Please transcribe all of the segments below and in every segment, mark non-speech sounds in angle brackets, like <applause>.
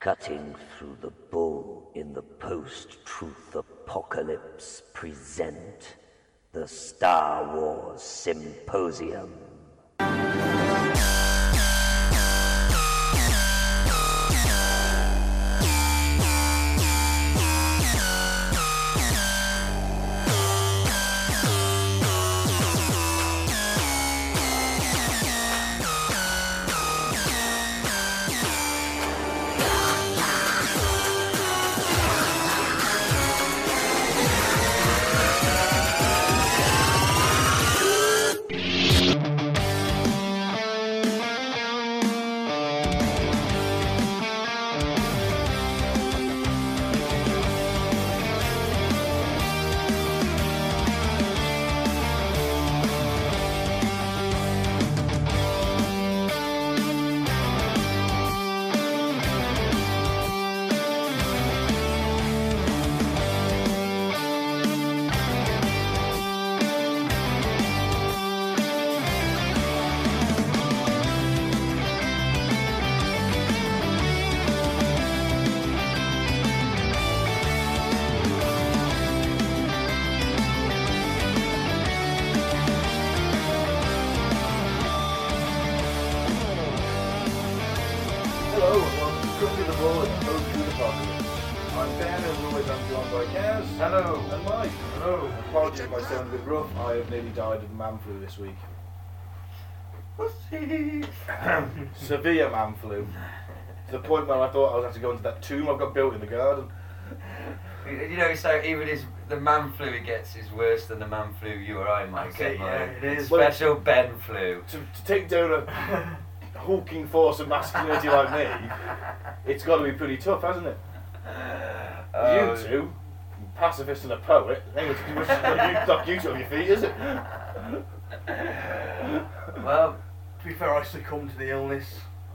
Cutting through the bull in the post truth apocalypse present the Star Wars Symposium. Hello and welcome to Cooking the Ball and Go to the Apocalypse. I'm Ben, as always I'm joined by Kaz. Hello. And Mike. Hello. Apologies if I sound a bit rough, I have nearly died of man flu this week. Severe man flu. To the point where I thought I was going to go into that tomb I've got built in the garden. You know, so even his the man flu he gets is worse than the man flu you or I might That's get. it, Mike. yeah, it is. Special Ben flu. To, to take down a hulking force of masculinity like me, it's got to be pretty tough, hasn't it? Oh, you two, pacifist and a poet, ain't much much you knock you two on your feet, is it? Well, To be fair, I succumbed to the illness.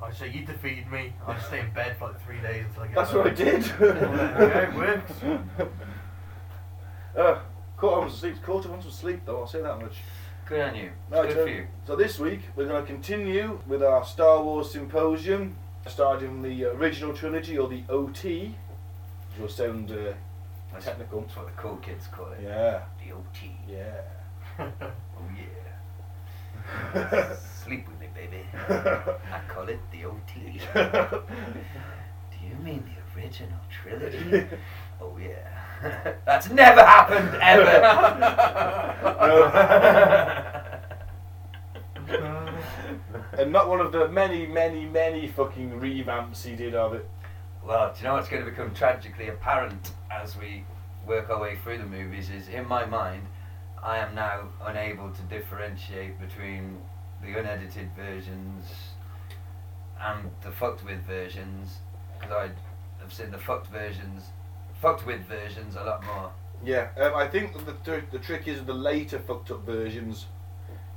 I say you defeated me. I stay in bed for like three days until I get. That's better. what I did. yeah, it works. <laughs> uh, quarter one was sleep. Quarter one was sleep, though. I'll say that much. good on you. No, good Joe. for you. So this week we're going to continue with our Star Wars symposium, starting the original trilogy or the OT, which will sound uh, That's, technical. that's what the cool kids call it. Yeah, The OT. yeah. Oh yeah. Sleep with me, baby. I call it the OT. Do you mean the original trilogy? oh yeah. <laughs> That's never happened <laughs> ever. Uh. and not one of the many, many, many fucking revamps he did of it. Well, do you know what's going to become tragically apparent as we work our way through the movies is in my mind, I am now unable to differentiate between the unedited versions and the fucked with versions because I have seen the fucked versions, fucked with versions a lot more. Yeah, um, I think that the, tr- the trick is the later fucked up versions.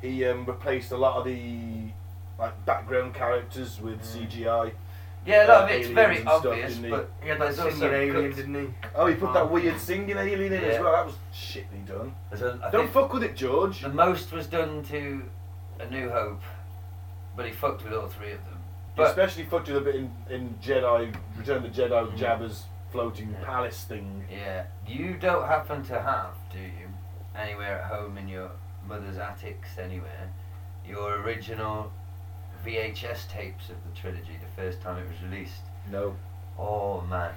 He um, replaced a lot of the like background characters with CGI. Yeah, a lot of it's Aliens very and stuff, obvious, didn't he? but He had that there's also singing alien, cooked- didn't he? Oh, he put that Oh. weird singing alien in as Yeah. well. That was shitly done. there's a, I Don't think- fuck with it, George. The most was done to A New Hope, but he fucked with all three of them. But Especially fucked with a bit in, in Jedi Return of the Jedi with Mhm. Jabba's floating Yeah. palace thing. yeah, you don't happen to have, do you, anywhere at home in your mother's attics anywhere, your original VHS tapes of the trilogy the first time it was released? No. Oh man,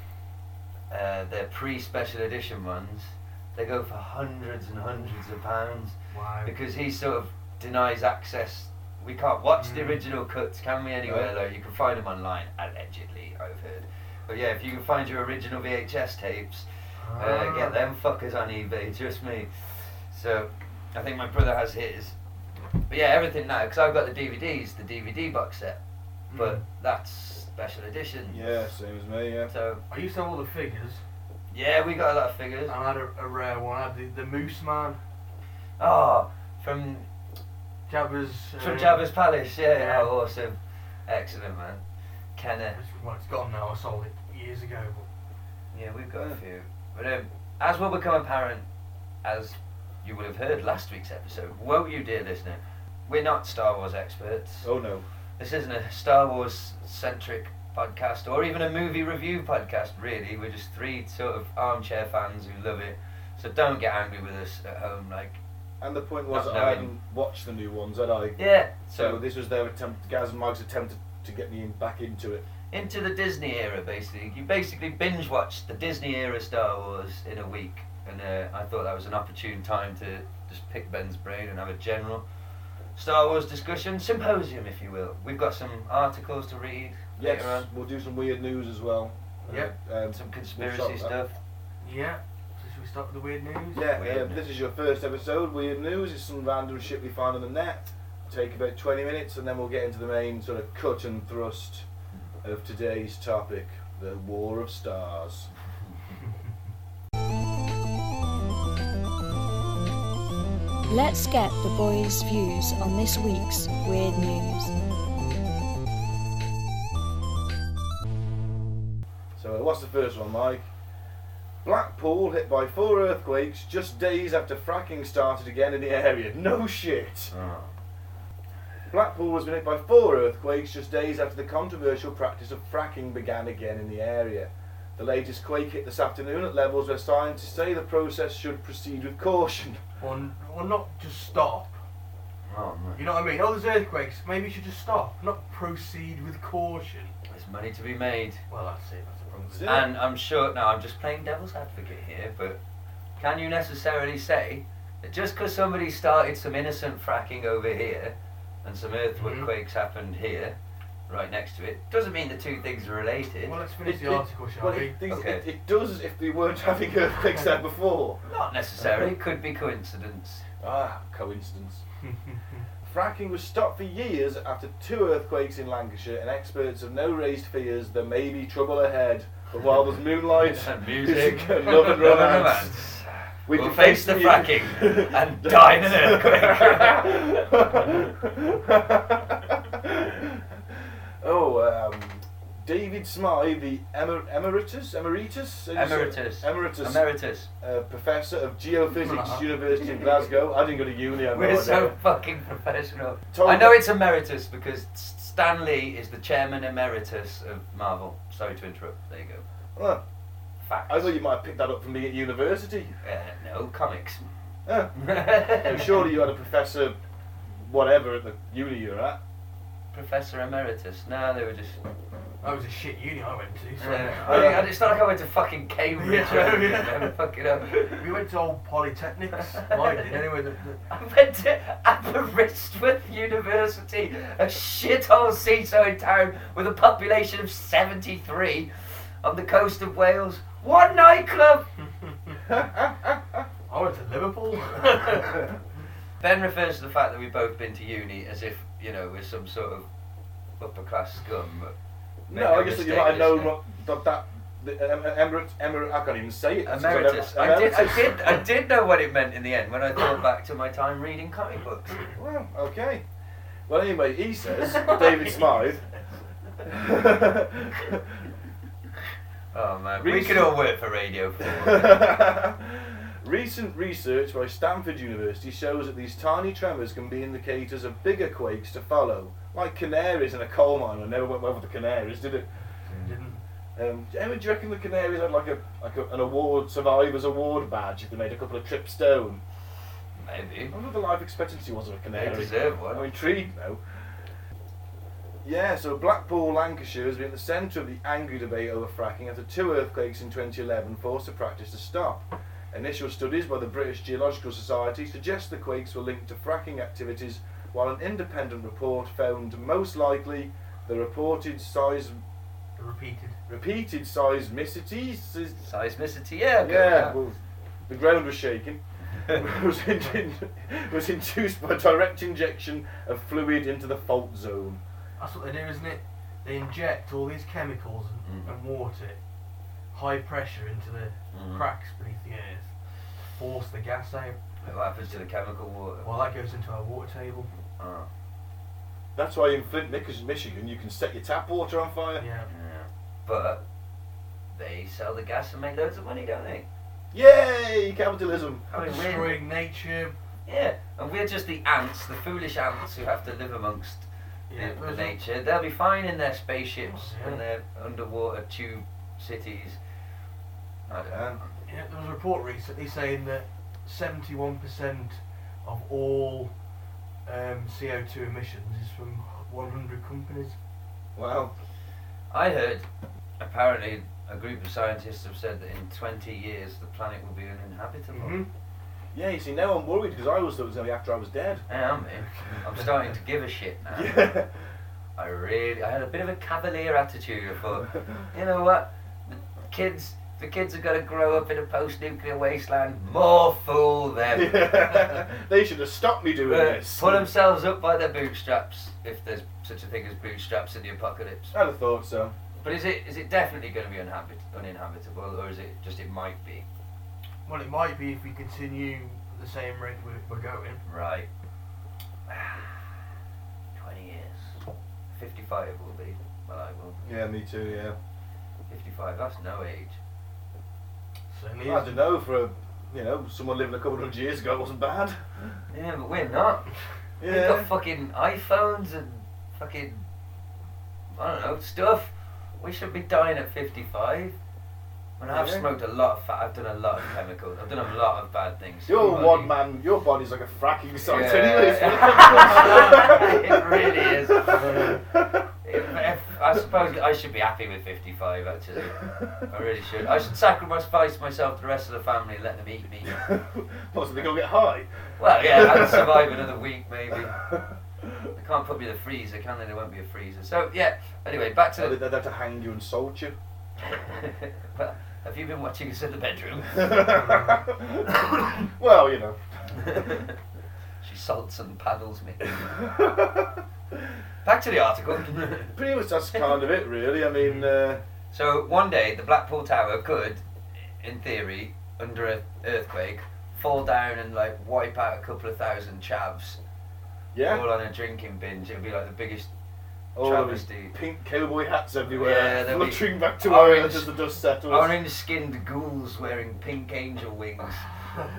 uh, they're pre-special edition ones. They go for hundreds and hundreds of pounds. Wow. because he sort of denies access. We can't watch the Mm. original cuts, can we? Anywhere though, you can find them online. Allegedly, I've heard. But yeah, if you can find your original VHS tapes, Ah. uh, get them fuckers on eBay. Just me. So, I think my brother has his. But yeah, everything now because I've got the DVDs, the DVD box set, but that's special edition. Mm. Yeah, same as me. Yeah. So Uh, I used to have all the figures, yeah, we got a lot of and figures. I had a, a rare one. I had the, the Moose Man, Oh, from Jabba's. Uh, From Jabba's Palace, yeah, yeah. Oh, awesome. Excellent, man. Kenner. It's, well, it's gone now. I sold it years ago. Yeah, we've got Yeah. a few. But um, as will become apparent, as you will have heard last week's episode, won't you, dear listener? We're not Star Wars experts. Oh no. This isn't a Star Wars centric podcast or even a movie review podcast, really. We're just three sort of armchair fans who love it. So don't get angry with us at home. Like, And the point was, Not I knowing. hadn't watched the new ones, had I? yeah. So So this was their attempt, Gaz and Mike's attempt to, to get me in, back into it. into the Disney era, basically. You basically binge watched the Disney era Star Wars in a week. And uh, I thought that was an opportune time to just pick Ben's brain and have a general Star Wars discussion symposium, if you will. We've got some articles to read Yes, later on. we'll do some weird news as well. Yep. Uh, um, some we'll conspiracy stop that. stuff. Yeah. So should we start with the weird news? Yeah, Weird um, news. this is your first episode. Weird news is some random shit we find on the net. Take about 20 minutes and then we'll get into the main sort of cut and thrust of today's topic the War of Stars. Let's get the boys' views on this week's weird news. So, uh, what's the first one, Mike? Blackpool hit by four earthquakes just days after fracking started again in the area. No shit! Oh. Blackpool has been hit by four earthquakes just days after the controversial practice of fracking began again in the area. The latest quake hit this afternoon at levels where scientists say the process should proceed with caution. Or, n- or not just stop. Oh, man. You know what I mean? Oh, there's earthquakes. Maybe you should just stop. Not proceed with caution. There's money to be <laughs> made. Well, that's it. That's the problem. That's it. And I'm sure, now I'm just playing devil's advocate here, but can you necessarily say that just because somebody started some innocent fracking over here and some Mhm. earthquakes happened here, right next to it, doesn't mean the two things are related? Well, let's finish It- the it- article, shall well, we? it, these- Okay. it, it does if they weren't having earthquakes there before. Not necessarily, could be coincidence. Ah, coincidence. Fracking was stopped for years after two earthquakes in Lancashire, and experts have now raised fears there may be trouble ahead. But while there's moonlight, <laughs> <laughs> And music, <laughs> and <laughs> love and romance, romance. we We'll can face the music. <laughs> fracking and die in an earthquake. <laughs> oh, um, David Smythe, the emer- emeritus, emeritus, Emeritus. emeritus, Emeritus. uh, professor of <laughs> geophysics, Right. University of Glasgow. I didn't go to uni. I've no We're so idea. fucking professional. Tom- I know it's emeritus because S- Stan Lee is the chairman emeritus of Marvel. Sorry to interrupt. There you go. Oh, Facts. I thought you might have picked that up from me at university. Uh, no comics. Oh. No, surely you had a professor, whatever, at the uni you're at. Professor emeritus. No, they were just. That was a shit uni I went to. So. Yeah. I mean, it's not like I went to fucking Cambridge. Yeah, or anything, yeah. <laughs> man, fucking hell. We went to old polytechnics. <laughs> Mine did anyway. The, the, I went <laughs> to Aberystwyth University, a shithole seaside town with a population of 73 on the coast of Wales. One nightclub! I went to Liverpool. <laughs> Ben refers to the fact that we've both been to uni as if, you know, we're some sort of upper class scum. but <laughs> make No, I guess that you mistake, might have known listener. what, that, that the, em, emerit, emerit, I can't even say it. Emeritus. I did, I did, I did know what it meant in the end when I thought back to my time reading comic books. Well, okay. Well, anyway, he says, <laughs> <laughs> David Smythe. Oh man, we Reason- could all work for Radio 4. <laughs> Recent research by Stanford University shows that these tiny tremors can be indicators of bigger quakes to follow, like canaries in a coal mine. I never went well with the canaries, did it? Didn't. Um, do you do you reckon the Canaries had like a like a, an award survivors award badge if they made a couple of trips down? Maybe. I wonder what the life expectancy was of a They Canary. deserve I'm one. intrigued now. Yeah, so Blackpool, Lancashire has been at the centre of the angry debate over fracking after two earthquakes in 2011 forced the practice to stop. Initial studies by the British Geological Society suggest the quakes were linked to fracking activities, while an independent report found most likely the reported size, Repeated. repeated seismicities, Seismicity, yeah. I'll go yeah, with well, the ground <laughs> was shaking. <laughs> was, in, was induced by direct injection of fluid into the fault zone. That's what they do, isn't it? They inject all these chemicals and, Mm. and water, high pressure into the Mm. cracks beneath the earth, force the gas out. that. What happens to the chemical water? Well, that goes into our water table. Oh, Ah. That's why in Flint, Nichols, Michigan, you can set your tap water on fire. Yeah. yeah. But they sell the gas and make loads of money, don't they? Yay, capitalism! I mean, we're, Destroying nature. yeah, and we're just the ants, the foolish ants who have to live amongst Yeah, the, the those are- Oh, nature. They'll be fine in their spaceships Yeah. and their underwater tube cities. I don't know. Yeah, there was a report recently saying that 71% of all um, CO2 emissions is from 100 companies. Wow. I heard apparently a group of scientists have said that in 20 years the planet will be uninhabitable. Mm-hmm. Mm-hmm. Yeah, you see, now I'm worried because I always thought it was going to be after I was dead. I am. eh? I'm starting to give a shit now. Yeah. I really, I had a bit of a cavalier attitude. I thought, you know what, the kids, the kids are going to grow up in a post-nuclear wasteland. More fool them. they should have stopped me doing Uh, this. pull themselves up by their bootstraps, if there's such a thing as bootstraps in the apocalypse. I'd have thought so. But is it is it definitely going to be uninhabit- uninhabitable, or is it just it might be? Well, it might be if we continue at the same rate we're, we're going. Right. 20 years. 55 will be. Well, I will. Yeah, me too, yeah. 55, that's no age. Certainly I is. don't know, for a, you know, someone living a couple of hundred years ago, it wasn't bad. Yeah, but we're not. We've Yeah. got fucking iPhones and fucking. I don't know, stuff. We should be dying at 55. And I've Yeah. smoked a lot of fat, I've done a lot of chemicals, I've done a lot of bad things. to my You're a body. one man, your body's like a fracking site, Yeah. <laughs> anyways. it really <laughs> is. If- if- I suppose I should be happy with 55, actually. I really should. I should sacrifice myself to the rest of the family and let them eat me. <laughs> What, so they go get high? Well, yeah, <laughs> I'd survive another week, maybe. They can't put me in the freezer, can they? There won't be a freezer. So, yeah, anyway, back So to. they'd have to hang you and salt you. <laughs> well, have you been watching us in the <laughs> bedroom? well, you know. <laughs> she salts and paddles <laughs> me. Back to the article. Pretty much that's kind of it, really. I mean, uh, So one day the Blackpool Tower could, in theory, under an earthquake, fall down and like wipe out a couple of thousand chavs yeah. all on a drinking binge. It'd be like the biggest All of his travesty. pink cowboy hats Yeah, everywhere, they'll be fluttering back to orange- Ireland as the dust settles. <laughs> Orange-skinned ghouls wearing pink angel wings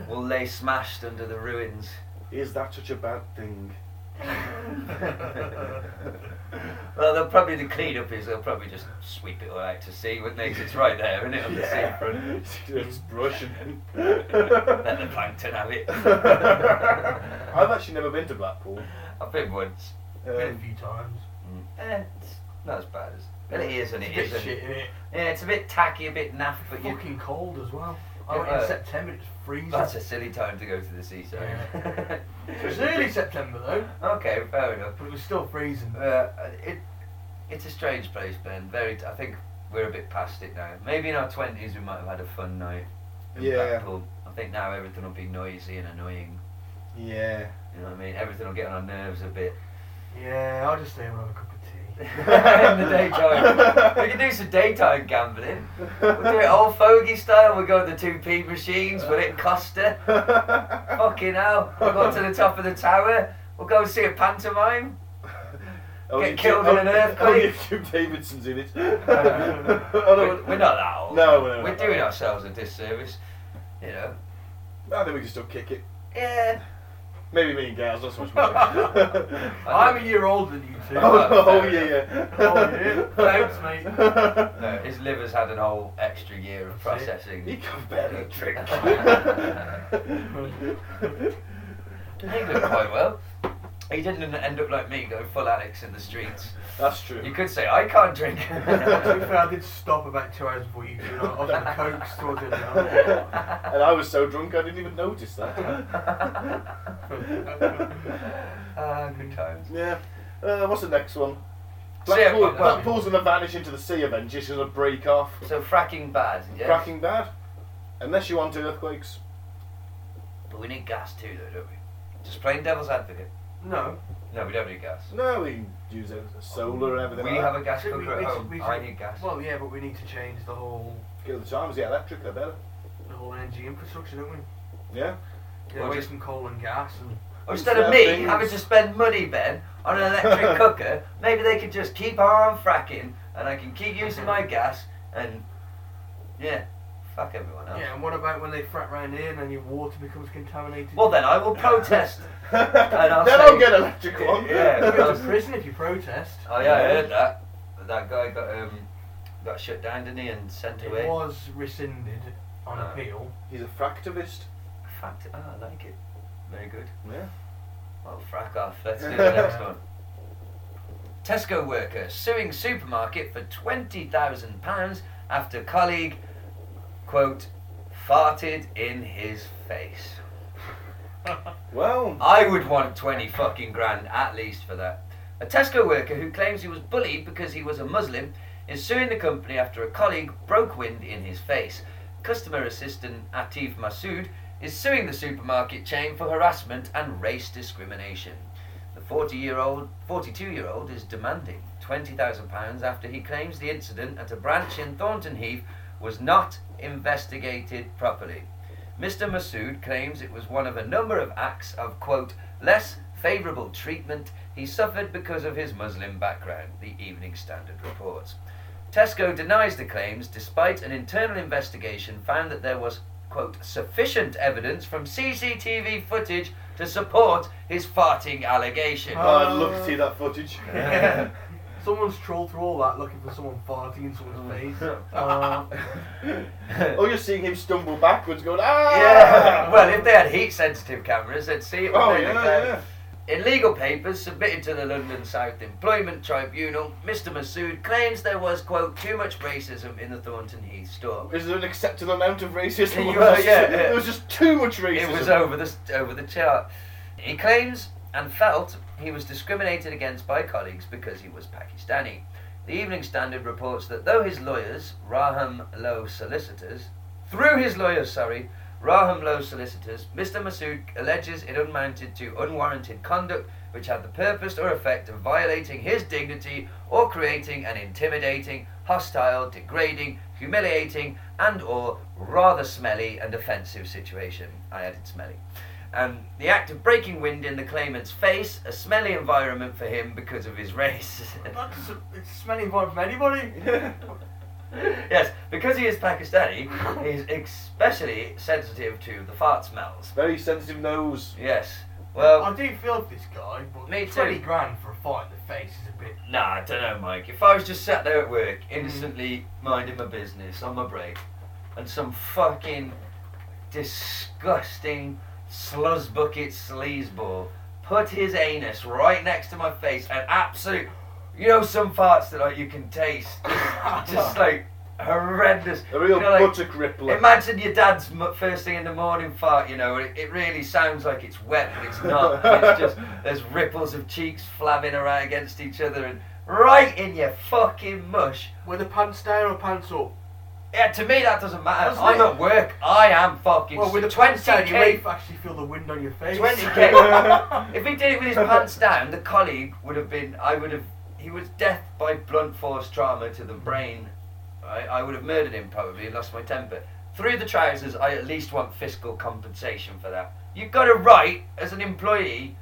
will lay smashed under the ruins. Is that such a bad thing? <laughs> Well, they'll probably the cleanup is they'll probably just sweep it all out to sea, wouldn't they? 'Cause it's right there, isn't it, on the seafront. <laughs> Just brushing. <laughs> Let the plankton have <laughs> it. I've actually never been to Blackpool. I've been once. Been a Um, few times. Eh, it's not as bad as. Well, it is and It's it a bit isn't. shit in it. Yeah, it's a bit tacky, a bit naff, but you. Fucking cold as well. I Yeah, went in uh, September. It's freezing. That's a silly time to go to the seaside. <laughs> It's early September though, okay, fair enough. but it was still freezing. Uh, it, it's a strange place, Ben. Very. I think we're a bit past it now. Maybe in our twenties we might have had a fun night. In Yeah. Blackpool. I think now everything will be noisy and annoying. yeah. You know what I mean? Everything will get on our nerves a bit. Yeah, I'll just stay and have a cup of tea. in the daytime. We can do some daytime gambling. We'll do it old fogey style. We'll go on the 2p machines. We'll hit Costa. Fucking hell. We'll go to the top of the tower. We'll go and see a pantomime. Only Get killed Jim- in an earthquake. Only if Jim Davidson's in it. <laughs> I don't We're, want- we're not that old. No, we're not We're that doing old. ourselves a disservice. You know. I think we can still kick it. Yeah. Maybe me and Gaz, not so much. <laughs> oh, I I'm a year older than you two. Oh, <laughs> oh, fair yeah, enough. <laughs> yeah. Oh, yeah. Thanks, <laughs> mate. No, his liver's had an whole extra year of That's it. He processing. can barely drink. <laughs> He did quite well. He didn't end up like me going full Alex in the streets. That's You true. could say I can't <laughs> drink. to be fair, I did stop about two hours before you did. I was on coke towards the end. and I was so drunk I didn't even notice that. <laughs> Ah, <laughs> good times. yeah. Uh, what's the next one? So, yeah, Blackpool, but- Blackpool's going to vanish into the sea eventually. It's going to break off. So fracking bad, yeah. Cracking bad. Unless you want earthquakes. But we need gas too, though, don't we? Just plain devil's advocate. No, No, we don't need gas. No, we can use it as solar and everything. We like have a gas So we- cooker at we- home. we- Oh, I need gas. well, yeah, but we need to change the whole that. Kill the times. Yeah, electric. They're better. the whole energy infrastructure, don't we? Yeah. Get Well, away just- from coal and gas and Or instead of me Things. having to spend money, Ben, on an electric <laughs> cooker, maybe they could just <laughs> keep on fracking, and I can keep using my gas, and yeah, fuck everyone else. Yeah, and what about when they frat round here and then your water becomes contaminated? Well, then I will protest. <laughs> then I'll I'll say- get electrical on. Yeah, <laughs> you go to because- prison if you protest. Oh yeah, I heard that. That guy got um got shut down, didn't he, and sent It away. was rescinded on Right. appeal. He's a fractivist. Fact, ah, I like it. Very good. Yeah. Well, frack off. Let's do the next <laughs> one. Tesco worker suing supermarket for twenty thousand pounds after colleague quote farted in his face. Well, I would want 20 fucking grand at least for that. A Tesco worker who claims he was bullied because he was a Muslim is suing the company after a colleague broke wind in his face. Customer assistant Atif Masood is suing the supermarket chain for harassment and race discrimination. The 40 year old, 42 year old is demanding £20,000 after he claims the incident at a branch in Thornton Heath was not investigated properly. Mr. Masood claims it was one of a number of acts of, quote, less favourable treatment he suffered because of his Muslim background, the Evening Standard reports. Tesco denies the claims despite an internal investigation found that there was, quote, sufficient evidence from CCTV footage to support his farting allegation. oh, I'd love to see that footage. Someone's trawled through all that looking for someone farting in Oh. someone's <laughs> <laughs> face. <laughs> Uh, oh, you're seeing him stumble backwards, going ah. Yeah, <laughs> well, <laughs> if they had heat sensitive cameras, they'd see it. Oh wouldn't they? yeah, They'd go, yeah. In legal papers submitted to the London South Employment Tribunal, Mr. Masood claims there was, quote, too much racism in the Thornton Heath store. Is there an acceptable amount of racism? You Or were, was <laughs> <laughs> it- yeah, yeah. There was just too much racism. It was over the, over the chart. He claims and felt he was discriminated against by colleagues because he was Pakistani. The Evening Standard reports that though his lawyers, Raham Low Solicitors, through his lawyers, sorry, Raham Low Solicitors, Mr. Masood alleges it amounted to unwarranted conduct which had the purpose or effect of violating his dignity or creating an intimidating, hostile, degrading, humiliating, and or rather smelly and offensive situation. I added smelly. Um, the act of breaking wind in the claimant's face, a smelly environment for him because of his race. that's it's smelling fine from anybody. <laughs> <laughs> yes, because he is Pakistani, he's especially sensitive to the fart smells. very sensitive nose. Yes. Well, I do feel for this guy, but Me too. twenty grand for a fight in the face is a bit. Nah, I don't know, Mike. If I was just sat there at work, Mm. innocently minding my business on my break, and some fucking disgusting sluzz bucket sleazeball put his anus right next to my face and absolute, you know, some parts that like you can taste, <laughs> just like horrendous. A real you know, like, buttock rippler. Imagine your dad's m- first thing in the morning fart, you know, and it, it really sounds like it's wet, but it's not. it's just, there's ripples of cheeks flapping around against each other and right in your fucking mush. Were the pants down or pants up? Yeah, to me that doesn't matter. Doesn't I'm it? at work, I am fucking Well, with the pants down, you may k actually feel the wind on your face. <laughs> 20k. if he did it with his pants down, the colleague would have been. I would have. He was death by blunt force trauma to the brain. I, I would have murdered him probably and lost my temper. Through the trousers, I at least want fiscal compensation for that. You've got a right, as an employee,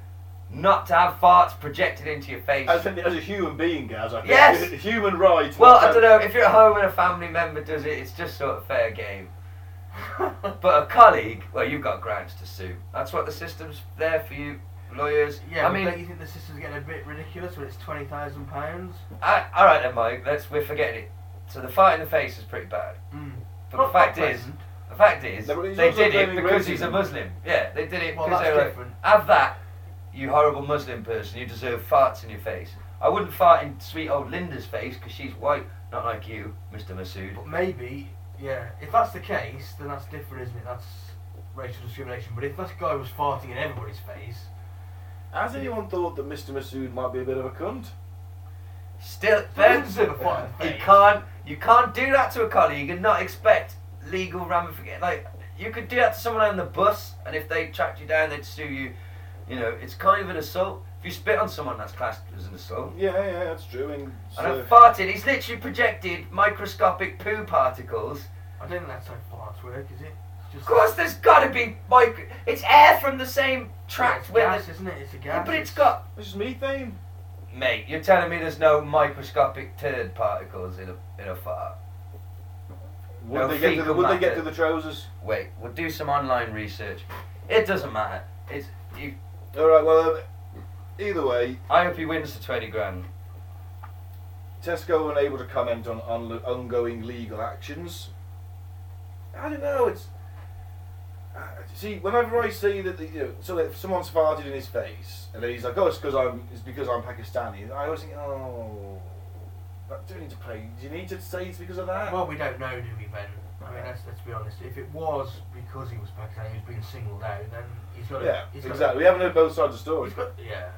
not to have farts projected into your face. As, an, as a human being, guys, I think. Yes. <laughs> It's a Human rights. Well, not I a- don't know. If you're at home and a family member does it, it's just sort of fair game. <laughs> but a colleague, well, you've got grounds to sue. That's what the system's there for you, lawyers. Yeah, I mean, you think the system's getting a bit ridiculous when it's twenty thousand pounds? I, all right then, Mike. Let's we're forgetting it. So the fight in the face is pretty bad. Hmm. But the fact is, the fact is, No, but he's they also did it blaming because he's a racism. Muslim. Yeah, they did it Well, because they that's were different. like, have that, you horrible Muslim person. You deserve farts in your face. I wouldn't fart in sweet old Linda's face because she's white, not like you, Mr. Masood. But maybe, yeah. If that's the case, then that's different, isn't it? That's racial discrimination. But if that guy was farting in everybody's face, Has anyone thought that Mr. Masood might be a bit of a cunt? Still, then then it's a bit of a fart in you the face. can't you can't do that to a colleague and not expect legal ramifications. Like you could do that to someone on the bus, and if they tracked you down, they'd sue you. You know, it's kind of an assault. If you spit on someone, that's classed as an assault. Yeah, yeah, that's true. And And I so, farted. He's literally projected microscopic poo particles. I don't think that's how farts work, is it? It's just Of course, there's got to be micro. It's air from the same tract it's where gas, the- isn't it? It's a gas. Yeah, but it's got. this is methane. Mate, you're telling me there's no microscopic turd particles in a in a fart? Would, No they, get to feet the, would would they get matter. to the trousers? Wait, we'll do some online research. It doesn't matter. It's you, All right. Well, um, either way, I hope he wins the twenty grand. Tesco unable to comment on on ongoing legal actions. I don't know. It's I- see whenever I see that the, you know, so if someone's farted in his face and then he's like, oh, it's because I'm it's because I'm Pakistani. I always think, oh, that, do you need to pay? Do you need to say it's because of that? Uh, Well, we don't know, do we, Ben? I mean, let's, let's be honest. If it was because he was Pakistani, he was being singled out, then he's got. yeah, he's got exactly. We haven't heard both sides of the story. he's got. Yeah,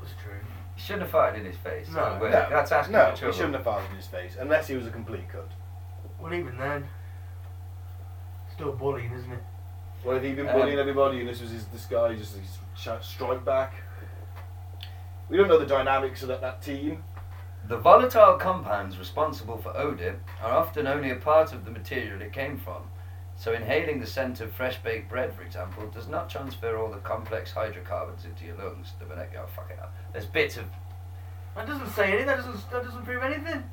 that's true. He shouldn't have fired in his face. No, That'll work. No, That's asking no, for he trouble. shouldn't have farted in his face unless he was a complete cunt. Well, even then, still bullying, isn't it? Well, if he'd been Um, bullying everybody and this was his disguise, just his sh- strike back. We don't know the dynamics of that, that team. The volatile compounds responsible for odour are often only a part of the material it came from. So inhaling the scent of fresh baked bread, for example, does not transfer all the complex hydrocarbons into your lungs. The minute- oh, fucking hell. There's bits of That doesn't say anything. That doesn't. That doesn't prove anything.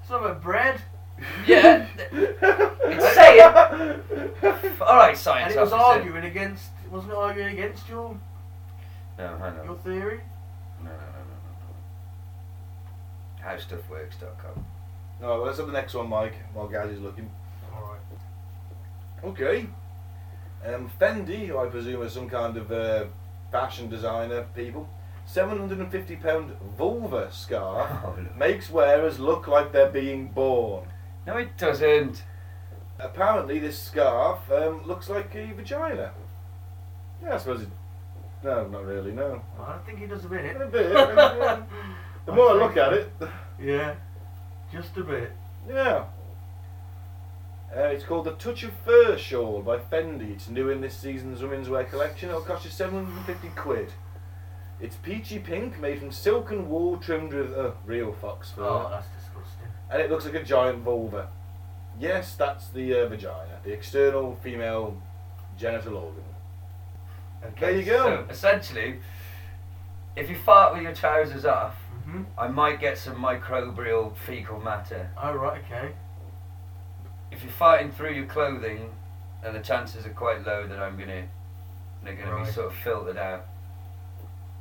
It's not about bread. <laughs> yeah. th- it's saying. All right, And science it was officer. arguing against. It wasn't arguing against your No, hang on. your theory. No, no, no, no, no. no. HowStuffWorks.com. All right, well, let's have the next one, Mike, while Gaz is looking. All right. Okay. Um, Fendi, who I presume is some kind of uh, fashion designer people, £750 vulva scarf Oh, look. makes wearers look like they're being born. No, it doesn't. Apparently, this scarf um, looks like a vagina. Yeah, I suppose it. No, not really, no. Well, I think he does a bit. A bit, yeah. The more I look at it, <laughs> the- yeah, just a bit. yeah. Uh, it's called the Touch of Fur Shawl by Fendi. It's new in this season's women's wear collection. It'll cost you 750 quid. It's peachy pink, made from silk and wool, trimmed with uh, real fox fur. <laughs> Oh, that's disgusting. and it looks like a giant vulva. Yes, that's the uh, vagina, the external female genital organ. There you go. So essentially, if you fart with your trousers off, Mhm. I might get some microbial fecal matter. Oh right, okay. If you're farting through your clothing, then the chances are quite low that I'm gonna they're gonna Right. be sort of filtered out.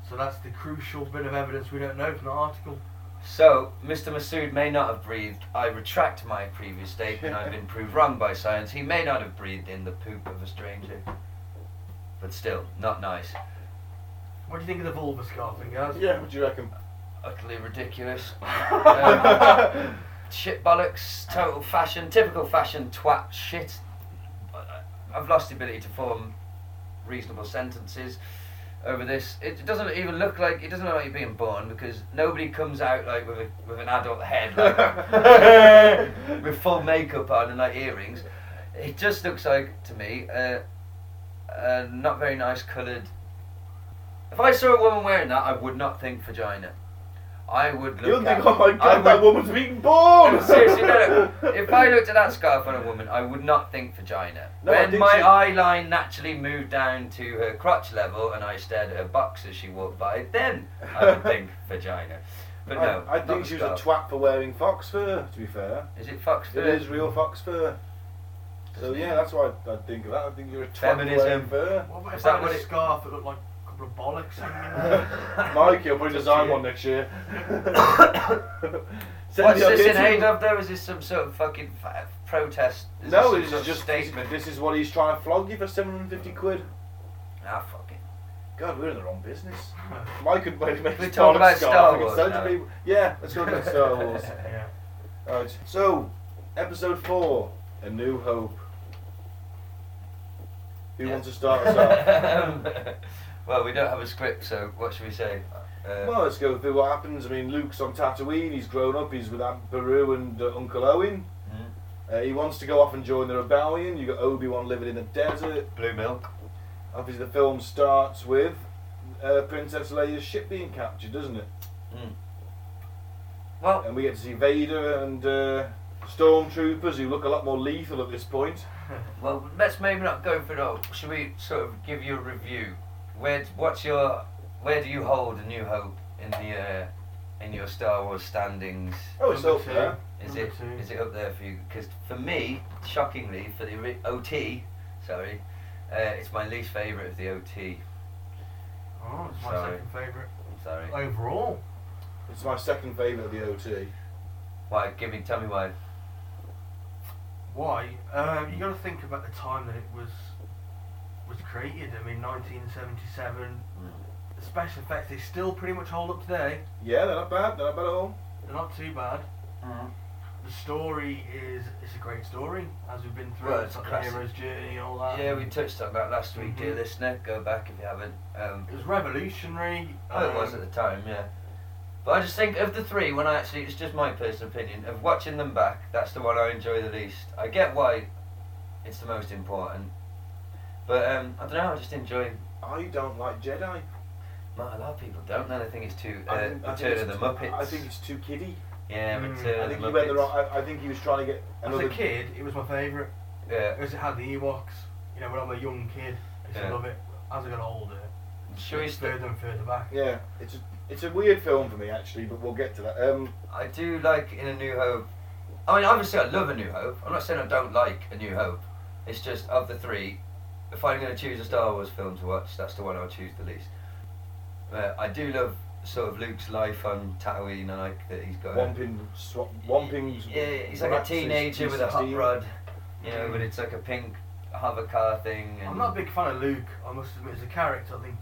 So that's the crucial bit of evidence we don't know from the article. So, Mr. Masood may not have breathed. I retract my previous statement. I've been proved wrong by science. He may not have breathed in the poop of a stranger. But still, not nice. What do you think of the vulva scarfing, guys? Yeah, what do you reckon? Utterly <laughs> ridiculous. Um, shit bollocks, total fashion, typical fashion twat shit. I- I've lost the ability to form reasonable sentences over this. It doesn't even look like it doesn't look like you're being born because nobody comes out like with a, with an adult head, <laughs> like, with full makeup on and like earrings. It just looks like to me uh, a not very nice coloured. If I saw a woman wearing that, I would not think vagina. I would look. you don't at- think, oh my I god, would that woman's being born! no, seriously, <laughs> no, no. If I looked at that scarf on a woman, I would not think vagina. No, I when think my she- eye line naturally moved down to her crotch level and I stared at her box as she walked by, then I <laughs> would think vagina. But no, I, I not think the she was a scarf. twat for wearing fox fur, to be fair. Is it fox It fur? is real fox fur. So yeah, that's why I, I think of that. I think you're a twat for wearing Feminism. fur. What about Is if that I had what a it- scarf that looked like a couple of bollocks hanging in there? <laughs> Mike, you'll probably design one next year. <coughs> Send What's your this in kids- aid of though? Is this some sort of fucking fa- protest? Is this No, this some is sort of just statement. This is what he's trying to flog you for 750 quid. Ah, fuck it. God, we're in the wrong business. <laughs> Mike could maybe make We a talk Star about Wars Star scarf. We could Wars sell it to now. people. Yeah, let's go <laughs> to Star Wars. yeah. Alright, so, episode 4 A New Hope. Who Yeah. wants to <laughs> start us off? well, we don't have a script, so what should we say? Uh, Well, let's go through what happens. I mean, Luke's on Tatooine, he's grown up, he's with Aunt Beru and uh, Uncle Owen. Mhm. Uh, he wants to go off and join the rebellion. You've got Obi Wan living in the desert. blue milk. Obviously, the film starts with uh, Princess Leia's ship being captured, doesn't it? Mm. Well, And we get to see Vader and uh, stormtroopers who look a lot more lethal at this point. <laughs> Well, let's maybe not go for it all. Should we sort of give you a review? Where, what's your, where do you hold a new hope in the, uh, in your Star Wars standings? Oh, it's Number up two. there. Is Number it two. is it up there for you? Because for me, shockingly, for the ori- OT, sorry, uh, it's my least favourite of the OT. Oh, it's my Sorry. second favourite I'm sorry. overall. It's my second favourite of the OT. Why? Give me. Tell me why. Why? Um, you got to think about the time that it was was created. I mean, 1977. The special effects they still pretty much hold up today. Yeah, they're not bad. They're not bad at all. They're not too bad. Mm-hmm. The story is it's a great story as we've been through. Well, it's it's like class- the hero's journey, all that. Yeah, we touched on that last week, dear Mhm. listener. Go back if you haven't. Um, It was revolutionary. Oh, it um, was at the time, yeah. But I just think of the three, when I actually, it's just my personal opinion, of watching them back, that's the one I enjoy the least. I get why it's the most important. But um, I don't know, I just enjoy. I don't like Jedi. Well, a lot of people don't, and I think it's too. Uh, I think, I think Return of it's the too- Muppets. I think it's too kiddie. yeah, Mm. Return I of the think he Muppets. went the wrong. I, I think he was trying to get As another a kid, it was my favourite. yeah. Because it had the Ewoks. You know, when I'm a young kid, I used Yeah. to love it. As I got older, Should we it's start? further and further back. Yeah, it's a, it's a weird film for me actually, but we'll get to that. Um, I do like in A New Hope. I mean, obviously, I love A New Hope. I'm not saying I don't like A New Hope. It's just of the three, if I'm going to choose a Star Wars film to watch, that's the one I'll choose the least. Uh, I do love sort of Luke's life on Tatooine. I like that he's got. a- Wamping, swap, Wamping. Yeah, he's like a Waxes, teenager with a hot P16. rod. You Mm. know, but it's like a pink hover car thing. And I'm not a big fan of Luke. I must admit, as a character, I think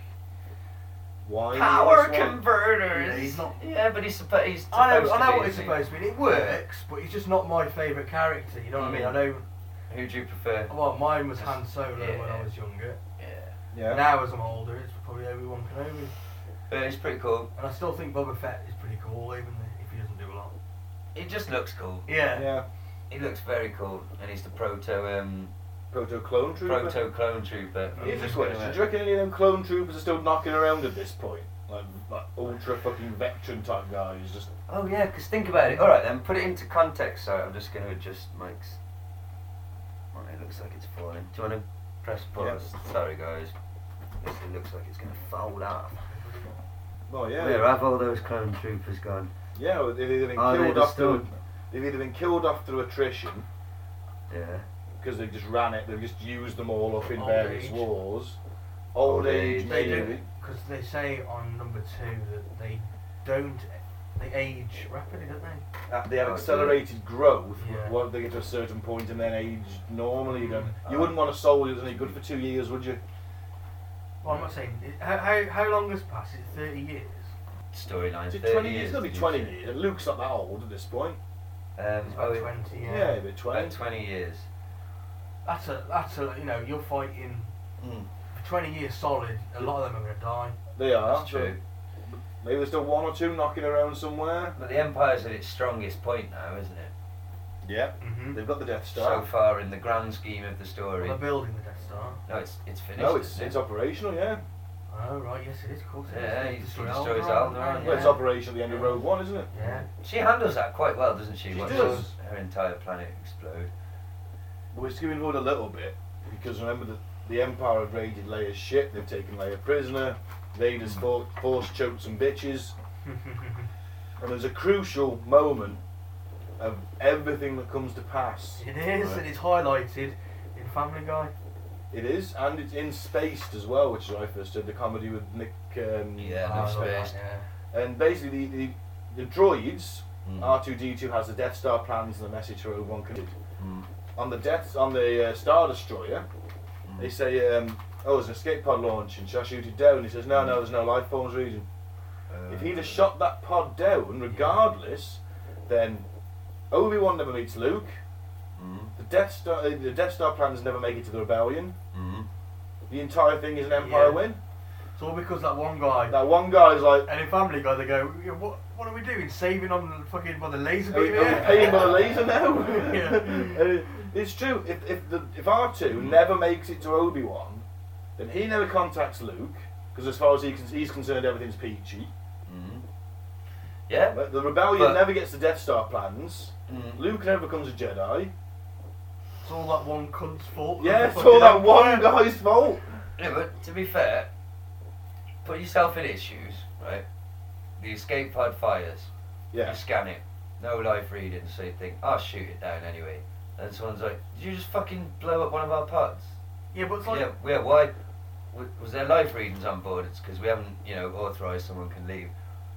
Why? Power this one? converters. Yeah, he's not- Yeah, but he's supposed. He's supposed I know, to I know be, what it's isn't he? supposed to be. It works, but he's just not my favourite character. You know what I mean? I know. Hmm. Who do you prefer? Well, mine was Han Solo when Yeah. I was younger. Yeah, Yeah. Now, as I'm older, it's probably Obi Wan Kenobi. but it's pretty cool. And I still think Boba Fett is pretty cool, even if he doesn't do a lot. He just looks cool. Yeah. Yeah. He looks very cool, and he's the proto um, Proto clone trooper. proto clone trooper. Here's a question: Do you reckon any of them clone troopers are still knocking around at this point? Like, like ultra fucking veteran type guy who's just Oh yeah, because think about it. All right, then put it into context. Sorry, I'm just going to adjust Mike's. Well, it looks like it's falling. Do you want to press pause? Sorry guys, this it looks like it's going to fold out. oh yeah Where have all those clone troopers gone? yeah well, they've either been Are they killed the off through stone? they've either been killed off through attrition Yeah. because they've just ran it they've just used them all up in Old various age. wars old, Old age, age. They maybe do because they say on number two that they don't. They age rapidly, don't they? Uh, they have Oh, accelerated growth Yeah. what they get to a certain point and then age normally don't you Uh, wouldn't want a soldier that's only good for two years would you Well, I'm not saying. it- How, how, how long has passed? Is it 30 years? Storyline. Is it 30 20 years it's gonna be did you 20 say? years and Luke's not that old at this point Um, It's about oh, 20 years. yeah, but 20 about 20 years. That's a, that's a, you know, you're fighting Mm, for 20 years solid, a lot of them are going to die. they are that's true. maybe there's still one or two knocking around somewhere But the Empire's at its strongest point now, isn't it? yeah Mm-hmm. they've got the Death So Star far in the grand scheme of the story. They're building the Death Star. No, it's it's finished. no it's isn't it's it? operational yeah, Oh, right, yes, it is, of course. it is. Yeah, They he destroyed destroys Alderaan, Alderaan, right, Well, it's Yeah. operational at the end of Rogue One isn't it Yeah. She handles that quite well, doesn't she? She Watches does. Her entire planet explode. We're skipping forward a little bit because remember that the Empire have raided Leia's ship. They've taken Leia prisoner. Vader's Hmm. for, force choked some bitches, Mm, and there's a crucial moment of everything that comes to pass. It is, and it's highlighted in Family Guy. It is, and it's in spaced as well, which is what I first did the comedy with Nick. Um, Yeah, no Oh, I love that, space. yeah. And basically, the, the, the droids Mm. R2D2 has the Death Star plans and the message for Obi Wan Kenobi. Mm. On the Death, on the uh, Star Destroyer, they say, um, "Oh, there's an escape pod launching. Should I shoot it down?" He says, "No, no, there's no life forms reading. If he'd have shot that pod down, regardless, then Obi Wan never meets Luke. Mm. The Death Star, uh, the Death Star plans never make it to the rebellion. Hmm. <laughs> Mm. The entire thing is an Empire Yeah. win. It's all because that one guy. That one guy's like." And in Family Guy, they go, "Yeah, what, what are we doing? Saving on the fucking by the laser Are we, beam are we here?" paying by the laser now? <laughs> <laughs> Yeah. Uh, it's true. If if, the, if R two never makes it to Obi Wan, then he never contacts Luke because as far as he con- he's concerned, everything's peachy. Mm. Yeah. But the rebellion But- never gets the Death Star plans. Mm. Luke never becomes a Jedi. It's all that one cunt's fault. <laughs> Yeah, it's all that one guy's fault. No, but to be fair, put yourself in his shoes, right? The escape pod fires. You Yeah, scan it. no life reading, so you think, I'll shoot it down anyway. And someone's like, Did you just fucking blow up one of our pods? Yeah, but it's like Yeah, yeah, why? w- Was there life readings on board? It's because we haven't, you know, authorised someone can leave.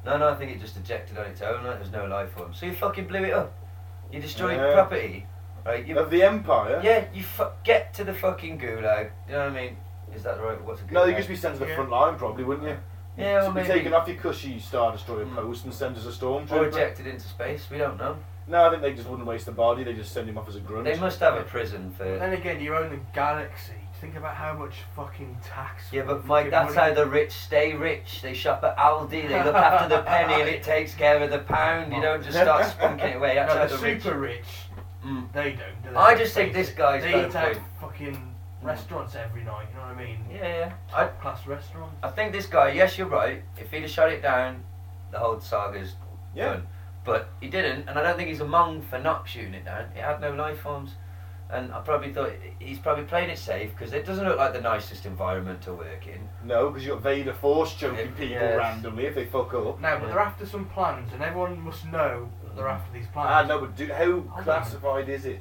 No, no, I think it just ejected on its own, like there's no life form. So you fucking blew it up. You destroyed Yeah. property, right? You, Of the Empire? yeah, you fu- get to the fucking gulag. You know what I mean? Is that the right? What's a gulag? No, you'd just be sent to the Yeah. front line, probably, wouldn't you? yeah, or Should be maybe taken off your cushy Star Destroyer Mm. post and sent as a or stormtrooper. ejected into space. We don't know. No, I think they just wouldn't waste the body. They just send him off as a grunt. They must have a prison but for. then again you own the galaxy. Think about how much fucking tax Yeah, but fucking Mike, that's money- how the rich stay rich. They shop at Aldi. They look after the penny, and <laughs> it takes care of the pound. You don't just <laughs> start spunking it away. That's no, how the the rich. super rich, Mm. they don't. Do they? I just think this guy's They got a eat out point. Mm. fucking restaurants every night. You know what I mean? Yeah, yeah. I, Top class restaurants. I think this guy, yes, you're right. If he'd have shut it down, the whole saga's Yeah. done. But he didn't, and I don't think he's among for not shooting it down. It had no life forms. And I probably thought he's probably playing it safe because it doesn't look like the nicest environment to work in. No, because Oh, you've got Vader Force choking Yeah, people yes. randomly if they fuck up. No, but Yeah. Mm. they're after some plans, and everyone must know that they're after these Ah, plans. no, but do, how classified is it?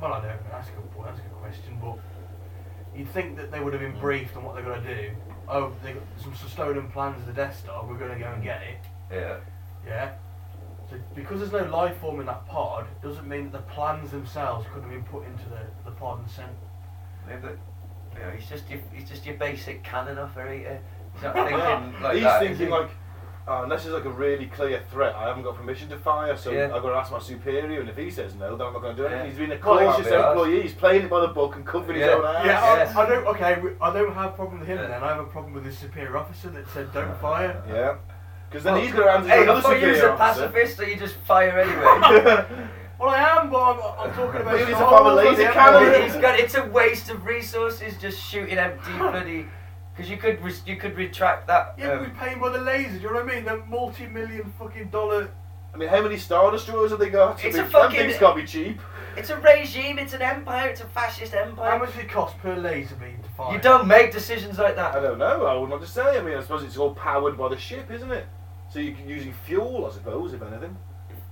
Well, I don't know. That's a good point. That's a good question. But you'd think that they would have Mm. been briefed on what they're going to do. Oh, they got some stolen plans of the Death Star. We're going to go and get it. Yeah. Yeah. So because there's no life form in that pod, doesn't mean that the plans themselves could have been put into the, the pod and sent. Maybe, but, you know, he's just your, he's just your basic cannon operator. He's <laughs> not thinking like He's that, is thinking he? like, oh, unless there's like a really clear threat, I haven't got permission to fire, so Yeah. I've got to ask my superior, and if he says no, then I'm not going to do anything. Yeah. He's been a Well, he cautious can't be employee. He's playing it by the book and covering his Yeah. own ass. Yeah, Yes. I, I don't. Okay, we- I don't have a problem with him. Yeah. Then I have a problem with his superior officer that said don't fire. Yeah. Because then Well, he's going to answer to Hey, I another thought you was superior a officer. pacifist, so you just <laughs> fire anyway. Well, I am, but I'm, I'm talking about. But he's a Star proper Wars, laser yeah. cannon. He's got. It's a waste of resources just shooting <laughs> empty bloody. Because you could res- you could retract that. Yeah, um, we're paying by the lasers. You know what I mean? They're multi-million fucking dollar. I mean, how many Star Destroyers have they got? I It's mean, a fucking- Them things got to be cheap. it's a regime. It's an empire. It's a fascist How empire. much does it cost per laser beam to fire? You don't make decisions like I that. don't know. I wouldn't have to say. I mean, I suppose it's all powered by the ship, isn't it? So you're using fuel, I suppose, if anything.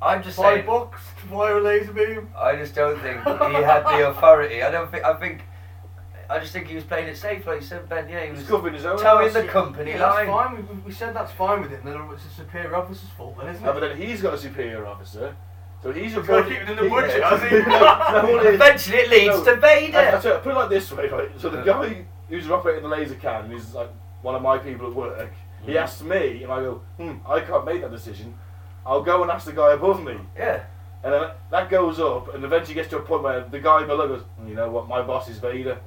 I'm just Buy saying. bucks to fire a laser beam. I just don't think he had the <laughs> authority. I don't think. I think. I just think he was playing it safe, like you said, Ben. Yeah, he He's was covering his own towing ass. the company Yeah, line. that's fine. We, we- we said that's fine with it. Then it's the superior officer's fault, then, isn't No, but it? then he's got a superior officer, so he's He's gotta reporting- keep it in the he- budget, <laughs> has he? <laughs> no, no, all it is- Eventually, it leads No, to Vader. I, I tell you, put it like this way, right? So the guy who's operating the laser can is like one of my people at work. He Mm. asks me, and I go, "Hmm, I can't make that decision. I'll go and ask the guy above me." yeah. And then that goes up, and eventually gets to a point where the guy below goes, "Mm, "You know what? My boss is Vader.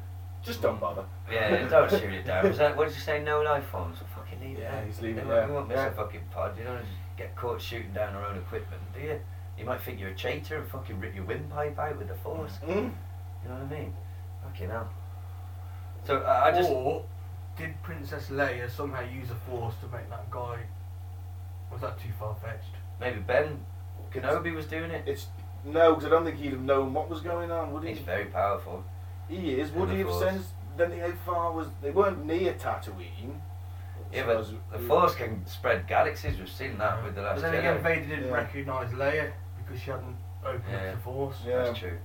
Just don't bother." Yeah, yeah, don't shoot it down. Was that, what did you say? No life forms? Well, fucking leave it. Yeah, there. he's leaving You it won't- You won't there. miss Yeah. a fucking pod. You don't wanna just get caught shooting down our own equipment, do you? You might think you're a traitor and fucking rip your windpipe out with the force. Mm? You know what I mean? Fucking hell. So I I just. Or did Princess Leia somehow use a force to make that guy? Was that too far fetched? Maybe Ben Kenobi was doing it. It's no, because I don't think he'd have known what was going on, would he? He's very powerful. He is. In Would the he have Force. sensed? Then they- how far was they weren't <laughs> near Tatooine? Yeah, So but as- the force can spread galaxies. We've seen that with the But last then Jedi. again, Vader didn't Yeah. recognise Leia because she hadn't opened Yeah. up the force. Yeah. That's true.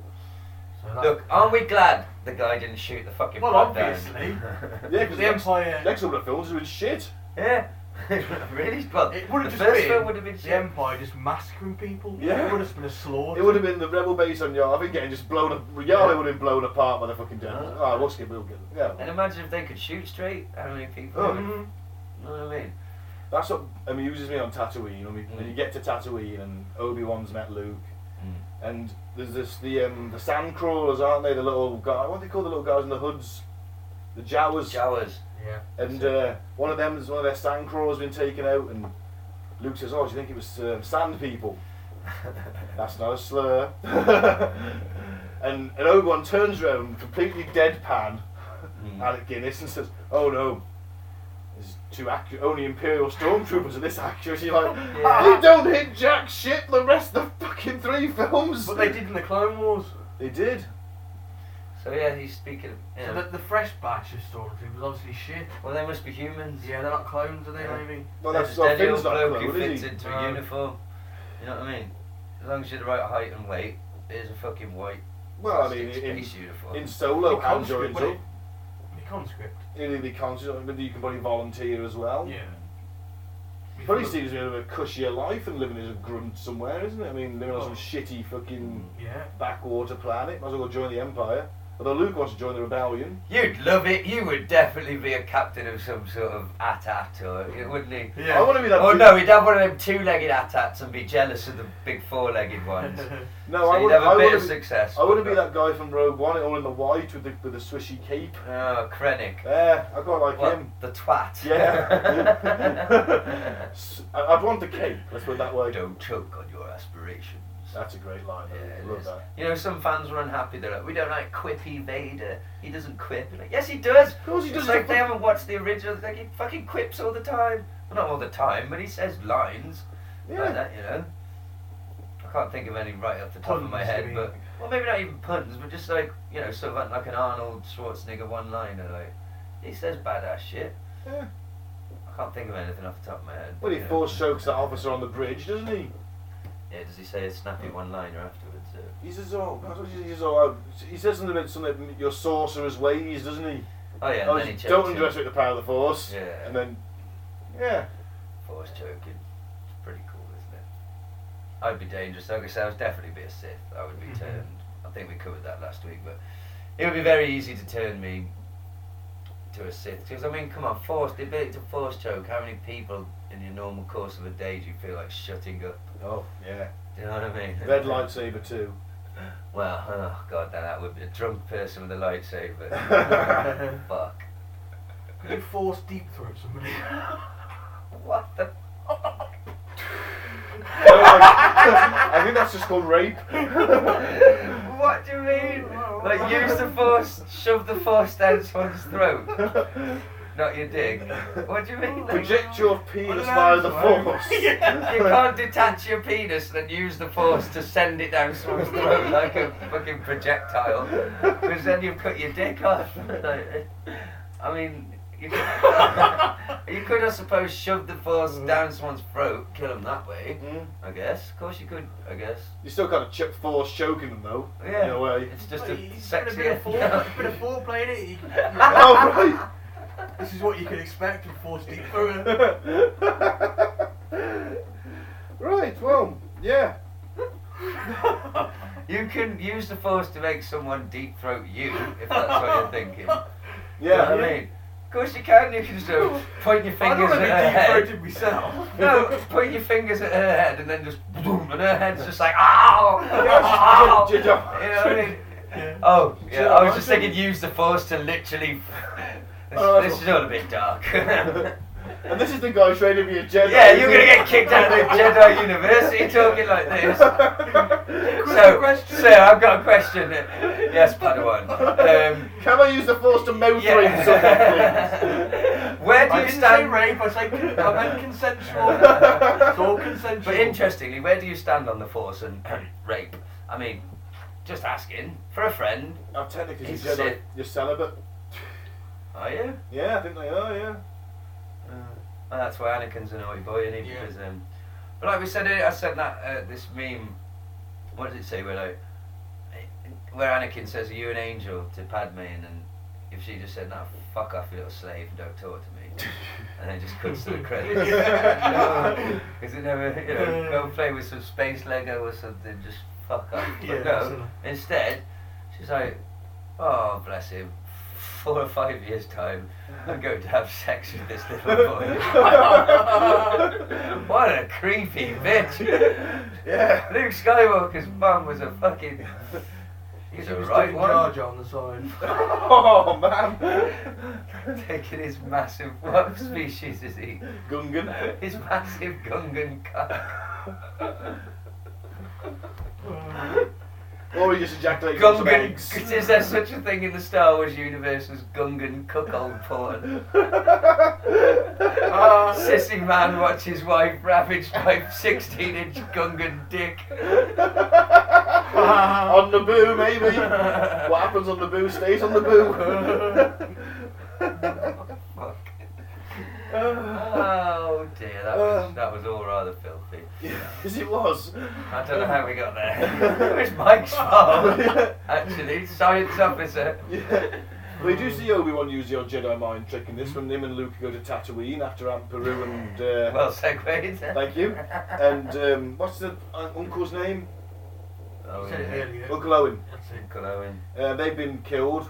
So that, Look, aren't we glad the guy didn't shoot the fucking Well, pod down? <laughs> obviously. Yeah, The because next, Empire. next all the films were shit. yeah. <laughs> really? Well, It would the have just first been film would have been the shit. Empire just massacring people. Yeah. It would have been a slaughter. It would have been the rebel base on Yavin getting just blown up. Yavin would have been blown apart by the fucking devil. Ah. Yeah. Oh, we'll skip. We'll get. And Yeah, imagine if they could shoot straight, how many people? Oh. You know what I mean? that's what amuses me on Tatooine. When, we, when Mm. you get to Tatooine and Obi Wan's met Luke, Mm. and there's this the um, the sand crawlers, aren't they? The little guy. What do they call the little guys in the hoods? The Jawas. Showers. Yeah. And uh, one of them, one of their sand crawlers been taken out, and Luke says, "Oh, do you think it was um, sand <laughs> people?" That's not a slur. <laughs> and and Obi Wan turns around, completely deadpan, Hmm. Alec Guinness, and says, "Oh no." There's two accurate, only Imperial stormtroopers are this accurate. You're <laughs> like, Yeah. they don't hit jack shit the rest of the fucking three films. But they did in the Clone Wars. They did. So yeah, he's speaking. Yeah. So the, the fresh batch of stormtroopers obviously shit. well, they must be humans. Yeah, they're not clones, are they? Yeah. Maybe. Um, Well, They're that's just our any Finn's old not bloke clone, who is fits he? into No. a uniform. You know what I mean? As long as you're the right height and weight, here's a fucking white Well, I mean, space in, uniform. in solo and during conscript, dub, Be conscript. in the concert, but you can probably volunteer as well. Yeah. Be Probably full- seems a bit of a cushier life than living as a grunt somewhere, isn't it? I mean, living on some Oh. shitty fucking Yeah. backwater planet. Might as well go join the Empire. Although Luke wants to join the rebellion. You'd love it. You would definitely be a captain of some sort of atat, or wouldn't he? I want to be that. Oh dude- no, he'd have one of them two-legged atats and be jealous of the big four-legged ones. <laughs> no, so I you'd want. have a I bit of want to be, success. I want to be wouldn't that guy from Rogue One, all in the white with the with the swishy cape. you? Oh, Krennic. Yeah, I quite like What? him. The twat. <laughs> Yeah. S- I- I'd want the cape. Let's put it that way. Don't choke on your aspirations. That's a great line. Yeah, I it love is. that. You know, some fans were unhappy. They're like, we don't like quippy Vader. He doesn't quip. You're Like, yes, he does. Of course he It's does. like they haven't watched the original. It's Like he fucking quips all the time. Well, not all the time, but he says lines like Yeah. that. You know. I can't think of any right off the top of my Puns, you head, mean? but well, maybe not even puns, but just like you know, sort of like an Arnold Schwarzenegger one-liner. Like he says badass shit. Yeah. I can't think of anything off the top of my head. Well, he you know. force chokes that officer on the bridge, doesn't he? Yeah, does he say a snappy one-liner afterwards? Uh, He says, "Oh, God, what does he says, oh, I- he says something about something about your sorcerer's ways, doesn't he? oh yeah, Oh, and then he chokes. don't him. underestimate the power of the force." Yeah. And then, yeah, Force choking. It's pretty cool, isn't it? I'd be dangerous. Like I said, I would definitely be a Sith. I would be Mm-hmm. Mhm. turned. I think we covered that last week, but it would be very easy to turn me to a Sith. Because, I mean, come on, force, the ability to force choke. How many people in your normal course of a day do you feel like shutting up? oh, yeah. Do you know what I mean? <laughs> Red lightsaber too. Well, oh, God, now that would be a drunk person with a <laughs> lightsaber. But Fuck. You force deep throat <laughs> <laughs> somebody. What the? I think that's just called rape. What do you mean? Like use the force, shove the force down someone's throat, not your dick. What do you mean? Like, Project your penis I via the learned <laughs> force. you can't detach your penis and use the force to send it down someone's throat like a fucking projectile, because then you've cut your dick off. <laughs> Like, I mean, you could, <laughs> you could, I suppose, shove the force down someone's throat, kill them that way. Mm. I guess. Of course, you could. I guess. You still kind of ch- force choking them though. Yeah. In a way. It's just Well, a he's got sexy. <laughs> bit of fore- bit of foreplay <laughs> in it. You can- <laughs> oh right. This is what you can expect from force deep throat. <laughs> right. Well. Yeah. <laughs> You can use the force to make someone deep throat you, if that's what you're <laughs> thinking. You know Yeah. what I mean? Of course you can, you can sort of point your I don't fingers want at to her be head. deep throated myself. <laughs> No, point your fingers at her head and then just boom, and her head's just like, ow! ow. <laughs> <laughs> You Did you- know what I mean? Yeah. Oh, yeah, Yeah, I was I just think- thinking use the force to literally. <laughs> This, Oh, that's this is all a bit dark. <laughs> yeah, And this is the guy training me a Jedi. you're gonna get kicked out of the <laughs> Jedi University talking like this. So, question. so I've got a question. Yes, Padawan. Um, Can I use the force to mow yeah. through something, please? Where do I you didn't say stand? rape, I said con- I meant consensual. it's all consensual. But interestingly, where do you stand on the force and rape? I mean, just asking for a friend. Oh, technically, It's you're Jedi. it. You're celibate. Are you? Yeah, I think they are. Yeah. Uh, well, that's why Anakin's an naughty boy, isn't he? Yeah. Because, um, but like we said, earlier, I sent that uh, this meme. What does it say? Where like, where Anakin says, "Are you an angel?" to Padme, and then if she just said, "No, fuck off, you little slave, and don't talk to me," and then just cuts to the credits. <laughs> Because it never, you know, go play with some space Lego or something. Just fuck off. But Yeah, no. so- Instead, she's like, oh, bless him. Four or five years' time, I'm going to have sex with this little boy. <laughs> what a creepy bitch! <laughs> Yeah. Luke Skywalker's mum was a fucking. He He's a was doing right one. <laughs> Jar Jar on the side. Oh man. <laughs> Taking his massive. What species is he? Gungan. His massive <laughs> Gungan cock. Or he just ejaculates on some Gungan. <laughs> eggs. Is there such a thing in the Star Wars universe as Gungan cuckold <laughs> porn? Ah, Sissy man watches wife ravaged by 16 inch Gungan dick. on the boo, maybe. what happens on the boo stays on the <laughs> boo. Fuck. Oh dear, that was, that was all rather filthy. Uh. <laughs> Yes, it was. I don't know how we got <laughs> there. it was Mike's fault, actually. Science officer. Yeah. They do see Obi Wan use your Jedi mind trick in this when him and Luke go to Tatooine after Aunt Peru and. Uh, Well segued. thank you. And um, what's the uh, uncle's name? Oh, said it yeah. earlier. Uncle Owen. That's it. Uncle Owen. Uh, they've been killed.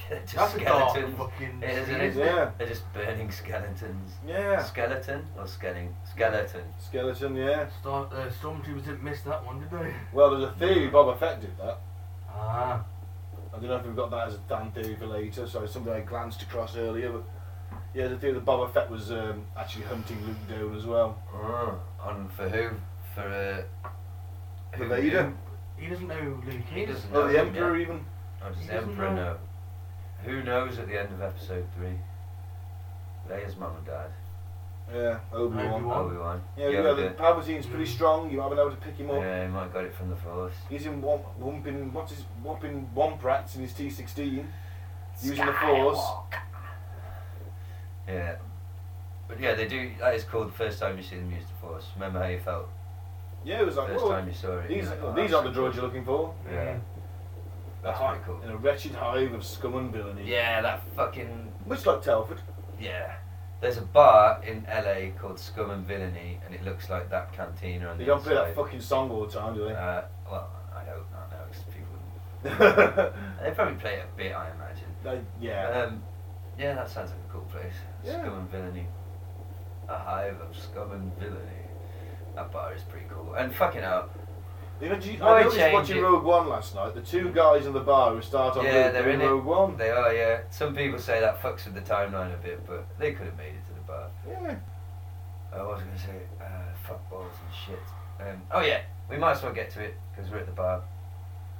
<laughs> Just That's a dark skeletons. fucking It is, it scene. is. Yeah. They're just burning skeletons. Yeah. Skeleton or skelling? Skeleton. Skeleton, yeah. Star, uh, Stormtroopers didn't miss that one, did they? Well, there's a theory Boba Fett did that. Ah. I don't know if we've got that as a Dan theory for later, so it's something I glanced across earlier. But yeah, the theory that Boba Fett was um, actually hunting Luke down as well. Oh, on for who? For uh, For Vader? He doesn't know who Luke He is. doesn't know. Or Oh, the him Emperor, yet. even. Or does He the doesn't Emperor know. know? Who knows at the end of episode three? Leia's mum and dad. Yeah, Obi Wan. Obi-Wan. Obi Wan. Yeah, you know, the Palpatine's pretty Mm. strong. You might have been able to pick him up. Yeah, he might have got it from the Force. He's in womp, whomping, what's his, whopping womp rats in his T16, using the Force. Yeah. But yeah, they do. That is cool. The first time you see them use the Force. Remember how you felt Yeah, it was like, first whoa, time you saw it. these, You're like, oh, these that's are the droids you're looking for. Yeah. That's pretty cool. In a wretched hive of scum and villainy. Yeah, that fucking Much like Telford. yeah. There's a bar in LA called Scum and Villainy, and it looks like that cantina on They the don't play that inside. fucking song all the time, do they? uh, well, I hope not. No, 'cause people. <laughs> They They- probably play it a bit, I imagine. yeah. Um, yeah, that sounds like a cool place. Yeah. Scum and Villainy. A hive of scum and villainy. That bar is pretty cool. And fucking hell, You know, do you- why I noticed change watching it? Rogue One last night, the two guys in the bar who start on Yeah, Luke, they're they're in it. Rogue One. they are, yeah. Some people say that fucks with the timeline a bit, but they could have made it to the bar. Yeah. I was going to say, uh, fuck balls and shit. Um, oh yeah, we might as well get to it because we're at the bar. <laughs>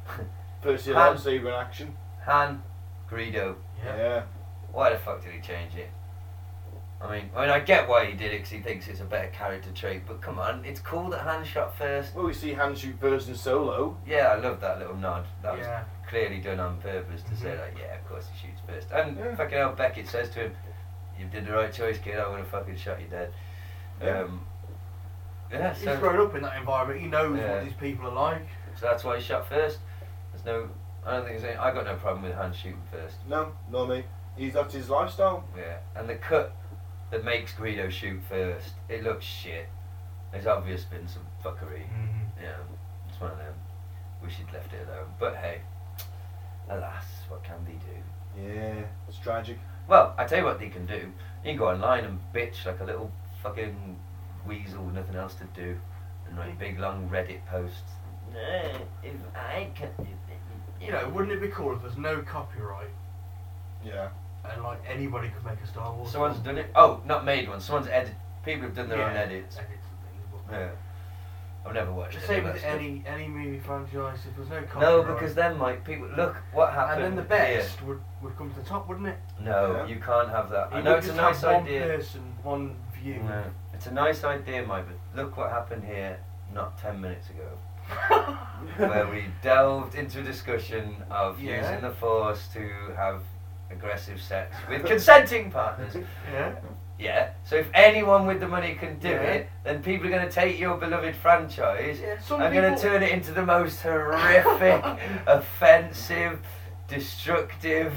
Percy Han. Lightsaber in action. Han, Greedo. Yeah. Yeah. Why the fuck did he change it? I mean, I mean, I get why he did it because he thinks it's a better character trait. But come on, it's cool that Han shot first. Well, we see Han shoot first in Solo. Yeah, I love that little nod. That was Yeah. clearly done on purpose to say Mhm. like, yeah, of course he shoots first. And Mm-hmm. Yeah. fucking hell, Beckett says to him, "You did the right choice, kid. I would have fucking shot you dead." Yeah. Um, yeah, He's so- grown up in that environment. He knows Yeah. what these people are like. So that's why he shot first. There's no, I don't think there's any. I got no problem with Han shooting first. No, no, mate. He's, that's his lifestyle. Yeah, and the cut that makes Greedo shoot first, it looks shit. There's obvious been some fuckery. Yeah, it's one of them. We should left it alone. But hey, alas, what can they do? Yeah, it's tragic. Well, I tell you what they can do. You can go online and bitch like a little fucking weasel with nothing else to do, and write big long Reddit posts. No, if I can do it, You know, wouldn't it be cool if there's no copyright Yeah. and like anybody could make a Star Wars? Someone's film? done it. Oh, not made one. Someone's edited. People have done their own Yeah, edits. and things, but- Yeah. I've never watched The it. same with any any movie franchise. If there's no copyright, No, because then, Mike, people look what and happened. then the best would, would come to the top, wouldn't it? here. No, Yeah. you can't have that. I You know would it's a just nice have One idea. person, one view. No, it's a nice idea, Mike, but look what happened here not ten minutes ago, <laughs> where we delved into a discussion of Yeah. using the force to have aggressive sex with consenting partners. <laughs> Yeah. Yeah. So if anyone with the money can do Yeah. it, then people are going to take your beloved franchise Yeah, some and going to people- turn it into the most <laughs> horrific, offensive, destructive,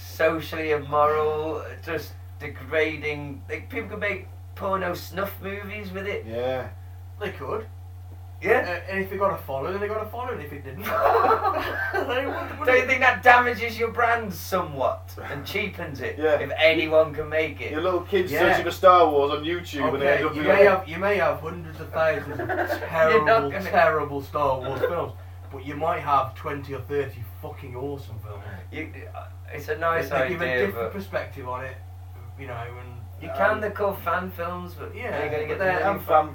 socially immoral, just degrading. Like people can make porno snuff movies with it. Yeah. They could. Uh, Yeah. and if it got a follow, then it got a follow. And if it <laughs> didn't, they would. Don't you think that damages your brand somewhat and cheapens <laughs> it Yeah. if anyone can make it? Your little kids Yeah. searching for Star Wars on YouTube and they Okay, end up you with may have you may have hundreds of thousands <laughs> of terrible, gonna- terrible Star Wars films, but you might have twenty or thirty fucking awesome films. You, it's a nice they give a idea, different but perspective on it, you know. And you um, can. They're called fan films, but Yeah, they're going to get but the they're- money and fan,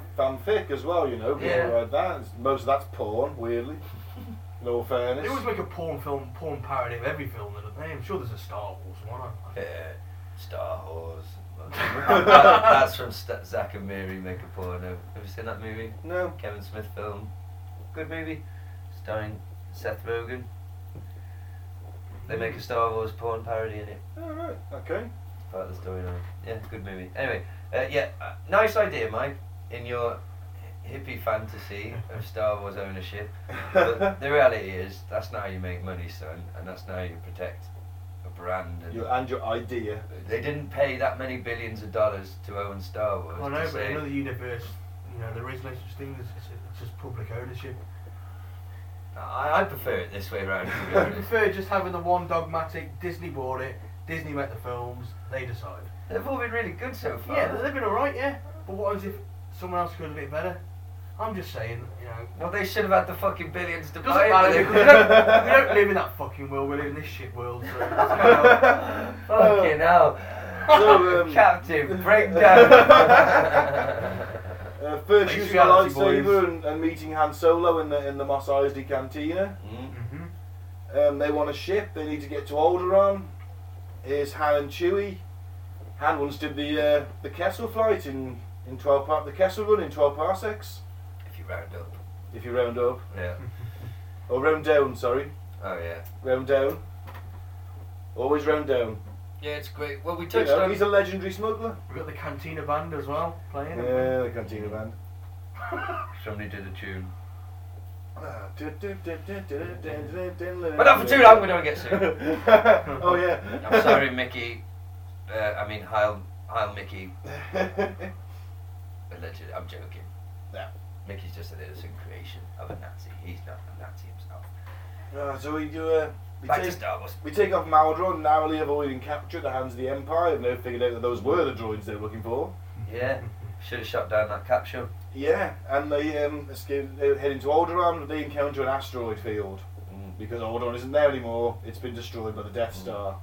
fanfic as well, you know. Yeah. Yeah. Like that. It's- Most of that's porn, weirdly. In all fairness. They always make a porn film, porn parody of every film, don't they? I'm sure there's a Star Wars one. aren't there? Yeah, Star <laughs> Wars. That's from St- Zack and Miri make a porno. Have you seen that movie? No. Kevin Smith film. Good movie. Starring Seth Rogen. They make a Star Wars porn parody in it. Alright, okay. Part of the storyline. Yeah, good movie. Anyway, uh, yeah, uh, nice idea, Mike. In your hippie fantasy <laughs> of Star Wars ownership. But the reality is, that's not how you make money, son, and that's not how you protect a brand. And Your, and your idea. they didn't pay that many billions of dollars to own Star Wars. I to know, but say- in another universe, you know, there is no such thing as it's, it's just public ownership. I, I prefer it this way round. to be <laughs> I honest. prefer just having the one dogmatic Disney bought it, Disney make the films, they decide. They've all been really good so far. Yeah, they've been alright, yeah. But what happens if someone else could have been better? I'm just saying, you know. Well, they should have had the fucking billions to buy Doesn't it. matter but because we don't, we <laughs> don't live in that fucking world. We live in this shit world. So it's kind of- they- <laughs> fucking hell. So, <laughs> um, Captain, <laughs> break <laughs> down. Uh, first Thanks using for a reality, lightsaber boys. and, and meeting Han Solo in the in the Mos Eisley cantina. Mm. Mhm. Um, they want a ship. They need to get to Alderaan. Here's Han and Chewie. Han once did the uh, the Kessel flight in in twelve par- the Kessel run in twelve parsecs. if you round up. If you round up Yeah. <laughs> or round down, sorry, Oh, yeah. round down. Always round down. Yeah, it's great. Well, we You touched know, on. he's a legendary smuggler. We've got the Cantina Band as well playing. Yeah, the cantina band. <laughs> Somebody did a tune. But But not for too long, we don't get <laughs> sued. <laughs> oh yeah. I'm sorry, Mickey. Uh, I mean, Heil, Heil <laughs> Mickey. Alleged. I'm joking. Yeah. Mickey's just an innocent creation of a Nazi. He's not a Nazi himself. Uh, so we do uh, we, Back to take, Star Wars. we take off Maldron, narrowly avoiding capture at the hands of the Empire, and they've figured out that those were the droids they were looking for. Yeah. <laughs> Should have shot down that capsule. Yeah, and they um, escape, they head into Alderaan, but they encounter an asteroid field because Alderaan isn't there anymore. It's been destroyed by the Death Star.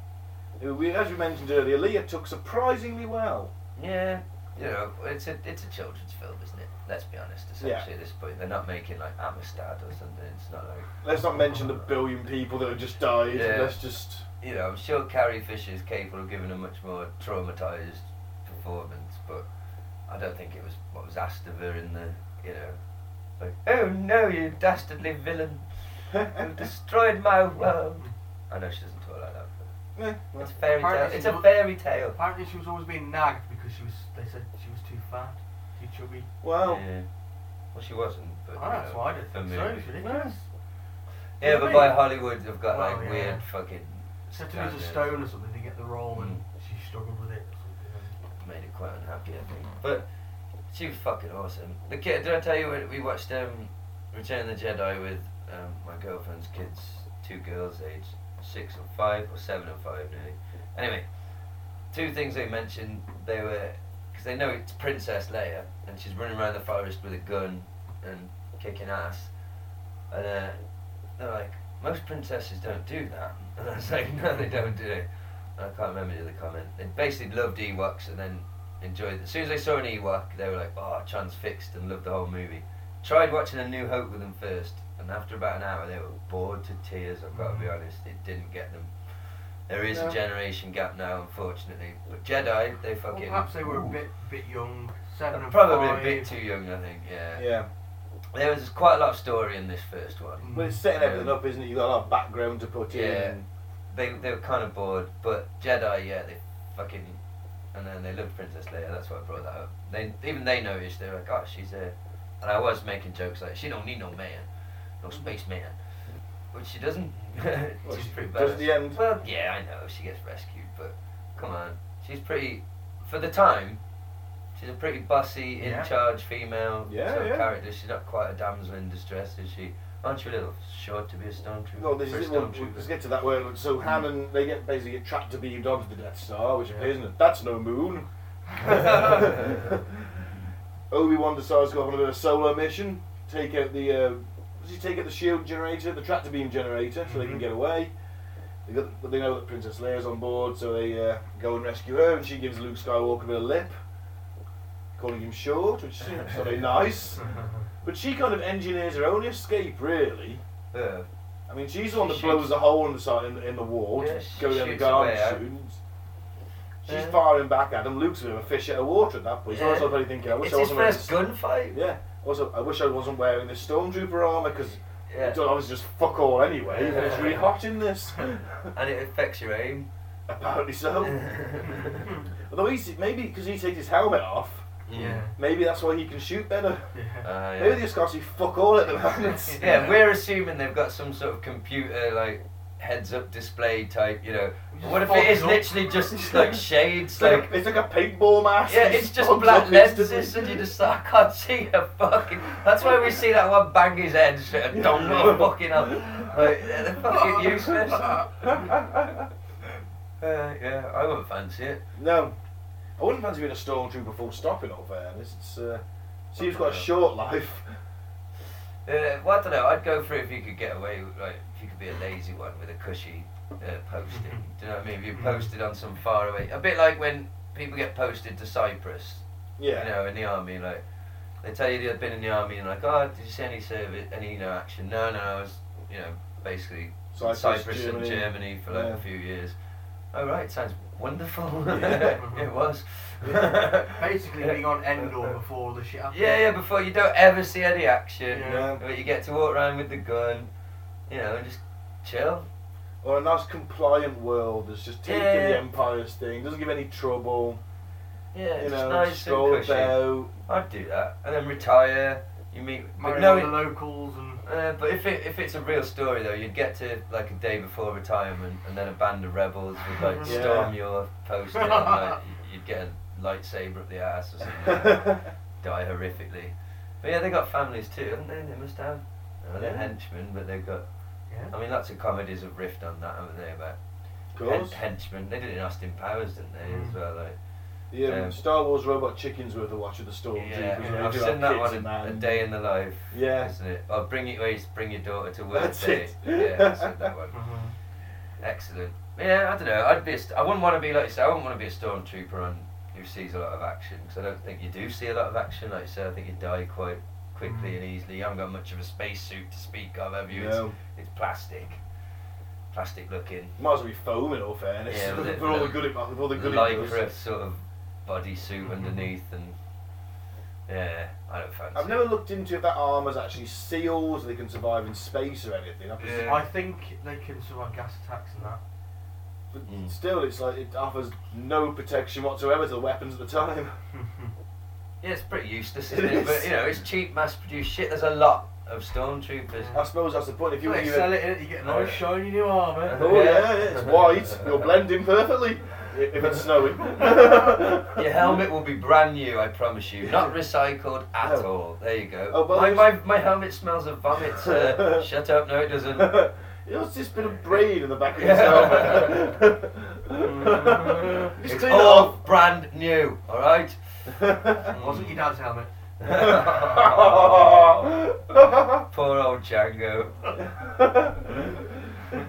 Uh, We, as we mentioned earlier, Leia took surprisingly well. Yeah. You know, it's a it's a children's film, isn't it? Let's be honest. Essentially, Yeah. at this point, they're not making like Amistad or something. It's not like Let's not mention the billion people that have just died. Yeah. Let's just you know, I'm sure Carrie Fisher is capable of giving a much more traumatized performance, but I don't think it was what was asked of her in the, you know, like, oh no, you dastardly villain, you destroyed my world. I know she doesn't talk like that. But eh, well, it's a fairy tale. It's Apparently a she wa- fairy tale. Apparently she was always being nagged because she was. They said she was too fat, too chubby. well, Yeah. Well, she wasn't. But, uh, Oh, that's you know, why I did for think me. so. It's ridiculous. Yeah, but Really? by Hollywood, they've got Well, like yeah. weird fucking Said to lose a standards. Mm. stone or something to get the role, and she struggled with it. Or something. made it quite unhappy, I think. But she was fucking awesome. The kid, did I tell you when we watched um, Return of the Jedi with um, my girlfriend's kids, two girls, aged six and five, or seven and five nearly. Anyway, two things they mentioned, they were, because they know it's Princess Leia, and she's running around the forest with a gun and kicking ass. And uh, they're like, most princesses don't do that. <laughs> And I was like, no, they don't do it. I can't remember the other comment. They basically loved Ewoks and then enjoyed it. As soon as they saw an Ewok, they were like, oh, transfixed and loved the whole movie. Tried watching A New Hope with them first, and after about an hour, they were bored to tears, I've got Mm. to be honest. It didn't get them. There is No. a generation gap now, unfortunately. But Jedi, they Well, fucking. perhaps they were a bit, bit young, seven and Probably five. a bit too young, I think, yeah. yeah. There was quite a lot of story in this first one. Um, Well, it's setting everything up, isn't it? You've got a lot of background to put Yeah. in. they they were kind of bored, but Jedi, yeah, they fucking, and then they loved Princess Leia. That's why I brought that up. They even they noticed. They were like, oh, she's a, and I was making jokes like, she don't need no man, no space man, which she doesn't. <laughs> Well, she's she pretty does bad. at the end. Well, yeah, I know she gets rescued, but come on, she's pretty. For the time, she's a pretty bossy, in Yeah. charge female Yeah, sort of yeah. character. She's not quite a damsel in distress, is she? Aren't you a little short to be a stormtrooper? Well, this For a is it. Well, stormtrooper. let's get to that word. So Han and they get basically get trapped to beamed onto the Death Star, which Yeah. appears in it. That's no <laughs> moon. Obi Wan decides to go off on a bit of solo mission, take out the uh, does he take out the shield generator, the tractor beam generator, so they can Mhm. get away. They got, but they know that Princess Leia's on board, so they uh, go and rescue her, and she gives Luke Skywalker a bit of lip, calling him short, which seems not very nice. But she kind of engineers her own escape, really. Yeah. I mean, she's the one She that shoots- blows a hole in the side in, the- in the wall Yeah, to she go down the shoots garden away, eh? soon. She's Yeah. firing back at him. Luke's a bit of a fish out of water at that point. So I Yeah. was sort of really thinking, I wish It's I his wasn't wearing first gunfight. this- Yeah. Also, I wish I wasn't wearing this stormtrooper armor because Yeah. I was just fuck all anyway. Yeah. And it's really hot in this. <laughs> And it affects your aim. <laughs> Apparently so. Although he's maybe because he takes his helmet off. Yeah. Maybe that's why he can shoot better. yeah. Uh, <laughs> yeah. Maybe the Scotty fuck all at the moment. <laughs> Yeah, we're assuming they've got some sort of computer like heads up display type, you know. Just What if it is fold it up. literally <laughs> just like shades It's like, like a, it's like a paintball mask. yeah, He it's just fogs black up instantly. lenses, and you just I can't see a fucking. That's why we see that one bang his head, shit, and don't know fucking <laughs> up. Like, they're fucking useless. Uh, yeah, I wouldn't fancy it. No. I wouldn't fancy being a stormtrooper full stop in all fairness. It's, uh, seems quite a short life. <laughs> Uh, well, I don't know. I'd go for it if you could get away. with- Like, if you could be a lazy one with a cushy uh, Mm-hmm. posting. Do you know what I mean? If you posted on some faraway, a bit like when people get posted to Cyprus, Yeah. you know, in the army, like they tell you they've been in the army and like, oh, did you see any service, any you know action? No, no, I was, you know, basically Cyprus, and Germany for like yeah. a few years. Oh right, sounds wonderful. Yeah. <laughs> it was. <laughs> Basically, Yeah. being on Endor before the shit happened. Yeah, yeah, before you don't ever see any action. Yeah. But you get to walk around with the gun, you know, and just chill. Or a nice compliant world that's just taking Yeah. the Empire's thing, doesn't give any trouble, Yeah, you just know, nice and stroll cushy. about. I'd do that. And then retire. You meet. But Marrying no, all the it- locals and. uh, but if, it, if it's a real story though, you'd get to like a day before retirement and then a band of rebels would <laughs> like Yeah. storm your post and <laughs> like, you'd get a lightsaber up the ass or <laughs> something. die horrifically. But yeah, they got families too, haven't they? They must have. Well, they're Yeah. henchmen, but they've got. Yeah. I mean, lots of comedies have riffed on that, haven't they? About of hen- course. henchmen. They did it in Austin Powers, didn't they? Mm. As well, like. The um, Um, Star Wars Robot Chicken's worth a watch of the Stormtroopers. Yeah, where they I've do seen have that kids one. in A, a and- day in the life. Yeah. Isn't it? Or bring your always bring your daughter to work That's day. it. Mm-hmm. Yeah, I've seen that <laughs> one. Mhm. Excellent. Yeah, I don't know. I'd be. A st- I wouldn't want to be like you say. I wouldn't want to be a stormtrooper on who sees a lot of action because I don't think you do see a lot of action. Like you say, I think you die quite quickly and easily. You haven't got much of a spacesuit to speak of, have you? Mm. No. It's, it's plastic, plastic looking, Might as well be foam in all fairness. <laughs> Yeah, with it- for all the good it, with all the good Mm-hmm. it does. lycra sort of bodysuit Mhm. underneath, and yeah, I don't fancy. I've it. never looked into if that armour's actually sealed, so they can survive in space or anything. I presume- Yeah. I think they can survive gas attacks and that. But Mm. still, it's like it offers no protection whatsoever to the weapons at the time. Yeah, it's pretty useless, It isn't it? But is. you know, it's cheap, mass-produced shit. There's a lot of stormtroopers. I suppose that's the point. If you they even, sell it, innit? you get a nice Yeah. shiny new armour. oh yeah, <laughs> yeah, it's white. You'll blend in perfectly i- if it's snowing. oh, Your helmet will be brand new, I promise you. Not recycled at No. all. There you go. Oh, but my, I my, my helmet smells of vomit, uh, <laughs> sir. Shut up, no, it doesn't. it's just been a brain in the back of his Yeah. <laughs> helmet. Just it's clean it all off. brand new, <laughs> alright? Wasn't your dad's helmet? Poor old Django.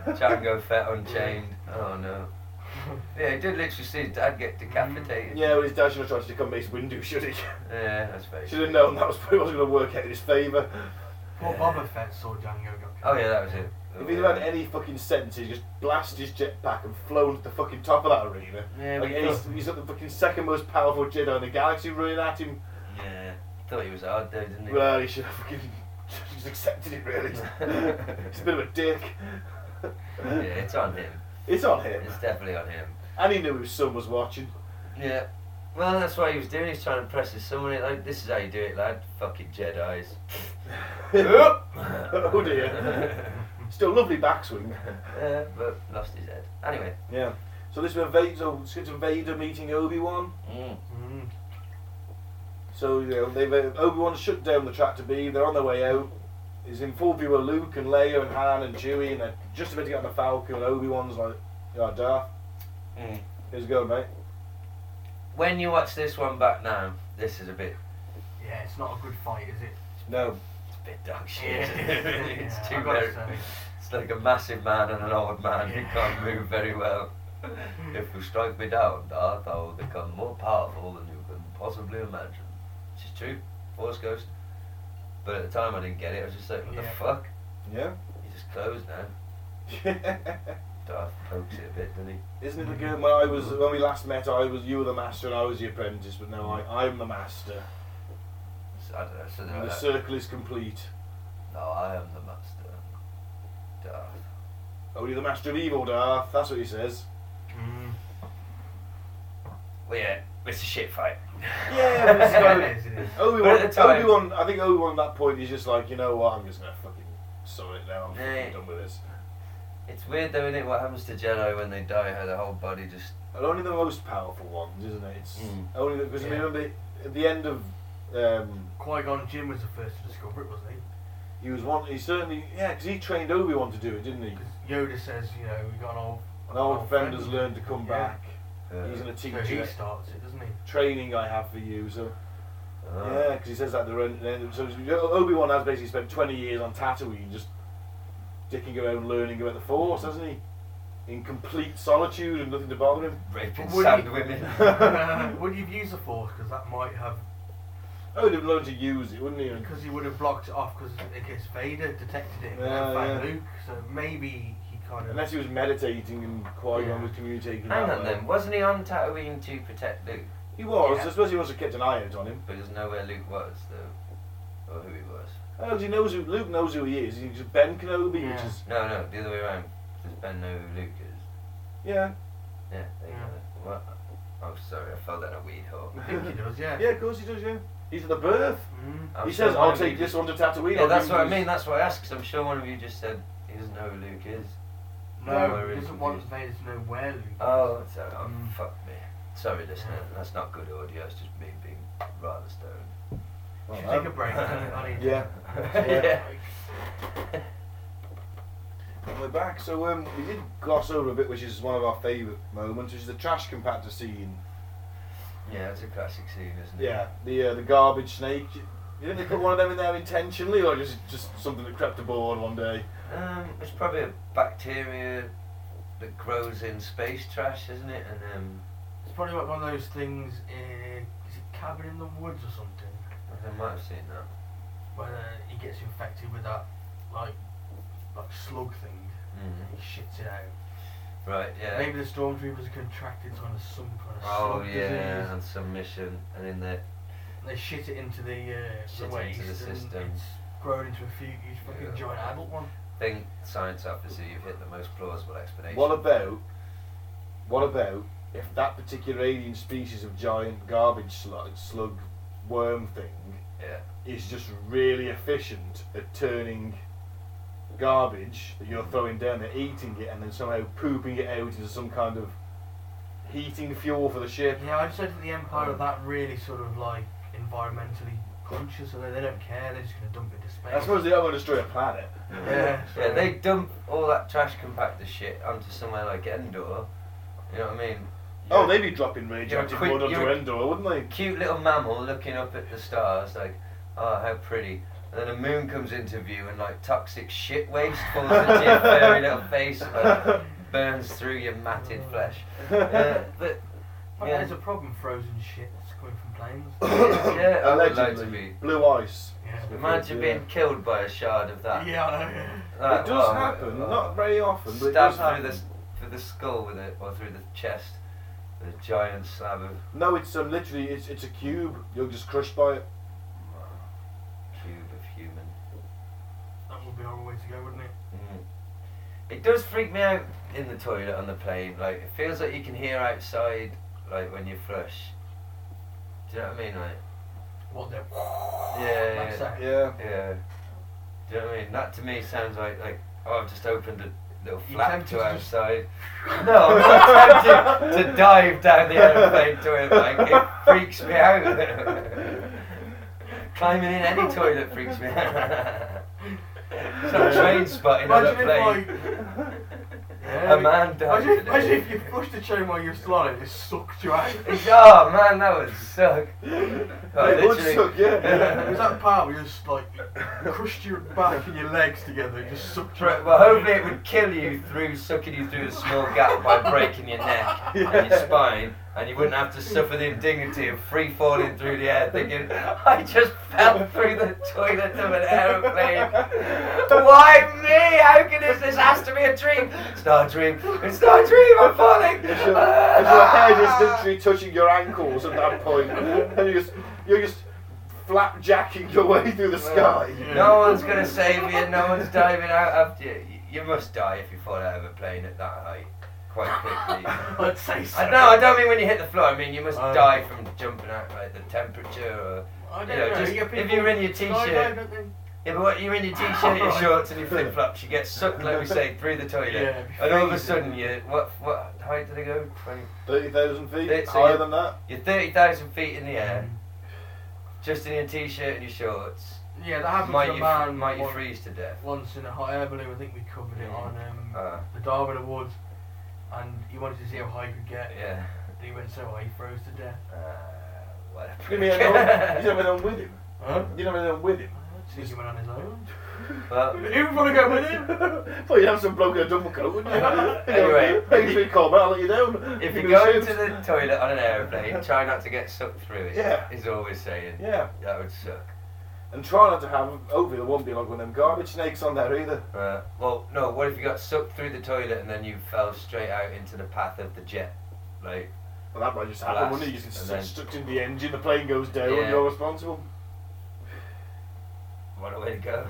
Django Fett Unchained. Oh no. Yeah, he did literally see his dad get decapitated. yeah, well, his dad should have tried to come his window, should he? Yeah, that's very Should have known that was probably wasn't going to work out in his favour. Poor Yeah. Boba Fett saw Django go. Oh yeah, that was it. If he'd have had any fucking sense, he'd just blasted his jetpack and flown to the fucking top of that arena. Yeah, Like, we and he's, thought- he's got the fucking second most powerful Jedi in the galaxy running at him. Yeah, thought he was hard though, didn't he? Well, he should have <laughs> fucking just accepted it, really. <laughs> he's a bit of a dick. yeah, it's on him. It's on him. It's definitely on him. And he knew his son was watching. Yeah. Well, that's what he was doing. He's trying to press his someone. Like, this is how you do it, lad. Fucking Jedi's. <laughs> oh dear. Still lovely backswing. yeah, Uh, but lost his head. Anyway. Yeah. So this is where Vader, so let's get to Vader meeting Obi-Wan. Mm. Mm. So, you know, they've, uh, Obi-Wan shut down the tractor beam, they're on their way out. He's in full view of Luke and Leia and Han and Chewie and they're just about to get on the Falcon and Obi-Wan's like, yeah, Darth, Mm. here's a go, mate. <laughs> When you watch this one back now, this is a bit. Yeah, it's not a good fight, is it? No. It's a bit dog shit. Yeah, <laughs> it's too I've gotta very, say. It's like a massive man and an old man who Yeah. can't move very <laughs> well. if you strike me down, Darth, I will become more powerful than you can possibly imagine. Which is true. Force Ghost. But at the time, I didn't get it. I was just like, what the Yeah. fuck? Yeah. He's just closed now. <laughs> Darth pokes it a bit, doesn't he? Isn't it the game when I was when we last met? I was you were the master and I was the apprentice, but now I I'm the master. So, I don't know, something And like the that. circle is complete. No, I am the master. Darth. Oh, you're the master of evil, Darth. That's what he says. Mm. Well, yeah, it's a shit fight. Yeah, <laughs> but it's kind of- it is, it is. Obi But at the time- Wan. Obi Wan. I think Obi Wan at that point is just like, you know what? I'm just gonna fucking saw it now. I'm Yeah. fucking done with this. It's weird though, isn't it? What happens to Jedi when they die? How the whole body just And only the most powerful ones, isn't it? It's Mm. only because Yeah. remember at the end of. Um, Qui Gon Jinn was the first to discover it, wasn't he? he was one. He certainly, yeah, because he trained Obi Wan to do it, didn't he? Because Yoda says, you know, we got an old. And old vendors friend. learned to come Yeah. back. uh, He's gonna teach So he you starts it, doesn't he? training I have for you. So uh, yeah, because he says that at the end- end. of- So Obi Wan has basically spent 20 years on Tatooine, just dicking around, learning about the Force, hasn't he? In complete solitude and nothing to bother him. raping Would sad <laughs> he- women. <laughs> would you have used the Force? Because that might have. Oh, they've learned to use it, wouldn't he? And- Because he would have blocked it off because in case Vader detected it and Yeah, then found yeah. Luke. So maybe he kind of. Unless he was meditating and Qui Gon Yeah. was communicating. Hang that on way. then, wasn't he on Tatooine to protect Luke? He was. Yeah. I suppose he must have kept an eye out on him. But he doesn't know where Luke was though, or who he was. Oh, he knows who Luke knows who he is. He's just Ben Kenobi, which Yeah. is No, no, the other way around. Does Ben know who Luke is? yeah, Yeah, there you Yeah. go. What? Oh, sorry, I fell down a weed <laughs> hole. <laughs> I think he does, yeah. yeah. Of course he does. Yeah, he's at the birth. Mm. I'm he sure says, one "I'll of you take this just- one to Tatooine." Mm-hmm. Yeah, I'll that's give what I you mean. this." That's what I asked. i I'm sure one of you just said he doesn't know who Luke is. Yeah, No, we're he really doesn't want confused. Vader to know where Luke is. Oh, so, oh Mm. fuck me. Sorry, listener. That's not good audio. It's just me being rather stoned. Should Well, take <laughs> a break. I need Yeah. yeah. And we're back. So um, we did gloss over a bit, which is one of our favourite moments, which is the trash compactor scene. Yeah, it's a classic scene, isn't it? Yeah, the uh, the garbage snake. You think they put one of them in there intentionally, or just just something that crept aboard one day? Um, it's probably a bacteria that grows in space trash, isn't it? And um, It's probably like one of those things in. Is it Cabin in the Woods or something? I might have seen that. Where uh, he gets infected with that, like, like slug thing. And Mm. he shits it out. Right. Yeah. Maybe the stormtroopers are contracted to some kind of Oh slug yeah, disease. and some mission, and in there, They shit it into the, uh, Shit into the waste the system. and it's grown into a huge fucking Yeah. giant adult one. think science officer, you've hit the most plausible explanation. What about what about if that particular alien species of giant garbage slug, slug worm thing yeah. is just really efficient at turning garbage that you're throwing down there, eating it, and then somehow pooping it out into some kind of heating fuel for the ship? Yeah, I just don't think the Um, Empire are that really sort of like environmentally conscious, and they, they don't care. They're just gonna dump it into space. I suppose they don't want to destroy a planet. Yeah. Yeah, they dump all that trash compactor shit onto somewhere like Endor. You know what I mean? Oh, You're- they'd be dropping radioactive quick- mud onto you're a- Endor, wouldn't they? cute little mammal looking up at the stars, like, oh, how pretty. And then a moon comes into view, and like toxic shit waste falls into <laughs> your furry little face, and like, burns through your matted flesh. Uh, but But yeah. There's a problem. Frozen shit that's coming from planes. <coughs> yeah, I would like to <coughs> Allegedly, be. blue ice. yeah. Imagine being killed by a shard of that. Yeah, I know. That- it does oh, happen, oh. not very often, but it Stabbed does through happen. the, s- through the skull with it, or through the chest, with a giant slab of No, it's um, literally it's, it's a cube. You're just crushed by it. cube of human. That would be our way to go, wouldn't it? Mm. It does freak me out in the toilet on the plane. Like it feels like you can hear outside, like when you flush. Do you know what I mean? Like What the? yeah, Like yeah, that. Yeah. yeah. Do you know what I mean? That to me sounds like like oh I've just opened a little You flap tempted to to- outside. no, I'm not <laughs> tempted to dive down the airplane toilet. Like it freaks me <laughs> out. Climbing in any toilet freaks me out. <laughs> it's not train spotting on a Imagine if plane. like. A man died Imagine, today. imagine if you pushed the chain while you're sliding, it sucked you out. It oh man, that would suck. Oh, It would literally. <laughs> suck, yeah. was that part where you just like crushed your back and your legs together, it just sucked you Right, out. Well, hopefully it would kill you through sucking you through the small gap by breaking your neck and your spine, and you wouldn't have to suffer the indignity of free falling through the air, thinking, "I just fell <laughs> through the toilet of an aeroplane. Why <laughs> me? How can this? This has to be a dream. It's not a dream. It's not a dream. I'm falling." It's your, it's your <laughs> hair just literally touching your ankles at that point, and you just you're just flapjacking <laughs> your way through the sky. No one's gonna save you. No one's diving out after you. You must die if you fall out of a plane at that height. quite quickly. <laughs> I'd say so. I, no, I don't mean when you hit the floor. I mean you must Oh. die from jumping out like the temperature or. I you know, just- if you're in your t-shirt- skydive, don't they? Yeah, but what, you're <laughs> in your t-shirt, your shorts, and your flip-flops. You get sucked, like we say, through <laughs> the toilet, Yeah, and all of a freezing. sudden you what what height did I go? 20, 30,000 feet? It's- higher <laughs> than that? you're thirty thousand feet in the air, just in your t-shirt and your shorts. Yeah, that happened Might to a you, man might you once, freeze to <laughs> death? once in a hot air balloon. I think we covered it on um, Uh, the Darwin Awards, and he wanted to see how high he could get. yeah. He went so high, he froze to death. Uh, what a You prick. never <laughs> went on with him. Huh? You never went on with him. I don't think he went on <laughs> his own. well, Who want to go with him? well, you'd have some bloke in a double coat, <laughs> wouldn't you? Anyway, Thanks for your call, but I'll let you down. if Give you me the go shoots. to the toilet on an aeroplane, try not to get sucked through it. Yeah. Is always saying. Yeah, That would suck. and try not to have, hopefully there won't be like one of them garbage snakes on there either. Uh, well, no. What if you got sucked through the toilet and then you fell straight out into the path of the jet? Like, Well, that might just happen, Blast, wouldn't it? You just and get then- stuck in the engine, the plane goes down, Yeah. and you're responsible. <laughs> what a way to <laughs> go.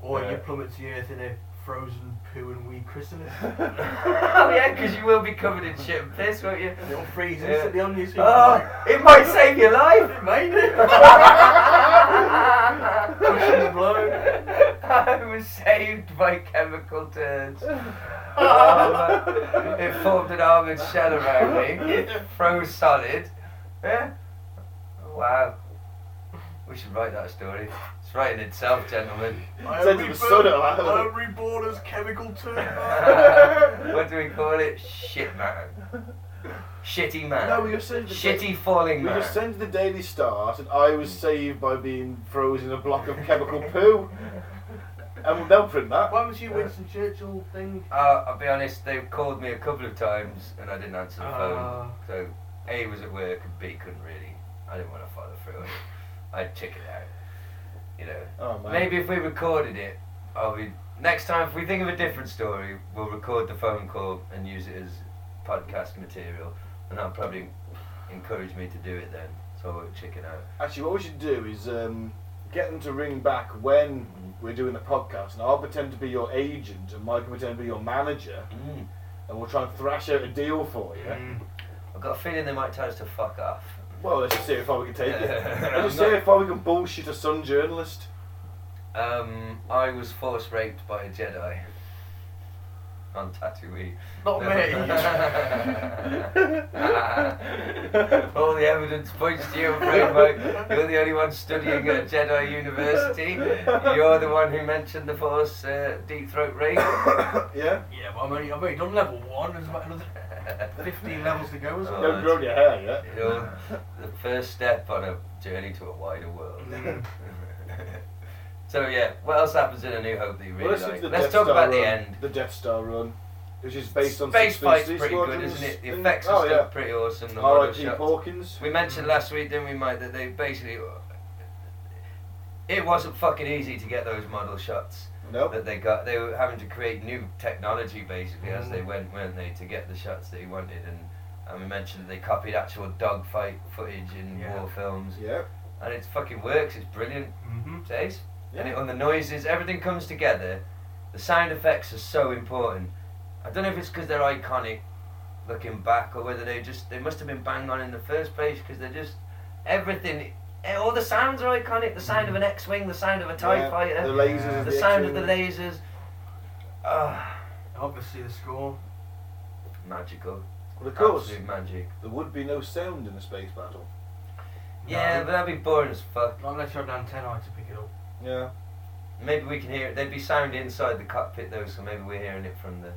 Or Yeah. you plummet to the earth in a frozen poo and wee chrysalis. <laughs> oh yeah, because you will be covered in shit and piss, won't you? It'll freeze Yeah. instantly on you. so you Oh, it might save your <laughs> life. it <laughs> made it. Pushing the blow. I was saved by chemical turns. Um, it formed an armoured shell around me. It froze solid. Yeah. Wow. We should write that story. It's writing itself, gentlemen. I Said <laughs> am it was reborn- soda, I I thought. am reborn as chemical <laughs> <laughs> turd. what do we call it? Shit man. Shitty man. No, we just saved the Shitty falling Hmm. We man. just sent the Daily Start, and I was saved by being frozen in a block of chemical poo. And they'll print that. Why was you Winston Churchill thing? Uh, I'll be honest, they've called me a couple of times and I didn't answer the phone. Uh, So A was at work and B couldn't really. I didn't want to follow through. on it. I'd check it out. You know. Oh, man. Maybe if we recorded it, I'll be next time if we think of a different story, we'll record the phone call and use it as podcast material. And that'll probably encourage me to do it then. So I won't check it out. Actually, what we should do is um, get them to ring back when we're doing the podcast, and I'll pretend to be your agent, and Mike will pretend to be your manager, Mm. and we'll try and thrash out a deal for you. mm, I've got a feeling they might tell us to fuck off. Well, let's just see if we can <laughs> take it. I'm Let's just not- see if we can bullshit a Sun journalist. Um, I was force raped by a Jedi on Tatooine. Not me. <laughs> All the evidence points to you, Framework. You're the only one studying at Jedi University. You're the one who mentioned the Force uh, deep throat rape. Yeah? yeah, but I'm only, I've only done level one. There's about another 15 levels to go, isn't Oh, You there? haven't grown your hair yet. You know, <sighs> the first step on a journey to a wider world. Mm. <laughs> so yeah, what else happens in A New Hope that you Well, really let's like? do the Let's Death talk Star about run, the end. The Death Star run, which is based on Space Six Fleet fight's Sea pretty good, Squadrons isn't it? The and- effects oh, are still pretty awesome. The yeah. model R.I.P. shots. Porkins. We mentioned last week, didn't we, Mike, that they basically. It wasn't fucking easy to get those model shots No. that they got. They were having to create new technology basically as Mm. they went, weren't they, to get the shots that he wanted. And, and we mentioned they copied actual dogfight footage in Yeah. war films. Yeah. And it fucking works, it's brilliant. Mm-hmm. Taste. And, it, Yeah. and the noises, everything comes together. The sound effects are so important. I don't know if it's because they're iconic, looking back, or whether they just they must have been bang on in the first place because they're just everything. eh, All the sounds are iconic. The sound of an X-wing, the sound of a Tie Yeah, The fighter, lasers. the, and sound of the X-Wing. lasers. Ah, Obviously, the score. magical. Well, of course, Absolute magic. there would be no sound in a space battle. Yeah, No. but that'd be boring as fuck. Not unless you had an antennae to pick it up. Yeah. Maybe we can hear it. There'd be sound inside the cockpit though, so maybe we're hearing it from the.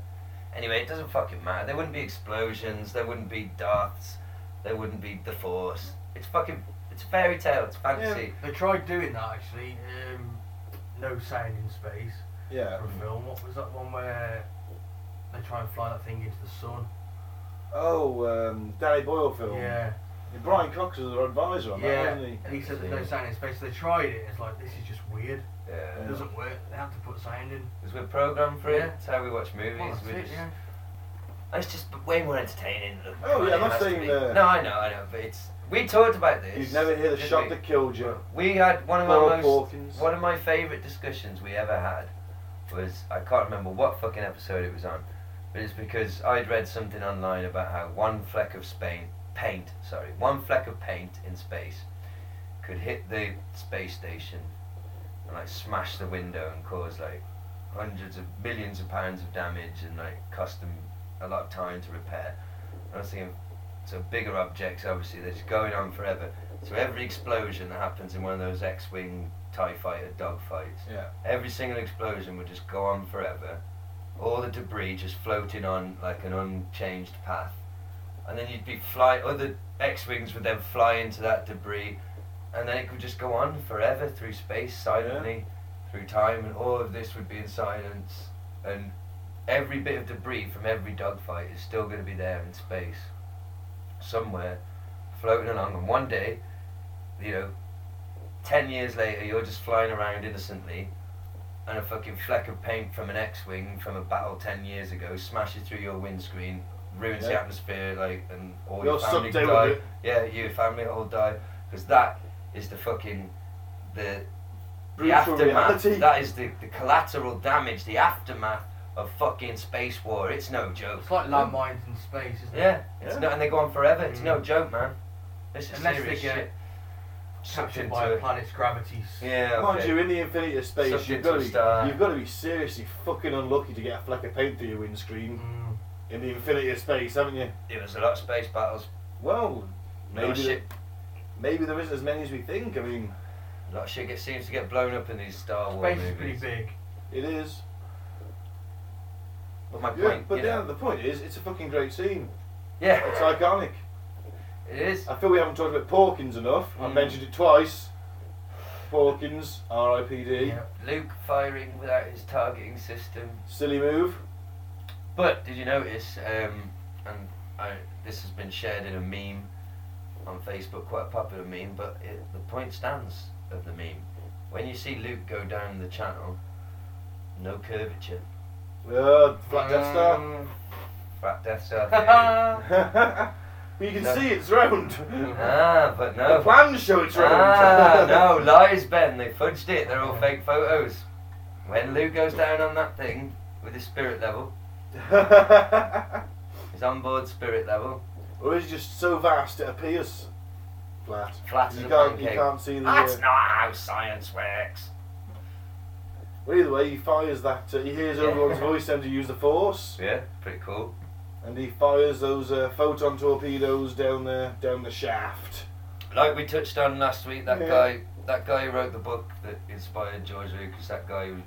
Anyway, it doesn't fucking matter. There wouldn't be explosions. There wouldn't be darts. There wouldn't be the force. It's fucking. It's a fairy tale. It's fantasy. They tried doing that actually. Um, no sound in space Yeah. for a film. What was that one where they try and fly that thing into the sun? Oh, um, Danny Boyle film. Yeah, Brian Cox was our advisor on that, yeah. wasn't he? And he said there's no sound in space. So they tried it. It's like this is just weird. Yeah. It doesn't work. They have to put sound in. Because we're programmed for it. Yeah. It's how we watch movies. Well, we that's it, just, yeah. It's just way more entertaining. Than Oh, yeah, I'm not It has to saying be. that- No, I know, I know, but it's. We talked about this. You'd never hear the didn't shot we? that killed you. We had one of our Paul most. Hawkins. One of my favourite discussions we ever had was I can't remember what fucking episode it was on, but it's because I'd read something online about how one fleck of Spain paint, sorry, one fleck of paint in space could hit the space station and like smash the window and cause like hundreds of millions of pounds of damage and like cost them a lot of time to repair. And I was thinking, so bigger objects obviously they're just going on forever. So every explosion that happens in one of those X-wing Tie fighter dogfights, Yeah. every single explosion would just go on forever. All the debris just floating on like an unchanged path. And then you'd be fly other X Wings would then fly into that debris and then it could just go on forever through space silently, through time and all of this would be in silence and every bit of debris from every dogfight is still gonna be there in space. Somewhere, floating along and one day, you know, ten years later you're just flying around innocently and a fucking fleck of paint from an X-wing from a battle ten years ago smashes through your windscreen, ruins the Yeah. atmosphere, like, and all You're your family sucked in die. with it. Yeah, you, your family all die because that is the fucking the the Brutal aftermath. reality. That is the, the collateral damage, the aftermath of fucking space war. It's no joke. It's like landmines in space, isn't it? Yeah, it's Yeah. no, and they go on forever. It's Mm. no joke, man. This is Unless they serious get shit. Sucked Captured into by a it. planet's gravity. s- Yeah, Mind okay. you, in the infinity of space, Sucked you've into got, a to be, star. you've got to be seriously fucking unlucky to get a fleck of paint through your windscreen Mm. in the infinity of space, haven't you? It was a lot of space battles. Well, A lot of maybe, shit. maybe there isn't as many as we think. I mean, A lot of shit gets, seems to get blown up in these Star Wars Space is pretty movies. big. it is. But my Yeah, point, but you yeah, know- the point is, it's a fucking great scene. yeah, It's iconic. <laughs> it is. I feel we haven't talked about Porkins enough. I Mm. mentioned it twice. Porkins, R.I.P.D. Yeah. Luke firing without his targeting system. Silly move. But did you notice? Um, and I, this has been shared in a meme on Facebook, quite a popular meme. But it, the point stands of the meme. When you see Luke go down the channel, no curvature, Uh, flat Death Star. Mm. flat Death Star. theory. <laughs> but you can No. see it's round. ah, but The no. plans show it's round. <laughs> Ah, no, lies, Ben. They fudged it. They're all fake photos. When Luke goes down on that thing with his spirit <laughs> level, his onboard spirit level, or is it just so vast it appears flat? flat as You a can't, you pancake. can't see the. That's Uh, not how science works. well, either way, he fires that. Uh, he hears Yeah. everyone's voice telling him to use the force, Yeah, pretty cool. and he fires those uh, photon torpedoes down the down the shaft. Like we touched on last week, that Yeah. guy, that guy who wrote the book that inspired George Lucas, that guy who,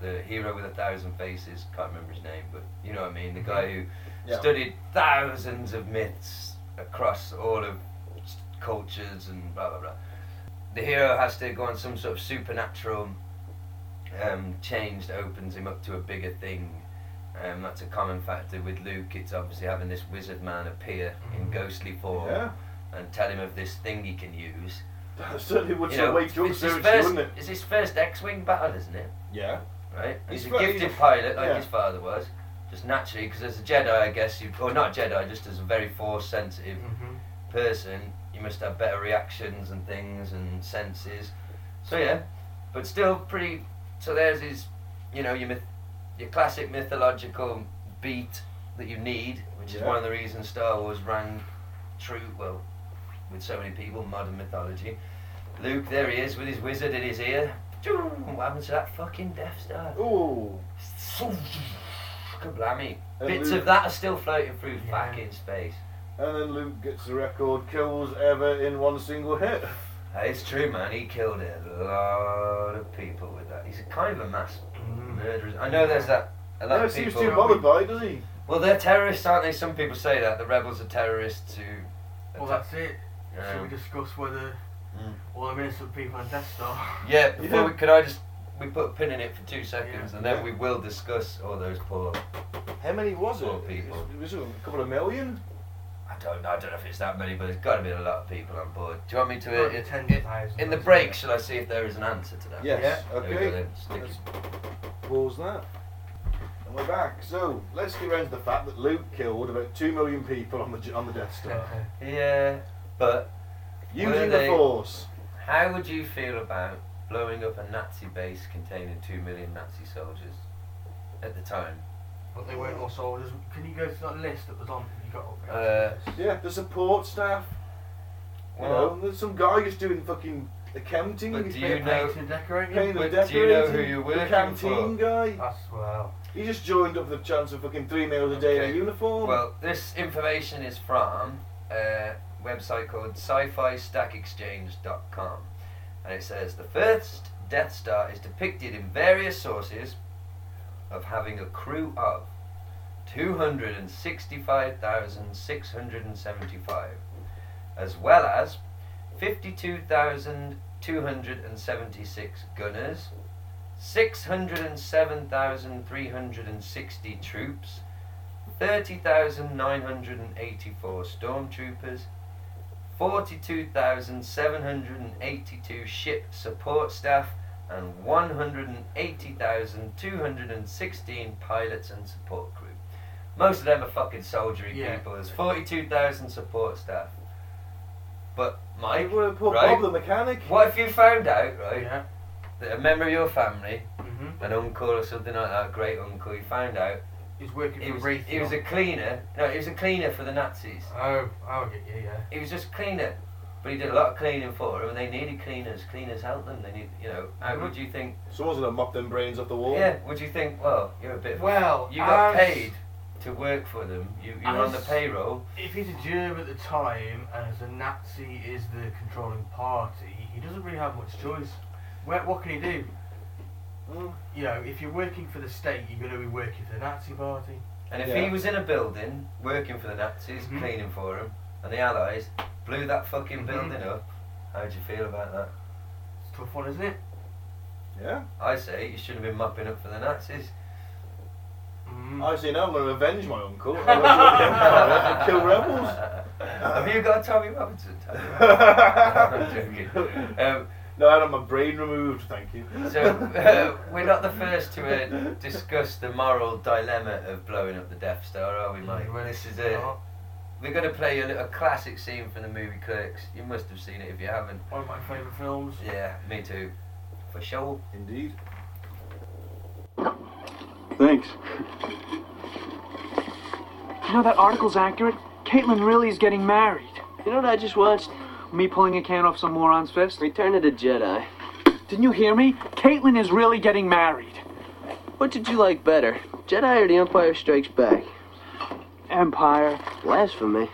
the hero with a thousand faces. Can't remember his name, but you know what I mean. The guy who Yeah. studied thousands of myths across all of s- cultures and blah blah blah. The hero has to go on some sort of supernatural um, change that opens him up to a bigger thing. Um, that's a common factor with Luke. It's obviously having this wizard man appear in Mhm. ghostly form Mm. Yeah. and tell him of this thing he can use. That certainly would You sort of know, wake you up it's, his spiritually, first, wouldn't it? it's his first X-wing battle, isn't it? Yeah. Right? He's He's, a fir- he's gifted a- pilot, like yeah. his father was, just naturally, because as a Jedi, I guess you, or not Jedi, just as a very force-sensitive Mm-hmm. Mhm. person, you must have better reactions and things and senses. So yeah, but still pretty. So there's his, you know, your myth, your classic mythological beat that you need, which is Yeah. one of the reasons Star Wars rang true. Well, with so many people, modern mythology. Luke, there he is with his wizard in his ear. What happens to that fucking Death Star? Ooh. Kablammy. And Bits Luke- of that are still floating through Yeah. fucking space. And then Luke gets the record kills ever in one single hit. Uh, It's true, man. He killed a lot of people with that. He's a kind of a mass Mm. murderer. I know there's that. A lot Never of seems people. too bothered by it, does he? well, they're terrorists, aren't they? Some people say that the rebels are terrorists too. Well, that's it. Should we discuss whether Um, Mm. all the innocent people on Death Star? yeah. Before Yeah. we could I just we put a pin in it for two seconds, and then we will discuss all those poor. How many was Poor it? people. It was a couple of million. I don't know. I don't know if it's that many, but there's got to be a lot of people on board. Do you want me to? Well, uh, tens of in- thousands, in the I'd say. break, shall I see if there is an answer to that? Yes. Yeah. There we go Okay. then. Stick Let's it. pause that. And we're back. So let's get around to the fact that Luke killed about two million people on the J- on the Death Star <laughs> Yeah, but using the they- Force. How would you feel about blowing up a Nazi base containing two million Nazi soldiers? at the time. But they weren't all sold. There's- Can you go to that list that was on? You got up Uh, Yeah, the support staff. You know, Well- there's some guy who's doing fucking accounting. But he's do paying- you know- painting and decorating. paying the but do you know who decorating, you're The working canteen guy. That's well. He just joined up the chance of fucking three meals a day in Okay. a uniform. well, this information is from a website called sci-fi-stackexchange.com, and it says the first Death Star is depicted in various sources of having a crew of 265,675, as well as 52,276 gunners, 607,360 troops, 30,984 stormtroopers, 42,782 ship support staff, and 180,216 pilots and support crew. Most of them are fucking soldiery Yeah. people. There's 42,000 support staff. But, I Mike, would have put right? Bob the mechanic. what if you found out, right, Yeah. that a member of your family, Mm-hmm. an uncle or something like that, a great uncle, you found out He's working he for was, Wreath. he was a cleaner. No, he was a cleaner for the Nazis. Oh, I'll get you. Yeah. He was just a cleaner, but he did a lot of cleaning for them, and they needed cleaners. Cleaners helped them. They need, you know. How would you think? Someone's gonna mop them brains off the wall. Yeah. Would you think? Well, you're a bit. of a- Well, you got as- paid to work for them. You you were on the as- payroll. If he's a German at the time, and as a Nazi is the controlling party, he doesn't really have much choice. Where, what can he do? Hmm. Mm. You know, if you're working for the state, you're going to be working for the Nazi party. And if Yeah. he was in a <laughs> building <laughs> working for the Nazis, Mhm. cleaning for them, and the Allies blew that fucking Mhm. building up, how'd you feel about that? It's a tough one, isn't it? Yeah. I say you shouldn't have been mopping up for the Nazis. Mm. I <laughs> say now I'm gonna avenge my uncle. I'm gonna <laughs> kill rebels. have you got a Tommy Robinson? tattoo? I'm joking. <laughs> <laughs> Um, No, I had my brain removed, thank you. so uh, we're not the first to uh, discuss the moral dilemma of blowing up the Death Star, are we, Mike? Well, this is a we're going to play a, a classic scene from the movie Clerks. You must have seen it if you haven't. One of my favourite films. Yeah, me too. For sure. Indeed. Thanks. You know that article's accurate? Caitlin really is getting married. You know what I just watched? Me pulling a can off some moron's fist? Return of the Jedi. Didn't you hear me? Caitlin is really getting married. What did you like better, Jedi or The Empire Strikes Back? Empire. Blasphemy.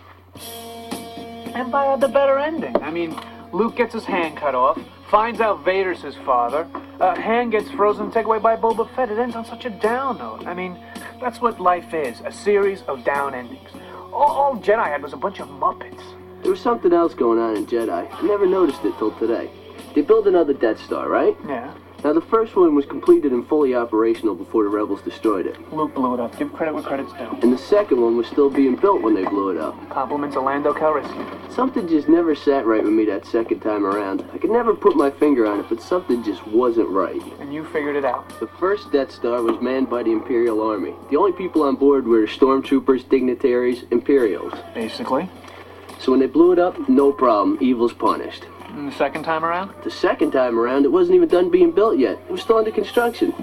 Empire had the better ending. I mean, Luke gets his hand cut off, finds out Vader's his father, uh, hand gets frozen and taken away by Boba Fett. It ends on such a down note. I mean, that's what life is a series of down endings. All, all Jedi had was a bunch of Muppets. There was something else going on in Jedi. I never noticed it till today. They built another Death Star, right? Yeah. Now, the first one was completed and fully operational before the Rebels destroyed it. Luke blew it up. Give credit where credit's due. And the second one was still being built when they blew it up. Compliments of Lando Calrissian. Something just never sat right with me that second time around. I could never put my finger on it, but something just wasn't right. And you figured it out. The first Death Star was manned by the Imperial Army. The only people on board were the stormtroopers, dignitaries, Imperials. Basically. So when they blew it up, no problem. Evil's punished. And the second time around? The second time around, it wasn't even done being built yet. It was still under construction.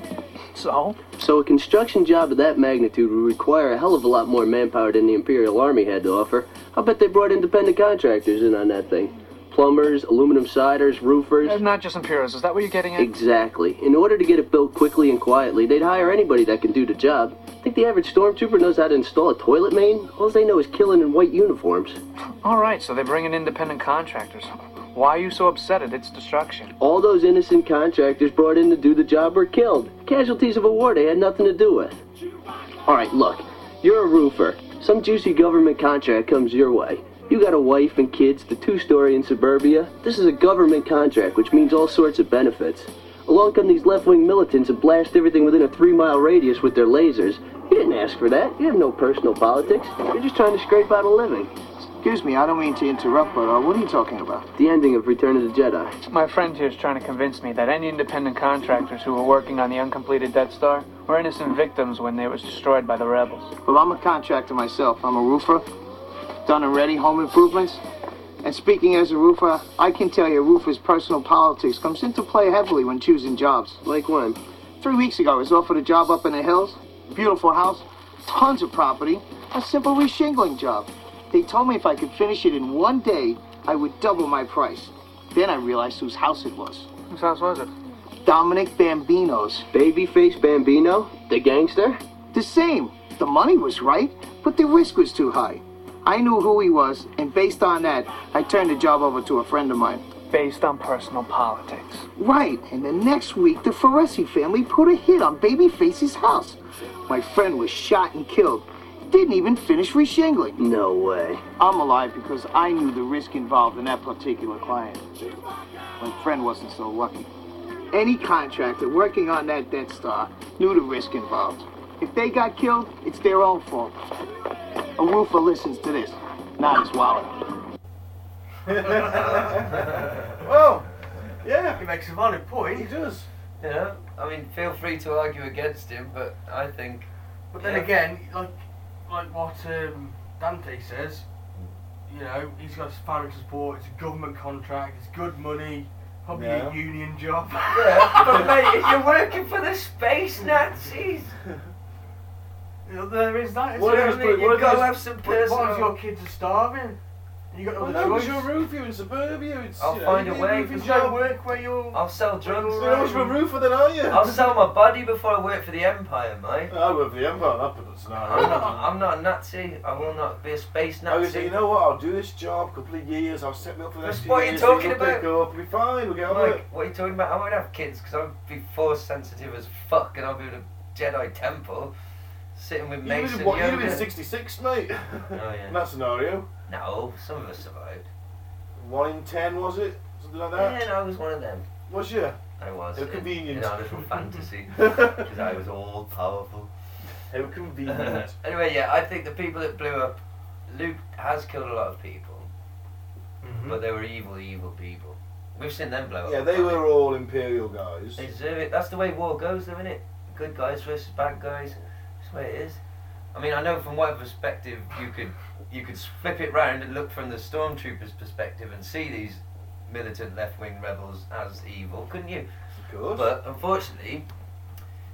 So? So a construction job of that magnitude would require a hell of a lot more manpower than the Imperial Army had to offer. I bet they brought independent contractors in on that thing. Plumbers, aluminum siders, roofers. There's not just Imperials. Is that what you're getting at? Exactly. In order to get it built quickly and quietly, they'd hire anybody that can do the job. Think the average stormtrooper knows how to install a toilet main? All they know is killing in white uniforms. All right, so they bring in independent contractors. Why are you so upset at its destruction? All those innocent contractors brought in to do the job were killed. Casualties of a war they had nothing to do with. Alright, look. You're a roofer. Some juicy government contract comes your way. You got a wife and kids, the two story in suburbia. This is a government contract, which means all sorts of benefits. Along come these left wing militants and blast everything within a three mile radius with their lasers. You didn't ask for that. You have no personal politics. You're just trying to scrape out a living. Excuse me, I don't mean to interrupt, but uh, what are you talking about? The ending of Return of the Jedi. My friend here is trying to convince me that any independent contractors who were working on the uncompleted Death Star were innocent victims when they was destroyed by the rebels. Well, I'm a contractor myself. I'm a roofer. Done and ready, home improvements. And speaking as a roofer, I can tell you a roofer's personal politics comes into play heavily when choosing jobs. Like one. Three weeks ago, I was offered a job up in the hills. Beautiful house, tons of property, a simple reshingling job. They told me if I could finish it in one day, I would double my price. Then I realized whose house it was. Whose house was it? Dominic Bambino's. Babyface Bambino, the gangster? The same. The money was right, but the risk was too high. I knew who he was, and based on that, I turned the job over to a friend of mine. Based on personal politics. Right, and the next week, the Ferresi family put a hit on Babyface's house. My friend was shot and killed. Didn't even finish reshingling. No way. I'm alive because I knew the risk involved in that particular client. My friend wasn't so lucky. Any contractor working on that Death Star knew the risk involved. If they got killed, it's their own fault. A roofer listens to this, not his wallet. Well, yeah, He makes a valid he point, does. You know, I mean, feel free to argue against him, but I think but then Yeah. again, like like what um, Dante says, you know, he's got financial support. It's a government contract. It's good money. Probably Yeah. a <laughs> union job. <laughs> but mate, you're working for the space Nazis. You know, there is that. It's What the if only it's thing. pretty- what You've if got it's- to have some what personal. if your your kids are starving? You got no Well, no, choice. because you're a roofer in suburbia. It's, I'll you know, find you a need way. roofer's There's job. no work where you're. I'll sell drugs. You're not much of a roofer then, are you? I'll sell my body before I work for the Empire, mate. I work for the Empire, that put it scenario. I'm not, I'm not a Nazi. I will not be a space I would say, Nazi. you know what, I'll do this job, couple of years, I'll set me up for the That's next what few you're years, talking things will pick up, we'll be fine, we'll get on with it. Like, what are you talking about? I won't have kids because I'll be force sensitive as fuck and I'll be in a Jedi temple sitting with You'd have Mason. been- what, you'd have been Yoda. 66, <laughs> mate. Oh, yeah. In that scenario. No, some of us survived. 1 in 10, was it? Something like that? Yeah, and I was one of them. Was you? I was. How in- convenient. In our little <laughs> fantasy. Because I was all powerful. How convenient. <laughs> anyway, yeah, I think the people that blew up, Luke has killed a lot of people, Mm-hmm. Mhm. but they were evil, evil people. We've seen them blow up. yeah, they were all Imperial guys. They deserve it. That's the way war goes, though, isn't it? Good guys versus bad guys. That's the way it is. I mean, I know from whatever perspective you could you could flip it round and look from the stormtroopers' perspective and see these militant left-wing rebels as evil, couldn't you? Of course. But unfortunately,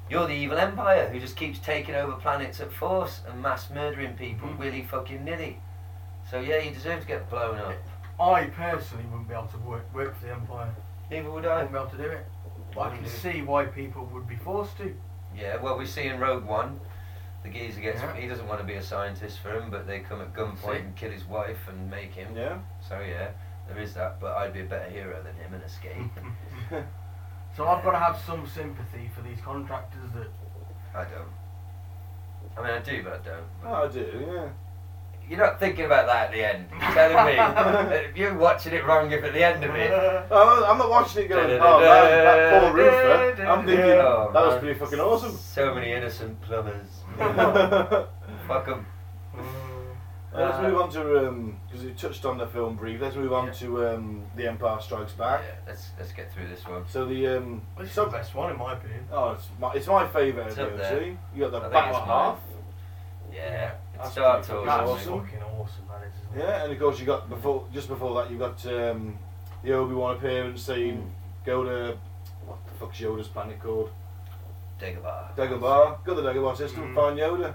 you're the evil empire who just keeps taking over planets at force and mass murdering people Mm-hmm. willy fucking nilly. So yeah, you deserve to get blown up. I personally wouldn't be able to work work for the Empire. Neither would I I. wouldn't be able to do it. But I can Wouldn't do it. see why people would be forced to. Yeah, well, we see in Rogue One, the geezer gets Yeah. he doesn't want to be a scientist for him, but they come at gunpoint and kill his wife and make him. yeah. So yeah, there is that. But I'd be a better hero than him and escape. <laughs> So I've got to have some sympathy for these contractors that. I don't. I mean, I do, but I don't. Oh, I do, yeah. You're not thinking about that at the end. You're telling <laughs> me that you're watching it wrong if at the end of it. Oh, I'm not watching it going, oh, that, that poor <laughs> roofer. I'm thinking, Oh, that was man. pretty fucking awesome. So many innocent plumbers. <laughs> Fuck 'em. Uh, let's move on to because we touched on the film brief. Let's move on Yeah. to um, the Empire Strikes Back. Yeah, let's let's get through this one. So the um, This is the so- best one in my opinion. oh, it's my it's my favourite It's up of the there. OG. You got I the think battle it's mine. half. Yeah, it That's starts off. pretty It was That's awesome. fucking awesome, that is. Isn't it? Yeah, and of course you got before just before that you got um, the Obi Wan appearance saying Hmm. go to what the fuck's Yoda's planet called Dagobah. Hmm. Dagobah. Go to the Dagobah system, Mm. find Yoda,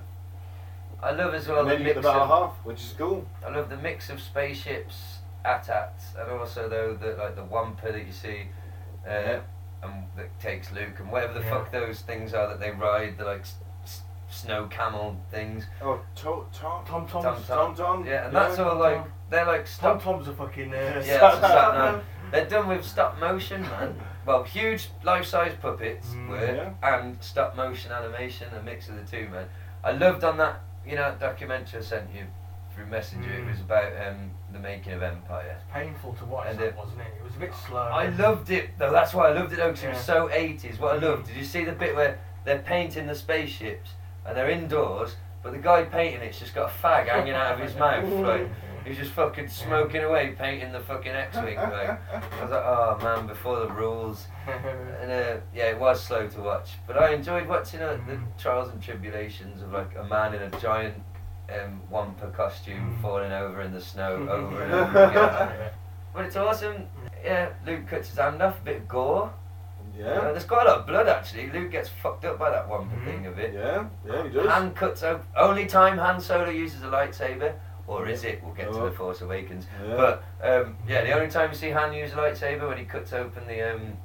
I love as well and the then you get mix the of battle half, which is cool. I love the mix of spaceships, AT-ATs, and also though the like the Wampa that you see, uh, Yeah. and that takes Luke and whatever the Yeah. fuck those things are that they ride, the like s- s- snow camel things. Oh, to- Tom Tom Tom's. Tom Tom, Tom Tom. Yeah, and that's all like they're like stop. Tom's a fucking. <laughs> Uh, Yeah, that's a sat nav. They're done with stop motion, man. Well, huge life-size puppets Mm, were, and stop motion animation, a mix of the two, man. I loved on that, you know, that documentary I sent you through Messenger. It Mm. was about um, the making of Empire. Painful to watch, And that, it- wasn't it? It was a bit slow. I loved it though. That's why I loved it though, 'cause it was <laughs> Yeah. so 80s. What I Mm. loved. Did you see the bit where they're painting the spaceships and they're indoors, but the guy painting it's just got a fag hanging out of <laughs> his mouth, like he's just fucking smoking away painting the fucking X-wing. Like I was like, oh man, before the <laughs> rules. And uh, yeah, it was slow to watch, but I enjoyed watching uh, the Mm. trials and tribulations of like a man in a giant um, wampa costume Mm. falling over in the snow <laughs> over <laughs> and over again. But it's awesome. Yeah, Luke cuts his hand off, a bit of gore. You know, Yeah. there's quite a lot of blood actually. Luke gets fucked up by that one Mm-hmm. thing of it. Yeah. Yeah. He does. Han cuts out. Only time Han Solo uses a lightsaber, or is it? We'll get to the Force Awakens. Oh. Yeah. But um, yeah, the only time you see Han use a lightsaber when he cuts open the um,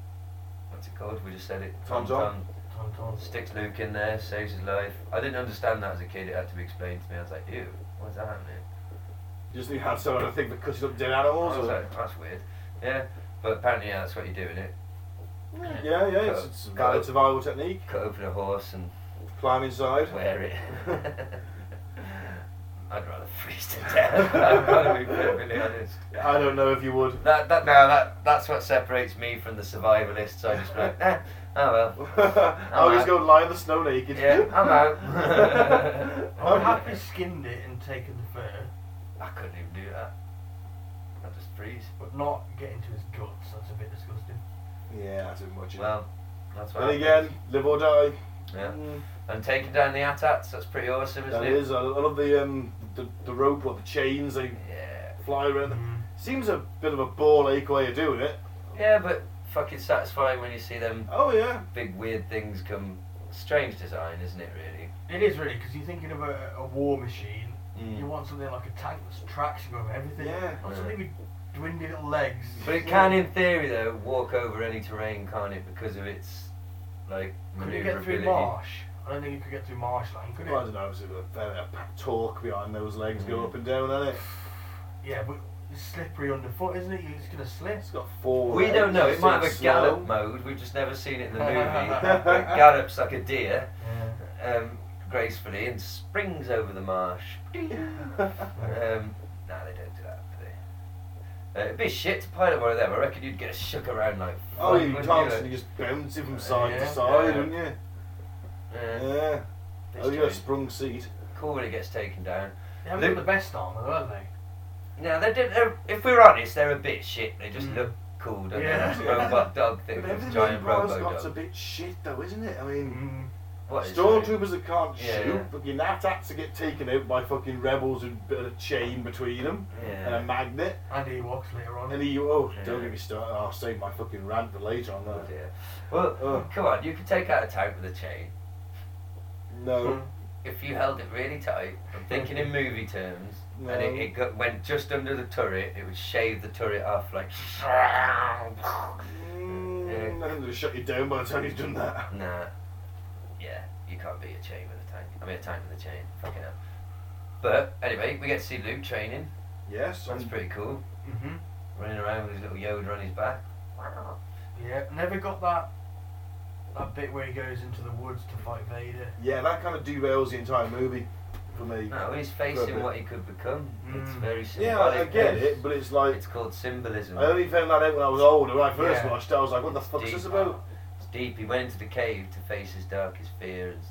what's it called? We just said it. Tom-Tom. Tom, Tom. sticks Luke in there, saves his life. I didn't understand that as a kid. It had to be explained to me. I was like, ew, what's that happening? You just think Han Solo thing that cuts up dead I animals. was Or, like, Oh, that's weird. Yeah, but apparently yeah, that's what you do in it. yeah, yeah. It's, it's a valid survival technique. Cut open a horse and Climb inside. wear <laughs> it. <laughs> I'd rather freeze to death. <laughs> I'd rather be perfectly honest. I don't know if you would. That that now that that's what separates me from the survivalists. I just like, eh, oh <laughs> well, I always out. go lie in the snow naked. yeah, <laughs> I'm out. I would happily skinned it and taken the fur, I couldn't even do that. I just freeze. but not get into his guts. That's a bit disgusting. Yeah, that's too much. Well, that's what. and again, happens. live or die. yeah. And taking down the ATATs, that's pretty awesome, isn't Mm. That it? is. I, I love the um the, the rope or the chains they Yeah. Mm-hmm. fly around. Seems a bit of a ball ache way of doing it. Yeah, but fucking satisfying when you see them Oh yeah. big weird things come. Strange design, isn't it? Really. It is really because you're thinking of a, a war machine. Mm. You want something like a tank that tracks you over everything. Yeah. Not something with dwindly little legs. But it can, in theory, though, walk over any terrain, can't it? Because of its like Could you get maneuverability. through marsh? I don't think you could get through marshland, could Well, I it? don't know. It's a fair bit of torque behind those legs go Mm. up and down, isn't it? Yeah, but it's slippery underfoot, isn't it? You're just gonna slip. It's got four. we legs, don't know. It it's might have a slow. gallop mode. We've just never seen <laughs> it in the movie. where it gallops like a deer Yeah. um, gracefully and springs over the marsh. um, no, they don't do that. Do they? Uh, it'd be shit to pilot one of them. I reckon you'd get shook around like. Oh, fuck, you wouldn't Uh, constantly just bouncing from side Yeah. to side, Yeah. don't you? Yeah. Yeah. It's Oh, you got a true. sprung seat. Cool when it gets taken down. They haven't Luke- got the best armour, though, have they? No, they did, they're, if we're honest, they're a bit shit. They just Mm. look cool, don't Yeah. they? This robot dog thing, But this everything giant in Brian robo Scott's a dog. bit shit, though, isn't it? I mean, Mm. What is it? stormtroopers that can't Yeah, shoot, yeah. but your natats to get taken out by fucking rebels with a bit of chain between them and a Yeah. magnet. And he walks later on. And then you, oh, Yeah. don't get me started. I'll save my fucking rant for later on Oh that. dear. Well, Ugh. come on, you could take out a tank with a chain. No. <laughs> If you held it really tight, I'm thinking in movie terms, and it, No. it got, went just under the turret, it would shave the turret off like. Mm, I think they'll shut you down by the time you've done that. Nah. Yeah, you can't beat a chain with a tank. I mean, a tank with a chain. Fucking hell. But anyway, we get to see Luke training. Yes. That's and- Mm-hmm. pretty cool. hmm Running around with his little Yoda on his back. Yeah, never got that that bit where he goes into the woods to fight Vader. Yeah, that kind of derails the entire movie for me. No, he's Rubber. facing what he could become. It's Mm. very Yeah, I, I symbolic. get it, but it's like It's called symbolism. I only found that out when I was older. When I first Yeah. watched it, I was like, "What the It's fuck's this deep. about?" It's deep. He went into the cave to face his darkest fear, and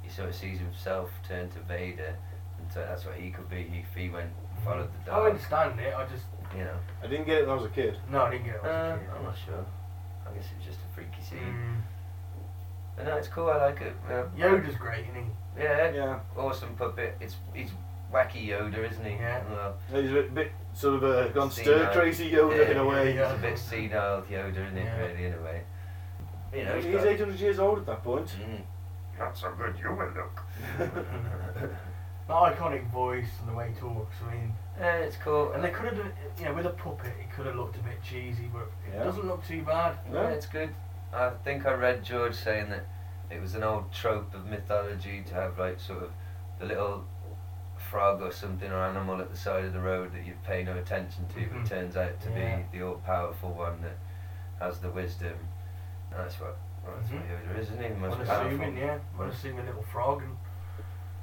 he sort of sees himself turn to Vader, and so that's what he could be if he went followed the I dark. understand it, I just You know. I didn't get it when I was a kid. no, I didn't get it. Uh, when I was a kid. I'm not sure. I guess it's just a freaky scene. Mm. But no, it's cool. I like it. Yeah. Yoda's great, isn't Yeah. Yeah, Awesome puppet. It's he's wacky Yoda, isn't he? Yeah. Well, he's a bit, bit sort of uh, gone Seen stir that. crazy Yoda Yeah, in a way. yeah, It's a bit senile Yoda, isn't it? Yeah. Really, in a way. You know. He's got- 800 years old at that point. Mm. Not so good you will look. <laughs> <laughs> he? That iconic voice and the way he talks, I mean. Yeah, it's cool. And they could have done it, you know, with a puppet, it could have looked a bit cheesy, but it Yeah. doesn't look too bad. Yeah, it's good. I think I read George saying that it was an old trope of mythology to have like sort of the little frog or something or animal at the side of the road that you pay no attention to, but Mhm. it turns out to Yeah. be the all-powerful one that has the wisdom. That's what. well, That's what Mm-hmm. Yoda is, isn't he? The Most I'm powerful. assuming, yeah. I'm assuming a little <laughs> frog and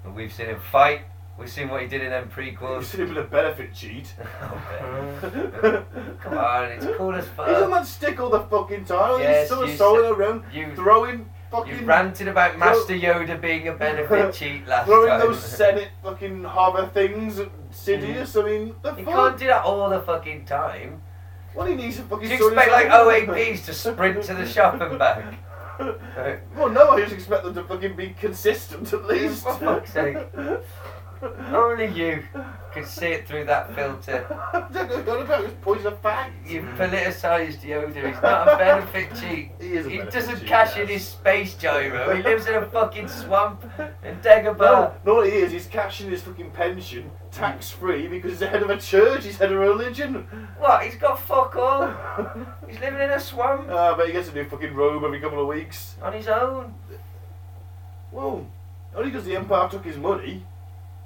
But we've seen him fight. We've seen what he did in them prequels. He's sitting with a benefit cheat. <laughs> Oh, uh, <laughs> man. Come on, it's cool as fuck. he's on that stick all the fucking time. Yes, he's sort of you solo said- around, you- throwing You <laughs> fucking, ranted about Master Yoda being a <laughs> benefit cheat last throwing time. <laughs> those Senate fucking hover things at Sidious. I mean, the Mm. You fuck. can't do that all the fucking time. Well, he needs a fucking. Do you sort of expect like something. OAPs <laughs> to sprint to the shop and back? <laughs> Well, no, <laughs> I just expect them to fucking be consistent at least. For fuck's sake. Only you could see it through that filter. I don't know what about. It's poison of facts. You've politicised Yoda. He's not a benefit cheat. Mm. <laughs> He is a benefit doesn't cheat, cash yes. in his space gyro. <laughs> He lives in a fucking swamp in No, Dagobah. no, what it is, he's cashing his fucking pension tax free because he's the head of a church, he's head of a religion. What? He's got fuck all. He's living in a swamp Uh, but he gets a new fucking robe every couple of weeks. on his own. Well, only because the Empire took his money.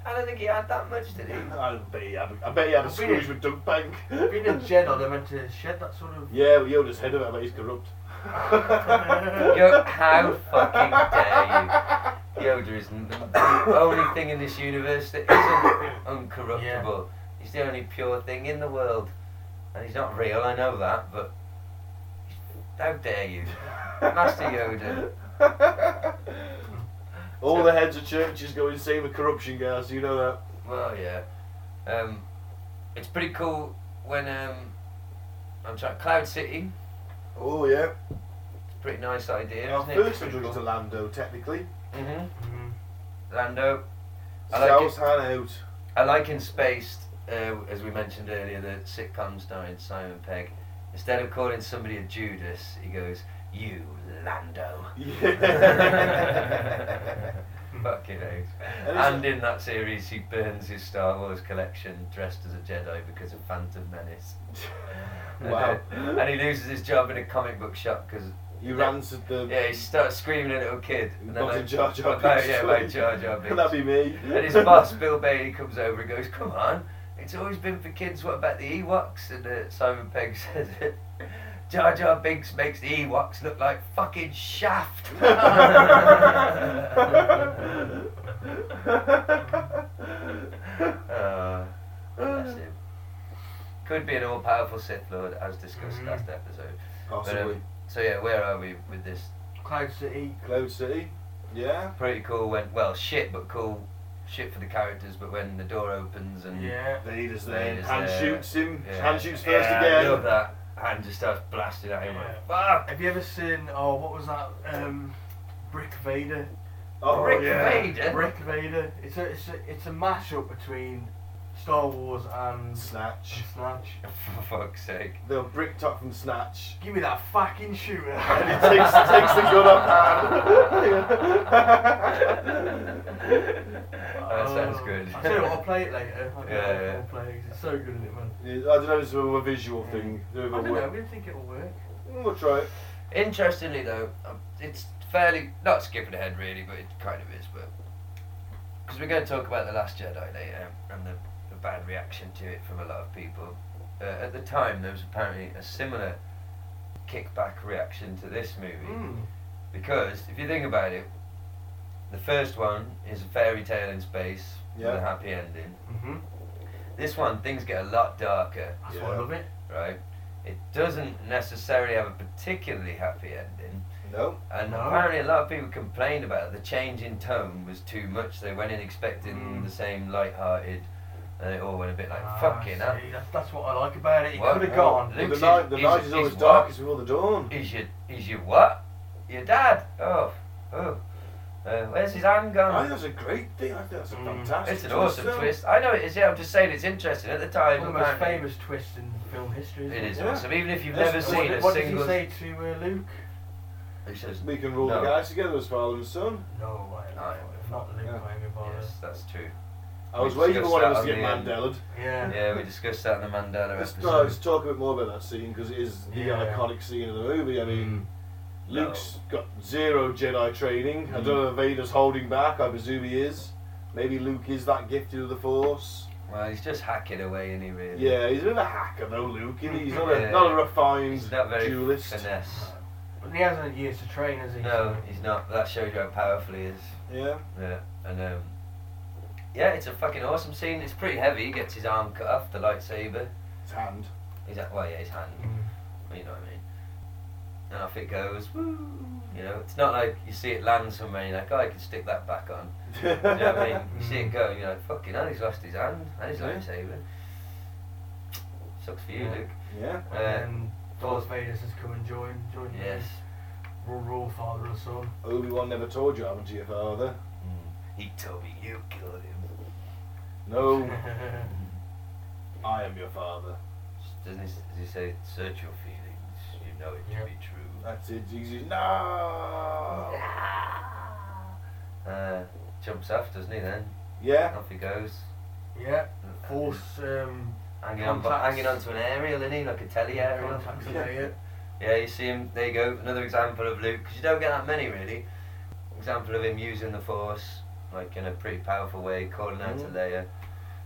I don't think he had that much, did he? I bet he had, I bet he had a Scrooge with Dunk Bank. Being a Jedi, they're meant to shed that sort of. Yeah, well, Yoda's head of it, but he's corrupt. <laughs> Yo, how fucking dare you? Yoda isn't the only thing in this universe that <coughs> isn't uncorruptible. He's the only pure thing in the world. And he's not real, I know that, but how dare <laughs> you? Master Yoda. All the heads of churches go insane with corruption, guys, you know that. Well, yeah. Um, it's pretty cool when um, I'm trying Cloud City. Oh, yeah. Pretty nice idea, Our isn't it? first introduction to Lando, technically. hmm Mm. Lando. I like South it. Hanout. I like in Space, uh, as we mentioned earlier, that sitcom starring Simon Pegg. Instead of calling somebody a Judas, he goes, "You Lando." Yeah. <laughs> Fucking hell. it's- And in that series, he burns his Star Wars collection dressed as a Jedi because of Phantom <laughs> Menace. <laughs> Wow. <laughs> And, uh, and he loses his job in a comic book shop because you ransomed the. yeah, he starts screaming at a little kid. And they're Not in like, Jar Jar "About- Binks, yeah, sorry. about Jar <laughs> Jar Binks. That'd be me. And his <laughs> boss, Bill Bailey, comes over and goes, Come on, it's always been for kids, what about the Ewoks? And uh, Simon Pegg <laughs> says, Jar Jar Binks makes the Ewoks look like fucking shaft. <laughs> <laughs> uh, Uh, bless him. Could be an all powerful Sith Lord, as discussed Mm. Mhm. last episode. But, Possibly. um, so, yeah, where are we with this? Cloud City. Cloud City. Yeah. Pretty cool when, well, shit, but cool. Shit for the characters, but when the door opens and. Yeah. Vader's there. Vader's Hand there. shoots him. Yeah. Hand shoots first I Yeah, again. love that. And just starts blasting at him. like, Fuck! Have you ever seen? Oh, what was that? Um, Brick Vader. Oh, Rick yeah. Vader? Brick Vader. It's a it's a it's a mashup between Star Wars and Snatch. and Snatch. <laughs> For fuck's sake. The brick top from Snatch. Give me that fucking shooter. <laughs> And he takes, takes the gun up hand. <laughs> that sounds good. Oh. I tell you what, <laughs> I'll play it later. I'll, Yeah, yeah. I'll play it. 'cause It's so good in it, man. Mm. I don't know if it's a visual thing. I don't know. We didn't think it'll work. Mm, We'll try it. Interestingly, though, um, it's fairly. Not skipping ahead, really, but it kind of is, but. Because we're going to talk about The Last Jedi later and the, the bad reaction to it from a lot of people. Uh, at the time, there was apparently a similar kickback reaction to this movie. Mm. Because if you think about it, the first one is a fairy tale in space Yeah. with a happy ending. Mhm. This one, things get a lot darker, That's Yeah. why I love it. right? It doesn't necessarily have a particularly happy ending, No. and No. apparently a lot of people complained about it. the change in tone was too much. They went in expecting Mm. Hmm. the same light-hearted, and it all went a bit like Ah, fucking up. see, that's, that's what I like about it. It Well, could have well, gone. Well, Luke's the night, the is- night is- is always is darkest before the dawn. Is your is your what? Your dad? Oh, oh, uh, where's his hand I gone? think Oh, that's a great thing. I think that's a Mm. fantastic. It's an awesome twist. I know it is. Yeah, I'm just saying it's interesting. At the time, One of the most apparently, famous twists in film history. isn't It is Yeah. awesome. Even if you've That's- never And I've seen what, a what did single. he say to uh, Luke? He says, We can rule No. the guys together as father and son. No, I No. not Luke. Yeah. I am involved. Yes, that's true. I was We waiting for one of discussed us to that get on the Mandela'd. Yeah. Yeah, we discussed that in the Mandela Let's, episode. no, let's talk a bit more about that scene because it is the Yeah. iconic scene of the movie. I mean, No. Luke's got zero Jedi training. Mm. I don't know if Vader's holding back. I presume he is. Maybe Luke is that gifted with the Force. Well, he's just hacking away, isn't he, really? Yeah, he's a bit of a hacker though, Luke. isn't he? He's not a, Yeah. not a refined He's not very duelist. finesse. But he hasn't years to train, has he? No, he's not. That shows you how powerful he is. Yeah. Yeah, and um, yeah, it's a fucking awesome scene. It's pretty heavy. He gets his arm cut off, the lightsaber. His hand. He's at, well, yeah, his hand. Mm. You know what I mean? And off it goes. Woo! You know, it's not like you see it land somewhere and you're like, oh, I can stick that back <laughs> on. You know what I mean? You see Mm. it go, and you're like, fucking hell, he's lost his hand and his Yeah. lightsaber. Sucks for you, Yeah. Luke. Uh, yeah. And then Darth Vader says, "Come and join, join me." Yes. Rule, rule, father and son. Mm. Obi Wan never told you what happened to your father. He told me you killed him. No, I am your father. Doesn't he, does he say, search your feelings, you know it to be true? That's it. Jesus. No. Uh, jumps off, doesn't he, then? Yeah. Off he goes. yeah. Force um, Uh, Hanging on, Contacts. hanging on to an aerial, isn't he? Like a telly aerial. contacts Yeah. yeah. Yeah, you see him. There you go. Another example of Luke, because you don't get that many really. Example of him using the Force, like in a pretty powerful way, calling out Mm-hmm. to Leia.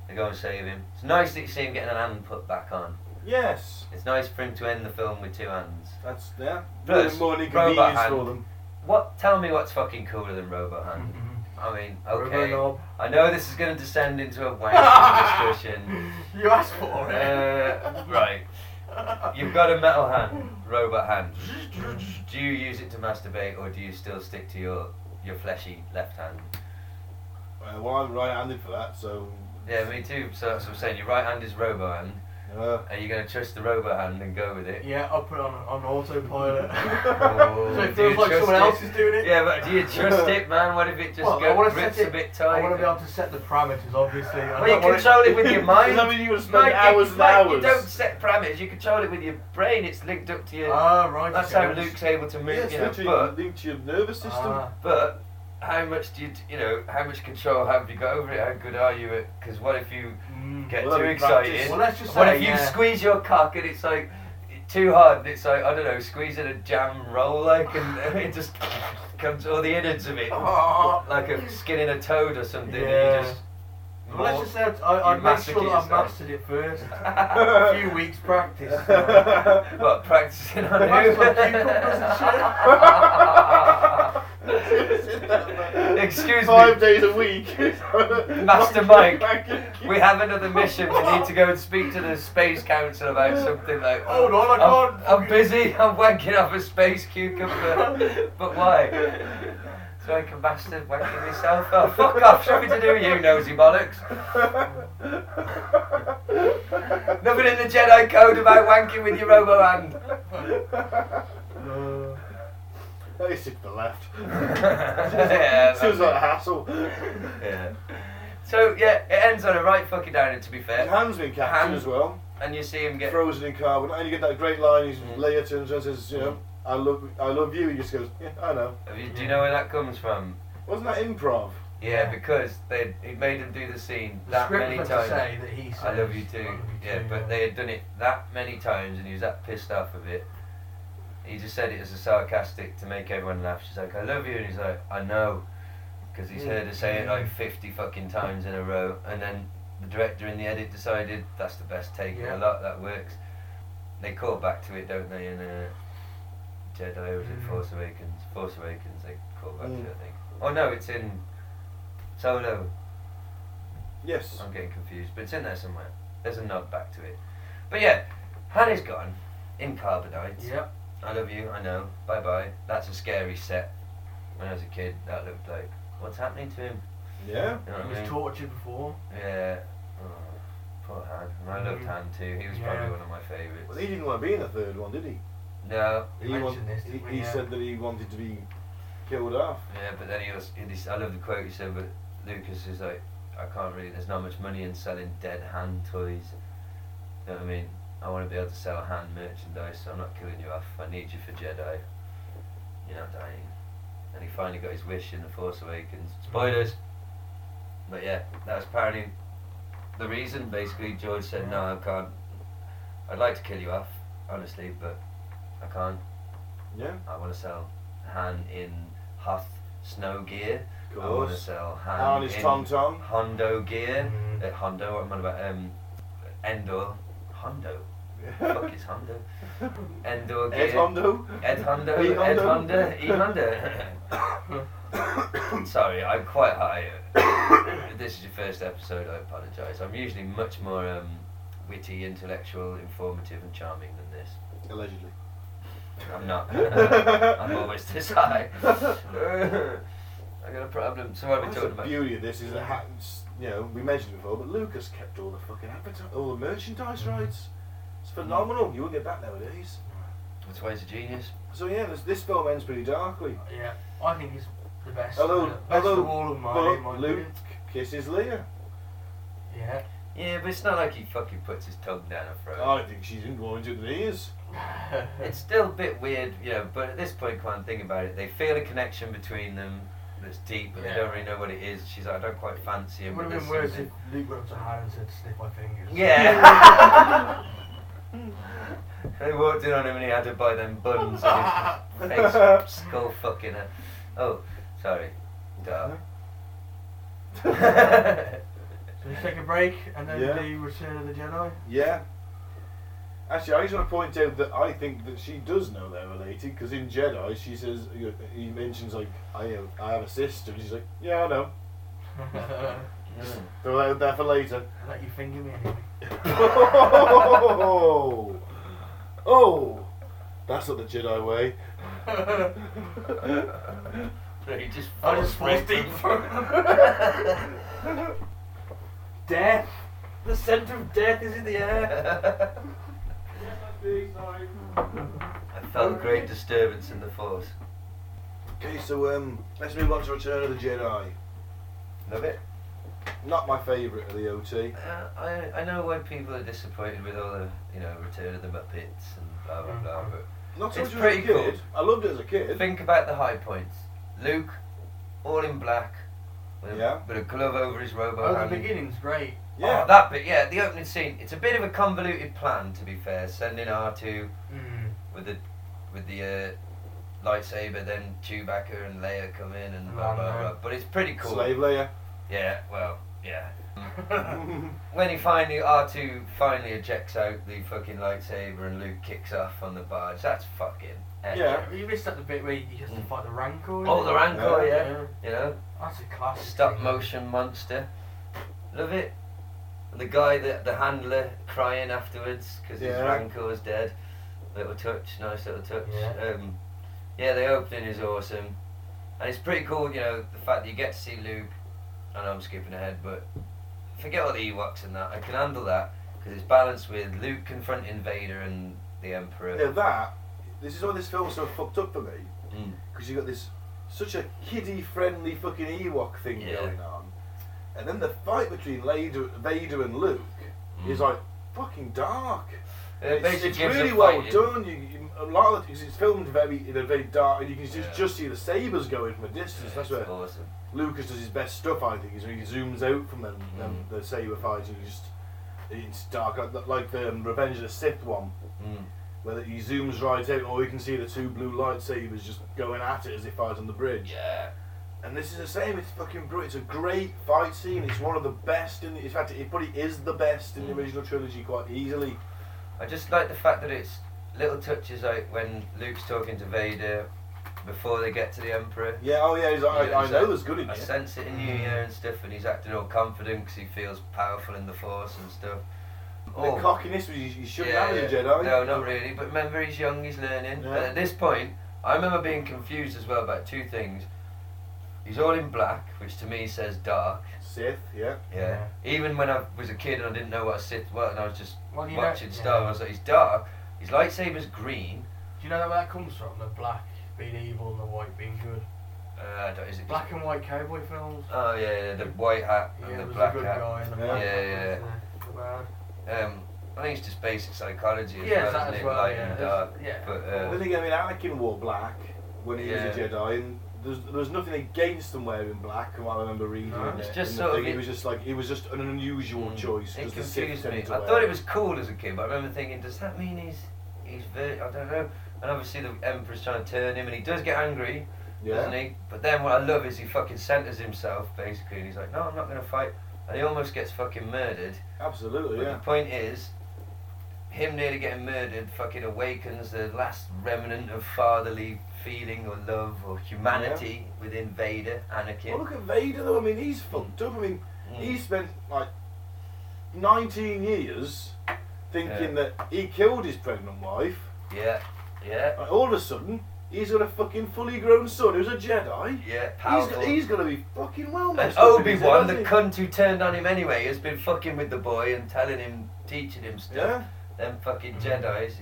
They go and save him. It's nice that you see him getting an hand put back on. Yes. It's nice for him to end the film with two hands. That's yeah. Plus, more robot inconvenience hand. for them. Mm-hmm. What? Tell me what's fucking cooler than Robot Hand? I mean, okay. Robo I know this is going to descend into a wanky discussion. <laughs> You asked for it. Uh, right. You've got a metal hand, robot hand. Do you use it to masturbate, or do you still stick to your your fleshy left hand? Uh, well, I'm right-handed for that, so. Yeah, me too. So that's what I'm saying. Your right hand is robo hand. Uh, Are you going to trust the robo hand and go with it? Yeah, I'll put it on, <laughs> on autopilot. <laughs> Oh, so it do you feels like trust someone it? else is doing it. Yeah, but do you trust it, man? What if it just Well, I go, wanna grips set a it- bit I tight? want to be able to set the parameters, obviously. I well, you don't want control it <laughs> with your mind. I mean, you would spend Mate, you- hours and mate, hours. You don't set parameters. You control it with your brain. It's linked up to your. Ah, right. that's okay. how Luke's able to move. yes, you know, literally but linked to your nervous system. <laughs> Ah, But how much do you, you know, how much control have you got over it? How good are you at? Because what if you mm. get Well, too we excited? practice. Well, let's just What say, if you yeah. squeeze your cock and it's like too hard and it's like, I don't know, squeezing a jam roll like and it just <laughs> comes, all the innards <laughs> of it, like a skin in a toad or something. Yeah. And you just Well, let's just say I'd, I- You I'd make sure massacred that I've yourself. mastered it first. <laughs> A few weeks practice. What, practicing on <laughs> Practice on <laughs> <laughs> who? Excuse me. Five days a week. <laughs> Master Mike, we have another mission. We need to go and speak to the Space Council about something like. Hold on, I I'm, can't I'm fucking- busy. <laughs> I'm wanking off a space cucumber. but why? So I can bastard wanking myself. Oh, fuck off. Something to do with you, nosy bollocks. Nothing in the Jedi Code about wanking with your robo hand. <laughs> Uh, They took the left. <laughs> yeah, that's Seems it. like a hassle. Yeah. So yeah, it ends on a right fucking downer. To be His fair, hand's been captured Hand. as well. and you see him get Frozen in carbon. And you get that great line. He's Mm. Leia turns around and says, you know, I love, I love you. He just goes, yeah, I know. Have you- Do you know where that comes from? Wasn't that improv? Yeah, because they it made him do the scene The that script many meant times. to say that he says, I love you too. I love you yeah, too, but they had done it that many times, and he was that pissed off of it. He just said it as a sarcastic to make everyone laugh. She's like, "I love you," and he's like, "I know," because he's heard her say it like fifty fucking times in a row. And then the director in the edit decided that's the best take Yeah. of the lot. That works. They call back to it, don't they? In uh, Jedi or is it Mm. Force Awakens? Force Awakens, they call back Mm. to it, I think. Oh no, it's in Solo. Yes. I'm getting confused, but it's in there somewhere. There's a nod back to it. But yeah, Han is gone in carbonite. Yep. I love you, I know. Bye bye. That's a scary set. When I was a kid, that looked like what's happening to him? Yeah. You know He what I was mean? tortured before. yeah. Oh, poor Han. And I loved Mhm. Han too. He was Yeah. probably one of my Mm-hmm. Well, favourites. he didn't want to be in the third one, did he? No. We He, mentioned want- this, he, didn't we? he Yeah. said that he wanted to be killed off. Yeah, but then he was. He dis- I love the quote he said, but Lucas is like, I can't really. There's not much money in selling dead hand toys. You know what I mean? I want to be able to sell hand merchandise, so I'm not killing you off. I need you for Jedi. You're not dying. And he finally got his wish in The Force Awakens. Spoilers! But yeah, that was apparently the reason. Basically, George said, No, I can't. I'd like to kill you off, honestly, but I can't. Yeah. I want to sell Han in Hoth snow gear. Of I want to course. sell Han And his in tom tom. Mm-hmm. Hondo gear. Mhm. Uh, Hondo, what am I on about? Um, Endor. <laughs> Hondo. Fuck is Hondo. Endor gear. Ed Hondo. Ed Hondo. E Ed Hondo. Honda. E <laughs> Honda. <coughs> Sorry, I'm quite high. <coughs> If this is your first episode. I apologise. I'm usually much more um, witty, intellectual, informative, and charming than this. Allegedly. I'm <laughs> not. <laughs> I'm always this high. <laughs> I got a problem. So what are we That's talking the about? beauty of this is that ha- s- you know we mentioned it before, but Lucas kept all the fucking adverti- all the merchandise Mm. rights. It's phenomenal. You won't get that nowadays. That's why he's a genius. So yeah, this, this film ends pretty darkly. Yeah, I think he's the best. Although, best although of all of mine. in my but opinion. Luke kisses Leia. Yeah. Yeah, but it's not like he fucking puts his tongue down her throat. I think she's anointed with ears. <laughs> It's still a bit weird, you know, but at this point, come on, think about it. They feel a connection between them that's deep, but Yeah. they don't really know what it is. She's like, I don't quite fancy It him. would But have there's been worse if something. Luke went up to Hannah and said, "Sniff my fingers." <laughs> Yeah! <laughs> they walked in on him and he had to buy them buns <laughs> and his face skull fucking her. Oh, sorry. Duh. So let's take a break and then Yeah. do Return of the <laughs> Jedi. Yeah. Actually, I just want to point out that I think that she does know they're related because in Jedi she says you know, he mentions like I have I have a sister and she's like yeah I know Mm. they're out there for later. Let you finger me anyway. <laughs> oh, oh, that's not the Jedi way. <laughs> He just I just falls forced deep right for <laughs> Death. The scent of death is in the air. <laughs> I felt great disturbance in the force. Okay, so um, let's move on to Return of the Jedi. Love it. Not my favourite of the OT. Uh, I, I know why people are disappointed with all the, you know, Return of the Muppets and blah blah blah, but Mm-hmm. Not so It's much as pretty a good. kid. I loved it as a kid. think about the high points. Luke, all in black, with, Yeah. a, with a glove over his robot Oh, hand. the beginning's great. Yeah. Oh, that bit, yeah, the opening scene. It's a bit of a convoluted plan, to be fair. Sending R2 Mm. with the with the uh, lightsaber, then Chewbacca and Leia come in and blah blah Lando. blah. But it's pretty cool. Slave Leia. Yeah, well, <laughs> yeah. when he finally R2 finally ejects out the fucking lightsaber and Luke kicks off on the barge, that's fucking epic. Yeah. You missed that the bit where you have to fight the Rancor. is Oh, it? the Rancor, Yeah. yeah. You know, That's a classic. stop thing. motion monster. Love it. The guy, that the handler, crying afterwards because his Yeah. Rancor is dead. Little touch, nice little touch. Yeah. Um, yeah, the opening is awesome. And it's pretty cool, you know, the fact that you get to see Luke. I know I'm skipping ahead, but forget all the Ewoks and that. I can handle that because it's balanced with Luke confronting Vader and the Emperor. Now that this is why this film's so fucked up for me Mm. because you got this such a kiddie friendly fucking Ewok thing Yeah. going on, and then the fight between Vader, Vader and Luke is Mm. like fucking dark. It It's, basically it's gives a really well fighting- done. You, you, a lot of because it's filmed very in a very dark, and you can just, Yeah. just see the sabers going from a distance. It's That's where awesome. Lucas does his best stuff. I think is when he zooms out from them, them Mm. the saber fights. and You just it's dark like, like the um, Revenge of the Sith one. Mm. Whether he zooms right out, or you can see the two blue lightsabers just going at it as they fight on the bridge. Yeah. And this is the same. It's fucking brilliant. It's a great fight scene. It's one of the best in. The, in fact, it probably is the best Mm. in the original trilogy quite easily. I just like the fact that it's little touches like when Luke's talking to Vader before they get to the Emperor. Yeah. Oh yeah. He's, like, Yeah, I, I he's know like, there's good in I you. sense it in you, yeah, and stuff, and he's acting all confident because he feels powerful in the Force and stuff. Oh. The cockiness was you, you shouldn't have as a Jedi. No, not really. But remember, he's young, he's learning. Yeah. But at this point, I remember being confused as well about two things. He's all in black, which to me says dark. Sith. Yeah. Yeah. Even when I was a kid and I didn't know what a Sith was, and I was just Well, you know- watching Star yeah. Wars, like, he's dark. His lightsaber's green. Do you know where that comes from? The black being evil and the white being good. Uh, I don't, is it Black and white cowboy films. Oh yeah, the white hat Yeah, and it the was black a good hat. guy and the Yeah. black Yeah, yeah. hat. wasn't it? Well, Um, I think it's just basic psychology as Yeah, well, that isn't as it? well, Light yeah, and there's- dark. yeah. But But uh, then again, I mean, Anakin wore black when he was a Yeah. Jedi, and there's, there was nothing against him wearing black. From what I remember reading, No. in It's the- just in the sort of thing, it- it was just like it was just an unusual Mm. choice. uh, it 'cause the Sith confused me. tend I to wear thought it was cool as a kid, but I remember thinking, does that mean he's he's vir- I don't know. And obviously the Emperor's trying to turn him, and he does get angry, doesn't he? But then what I love is he fucking centers himself basically, and he's like, no, I'm not gonna fight. And he almost gets fucking murdered. Absolutely, But yeah. the point is, him nearly getting murdered fucking awakens the last remnant of fatherly feeling or love or humanity within Vader, Well, Anakin. look at Vader though. I mean, he's fucked up. I mean, Mm. he spent like 19 years thinking that he killed his pregnant wife. Yeah, yeah, and all of a sudden, he's got a fucking fully grown son who's a Jedi. yeah, He's, powerful. he's gonna be fucking well and messed up. in Obi his Wan, the head, cunt hasn't who turned on him anyway, has been fucking with the boy and telling him, teaching him he? stuff. Yeah. Mm. Them fucking Jedi's.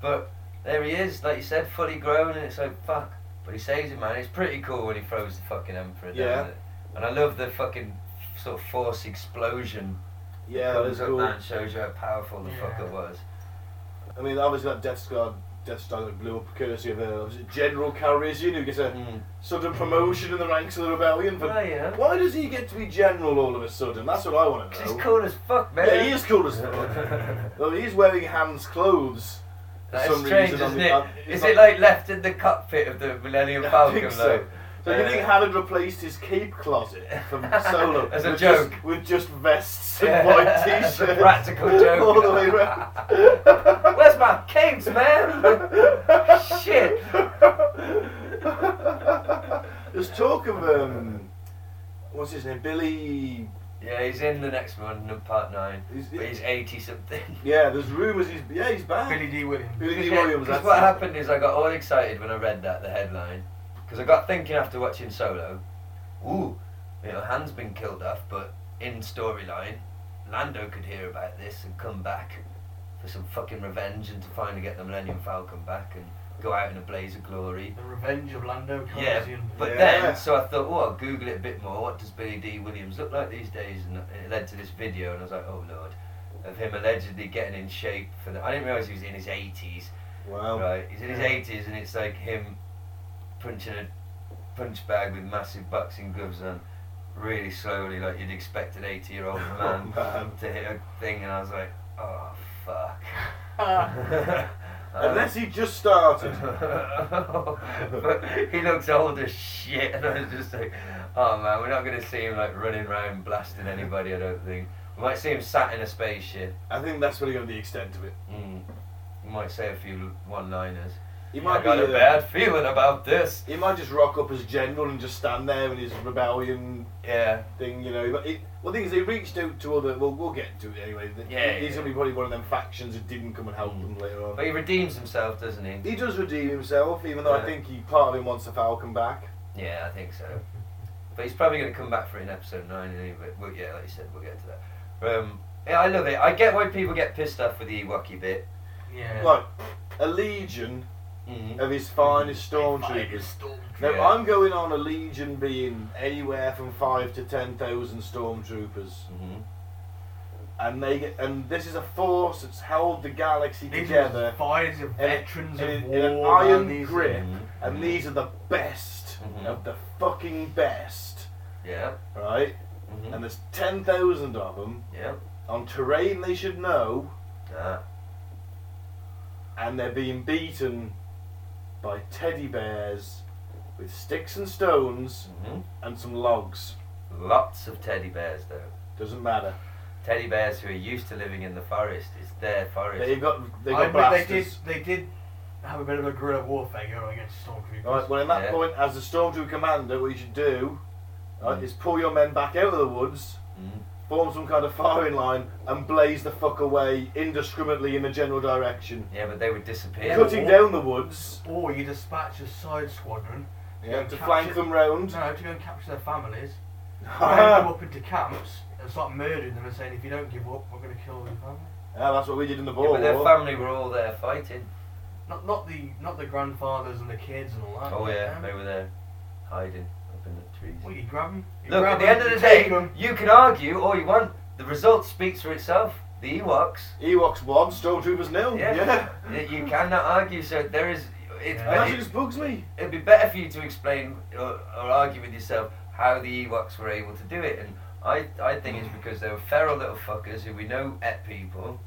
But there he is, like you said, fully grown, and it's like, fuck. But he saves him, man. It's pretty cool when he throws the fucking Emperor down. Yeah. there. And I love the fucking sort of force explosion Yeah, that comes is up cool. there and shows you how powerful the Yeah. fucker was. I mean, obviously that Death Star, Death Star that blew up courtesy of uh, was it General Calrissian, who gets a sudden promotion in the ranks of the rebellion. But Well, Hmm. Oh, yeah. why does he get to be general all of a sudden? That's what I want to know. He's cool as fuck, man. Yeah, he is cool <laughs> as fuck. Though he's wearing Han's clothes. for That's some strange, reason, on isn't the- it? on- it's Is not- it like left in the cockpit of the Millennium <laughs> I Falcon think so. though? So you Uh, think Han had replaced his cape closet from Solo <laughs> As a with joke. just, with just vests Yeah. and <laughs> white As a t-shirts, practical <laughs> joke. all the way <laughs> round. Where's my capes, man? Shit. There's talk of um, what's his name, Billy. Yeah, he's in the next one, in part nine. He's- but he's 80 something. Yeah, there's rumours he's yeah he's back. Billy D. Williams. <laughs> Billy D. Yeah, Williams. Because That's what it. happened is I got all excited when I read that, the headline. Because I got thinking after watching Solo, ooh, you know, Han's been killed off, but in storyline, Lando could hear about this and come back for some fucking revenge and to finally get the Millennium Falcon back and go out in a blaze of glory. The Revenge of Lando Calrissian. Yeah, but Yeah. then, so I thought, oh, I'll Google it a bit more. What does Billy D. Williams look like these days? And it led to this video, and I was like, oh lord, of him allegedly getting in shape for the. I didn't realise he was in his 80s. Wow. Right, he's in his eighties and it's like him punching a punch bag with massive boxing gloves on, really slowly, like you'd expect an <laughs> eighty-year-old man, Oh, man. to hit a thing, and I was like, oh fuck. Uh. <laughs> <laughs> Um, Unless he just started. but <laughs> he looks old as shit, and I was just like, oh man, we're not gonna see him like running around blasting anybody. I don't think we might see him sat in a spaceship. I think that's really going to be the extent of it. Mm. We might say a few one-liners. He might I got be a uh, bad feeling about this. He might just rock up as general and just stand there in his rebellion Yeah. thing, you know. But it, well, the thing is, he reached out to other. Well, we'll get to it anyway. The- Yeah, he's yeah. Mm. gonna be probably one of them factions who didn't come and help them later on. But he redeems himself, doesn't he? He does redeem himself, even though I Yeah. think he part of him wants the Falcon back. Yeah, I think so. But he's probably going to come back for it in episode nine anyway. Well, yeah, like you said, we'll get to that. Um, yeah, I love it. I get why people get pissed off with the Ewoky bit. Yeah. Like a legion Mm. of his finest Fight stormtroopers. is Stormtrooper. Now Yeah. I'm going on a legion being anywhere from five to ten thousand stormtroopers, Mm-hmm. Mhm. and they get, and this is a force that's held the galaxy These together are fires of veterans in, of in war. an man, iron these- grip, Mhm. and these are the best Mhm. Mm-hmm. of the fucking best, Yeah. right? Mm-hmm. Mhm. And there's ten thousand of them Yeah. on terrain they should know, Ah. and they're being beaten by teddy bears with sticks and stones Mm-hmm. Mhm. and some logs. Lots of teddy bears, though. Doesn't matter. Teddy bears who are used to living in the forest. It's their forest. They've got they I got admit they did. blasters. They did have a bit of a guerrilla warfare going against Stormtroopers. Right, well, in that Yeah. point, as the stormtrooper commander, what you should do right, Mm-hmm. is pull your men back out of the woods, Mm. form some kind of firing line, and blaze the fuck away indiscriminately in the general direction, Yeah, but they would disappear. cutting down the woods Or you dispatch a side squadron. yeah, to capture- flank them round. No, to go and capture <laughs> their families. round them up into camps and start murdering them and saying, if you don't give up, we're going to kill your family. Yeah, that's what we did in the Yeah, Boer but their War. family were all there fighting. Not, not the not the grandfathers and the kids and all that. Oh yeah, Um, they were there hiding up in the trees. Well, you grab them. You Look, grab at the 'em, end of you the take day, 'em. you can argue all you want. The result speaks for itself. The Ewoks. Ewoks won, stormtroopers nil. Yeah. yeah. Y- <laughs> You cannot argue. So there is. It, Yeah. And but That it, just bugs me. it'd be better for you to explain or, or argue with yourself how the Ewoks were able to do it. And I, I think Hmm. it's because they were feral little fuckers who we know ate people.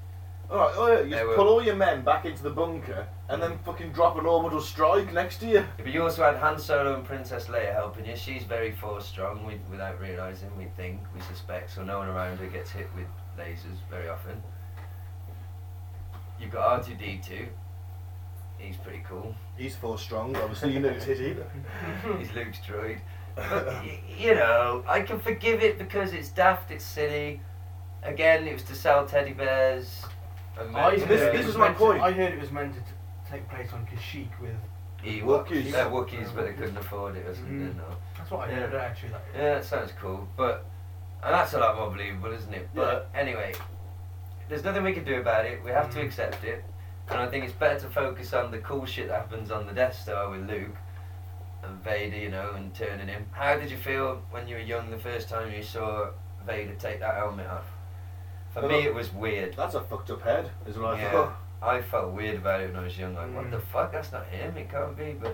Alright, oh yeah, you They just were- pull all your men back into the bunker and then fucking drop an orbital strike next to you. But you also had Han Solo and Princess Leia helping you. She's very force strong we, without realising, we think, we suspect, so no one around her gets hit with lasers very often. You've got R2D2. He's pretty cool. He's force strong, obviously, you know it's hit either. <laughs> He's Luke's droid. But, y- you know, I can forgive it because it's daft, it's silly. Again, it was to sell teddy bears. and I This- heard this it is was my meant to- point. I heard it was meant to t- take place on Kashyyyk with. Ewoks. Wookiees. They're Wookiees, but they couldn't afford it or something. Mm. or- That's what I Yeah. heard actually. That Yeah, that sounds cool, but and that's a lot more believable, isn't it? But anyway, there's nothing we can do about it. We have to Mm. accept it, and I think it's better to focus on the cool shit that happens on the Death Star with Luke and Vader, you know, and turning him. How did you feel when you were young the first time you saw Vader take that helmet off? For me, it was weird. That's a fucked up head, is what I Yeah, thought. I felt weird about it when I was young. Like, what Mm. the fuck? That's not him. It can't be. But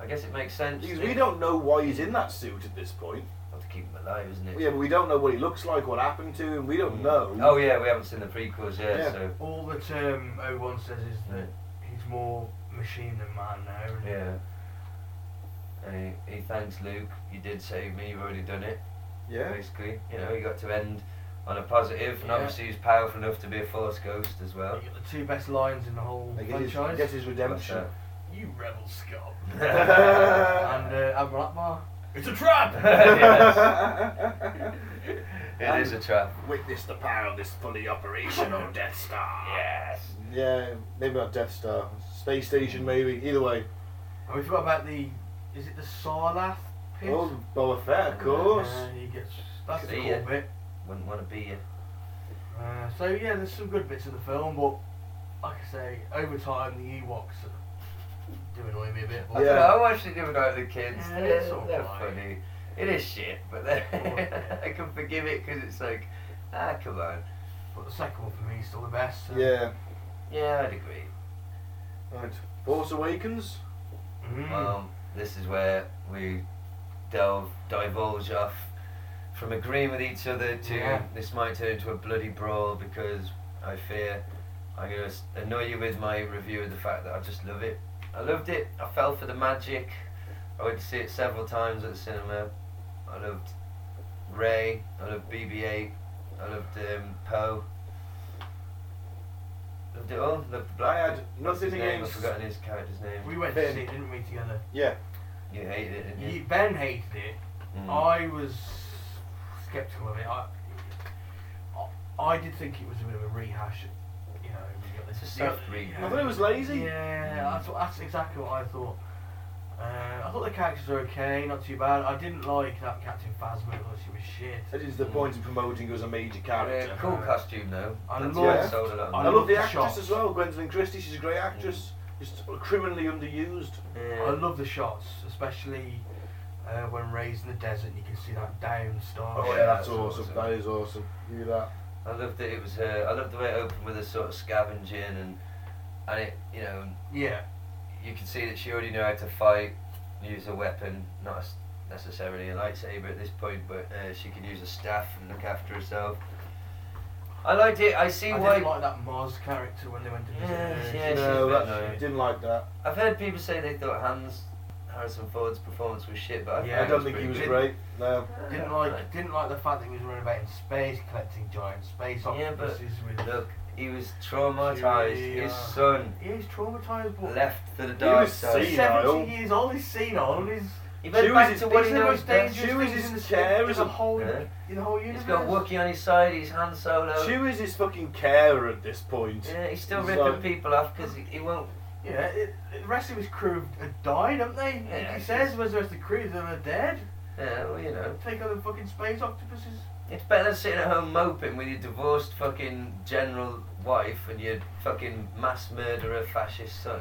I guess it makes sense. Mm. Because we don't know why he's in that suit at this point. Have to keep him alive, isn't it? Yeah, but we don't know what he looks like, what happened to him. We don't know. Oh yeah, we haven't seen the prequels yet, Yeah. so All that um, Obi-Wan says is that he's more machine than man now. isn't he? yeah. And he, he thanks Luke. You did save me. You've already done it. Yeah. Basically, you know, he got to end on a positive, and Yeah. obviously he's powerful enough to be a Force ghost as well. You got the two best lines in the whole I get his, I franchise. get his redemption. But, You rebel scum. uh, and uh, Admiral Akbar. It's <laughs> a trap. <laughs> yes, it uh, is a trap. Witness the power of this fully operational Death Star. Yes. Yeah, maybe not Death Star. Space Station, maybe. Either way. and we forgot about the. Is it the Sarlath pit? Oh, Boba Fett, of course. Uh, he gets. That's the See cool ya. bit. Wouldn't want to be here. Uh, so yeah, there's some good bits of the film, but like I say, over time the Ewoks do annoy me a bit. I But Yeah. don't know, I watched it the other night with the kids. Yeah, they're it's all they're right. funny. It is shit, but then <laughs> Yeah. I can forgive it because it's like, ah, come on. But the second one for me is still the best. So. Yeah. Yeah, I'd agree. Right. Force Awakens. Mm. Um, this is where we delve, divulge off from agreeing with each other to Yeah. this might turn into a bloody brawl because I fear I'm going to annoy you with my review of the fact that I just love it. I loved it. I fell for the magic. I went to see it several times at the cinema. I loved Ray. I loved BB-8. I loved um, Poe. Loved it all. Loved the black. I had what's his nothing name? against- I've forgotten his character's name. we went Ben. to see it, didn't we, together? Yeah. you hated it, didn't you? You, ben hated it. Mm. I was skeptical of it. I, I, I did think it was a bit of a rehash. You know, we got this It's a soft read. I thought it was lazy. Yeah, that's, what- that's exactly what I thought. Uh, I thought the characters were okay, not too bad. I didn't like that Captain Phasma. I thought she was shit. That is the point of promoting you as a major character. Yeah, cool costume though. I That's love- yeah, sold a lot. I love the I'm actress shocked. as well, Gwendolyn Christie. She's a great actress. Just criminally underused. Yeah. I love the shots, especially uh, when Ray's in the desert and you can see that down star. Oh, yeah, that's awesome. That is awesome. Give you that. I loved that it was her. I loved the way it opened with a sort of scavenging and and it you know Yeah, you could see that she already knew how to fight, use a weapon, not as- necessarily a lightsaber at this point, but uh, she could use a staff and look after herself. I liked it. I see I why. didn't like that Mars character when they went to visit. Yes, her. yes, She- she's no, a bit that, annoying. didn't like that. I've heard people say they thought Hans Harrison Ford's performance was shit, but I, Yeah, I don't think it he was pretty good. great. No. Didn't like didn't like the fact that he was running about in space collecting giant space Yeah, but octopuses with Look, he was traumatized. She, His uh, son He is traumatised, but left for the He dark was side. seen. senile. 70 years old, he's senile, and he's He She went was back his- to what he He's the knows most best. dangerous She was thing his in the care in as the a- whole Yeah. in the whole universe. He's got Wookiee on his side. He's Han Solo. She was his fucking carer at this point. yeah, he's still He's ripping like- people off because he, he won't. Yeah, it, the rest of his crew have died, haven't they? Yeah. he says, "Where's the rest of the crew? They're dead. Yeah, well, you know, Take on the fucking space octopuses." it's better than sitting at home moping with your divorced fucking general wife and your fucking mass murderer fascist son.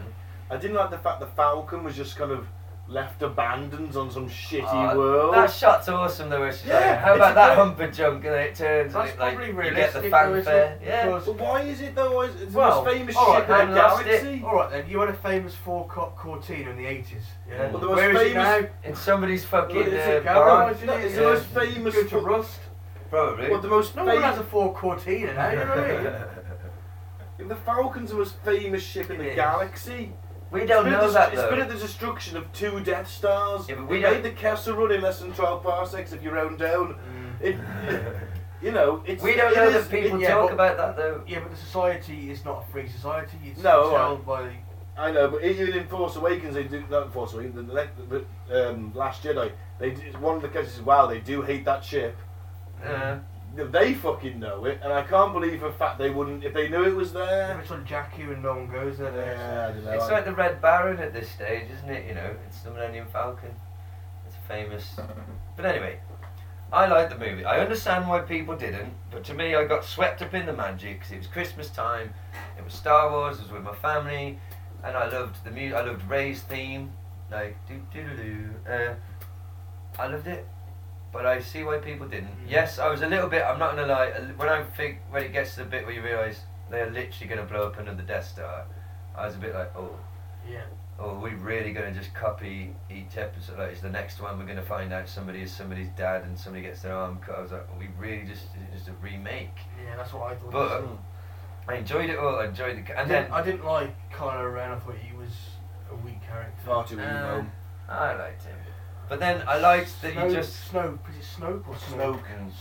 I didn't like the fact the Falcon was just kind of left abandoned on some shitty Uh, world. That shot's awesome though. It's just like, Yeah, how it's about a that great- humper junk and then it turns That's and it, like probably you get the realistic, though, isn't fanfare. it? yeah. Because- But why is it though? It's it's the Well, most famous alright, ship in then the last galaxy. All right then, you had a famous four cut Cortina in the eighties. Yeah. Well, the most Where is it famous- now? In somebody's fucking Well, it's a uh, garage, barn. isn't No, it? it's Yeah. the most famous. Good to fu- rust. Probably. Well, the most No one famous. has a four Cortina now. You know what I <laughs> mean? The Falcon's the most famous ship in It the is. galaxy. we don't it's been know a, that It's though. been at the destruction of two Death Stars. Yeah, but we it don't- made the Kessel run in less than 12 parsecs if you round down. It, you know, it's. Mm. We don't it know is- that people it- yeah, talk but- about that though. Yeah, but the society is not a free society. It's No, held by the I know, but even in Force Awakens, they do not in Force Awakens. The, the, the um, Last Jedi, they d- one of the characters. Wow, they do hate that ship. Uh-huh. Uh, They fucking know it, and I can't believe for a fact they wouldn't if they knew it was If there. it's on Jakku and no one goes there, then it's- Yeah, I don't know. Mm. It's like the Red Baron at this stage, isn't it? You know, it's the Millennium Falcon. It's famous. But anyway, I like the movie. I understand why people didn't, but to me, I got swept up in the magic because it was Christmas time, it was Star Wars, it was with my family, and I loved the music. I loved Ray's theme, like do do do do. Uh, I loved it. but I see why people didn't. Yes, I was a little bit. I'm not gonna lie. a li- When I think when it gets to the bit where you realise they're literally gonna blow up another Death Star, I was a bit like, oh, Yeah. oh, are we really gonna just copy each episode? Like, it's the next one we're gonna find out somebody is somebody's dad and somebody gets their arm cut. I was like, are we really just is it just a remake? Yeah, that's what I thought. Hmm. But uh, I enjoyed it all. I enjoyed the ca- and then I didn't like Kylo Ren. I thought he was a weak character. Far too emo. Um, I liked him. But then I liked that Snoke, you just Snoke. Is it Snoke or Snoke?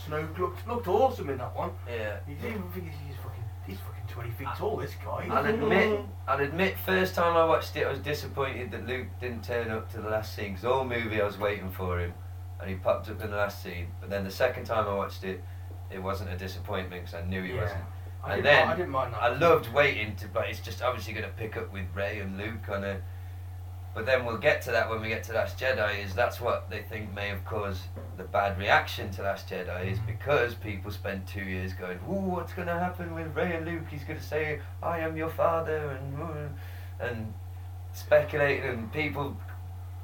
Snoke looked looked awesome in that one. yeah. You didn't even think he's fucking he's fucking twenty feet tall. This guy. I'll admit, I'll admit. First time I watched it, I was disappointed that Luke didn't turn up to the last scene. Cause all movie I was waiting for him, and he popped up in the last scene. But then the second time I watched it, it wasn't a disappointment because I knew he Yeah. wasn't. I and didn't, then I didn't mind that. I loved waiting to, but it's just obviously going to pick up with Ray and Luke on a. But then we'll get to that when we get to Last Jedi. Is that's what they think may have caused the bad reaction to Last Jedi is because people spent two years going, "Ooh, what's going to happen with Ray and Luke? He's going to say, I am your father,' and ooh," and speculating and people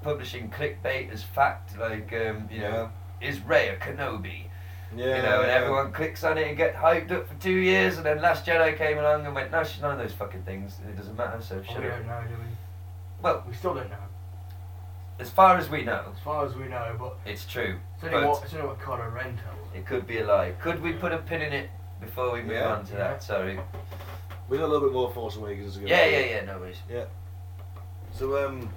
publishing clickbait as fact, like um, you know, is Ray a Kenobi? Yeah. you know, and everyone clicks on it and get hyped up for two years, and then Last Jedi came along and went, no, she's none of those fucking things. It doesn't matter, so Well, shut Oh, we up. don't know, do we? Well, We still don't know. as far as we know, As far as we know, but it's true. it's only what But it's only what Kylo Ren tells. us. it could be a lie. Could we put a pin in it before we move Yeah. on to Yeah. that? Sorry. We got a little bit more Force Awakens to go. Yeah, yeah, yeah. No worries. So um,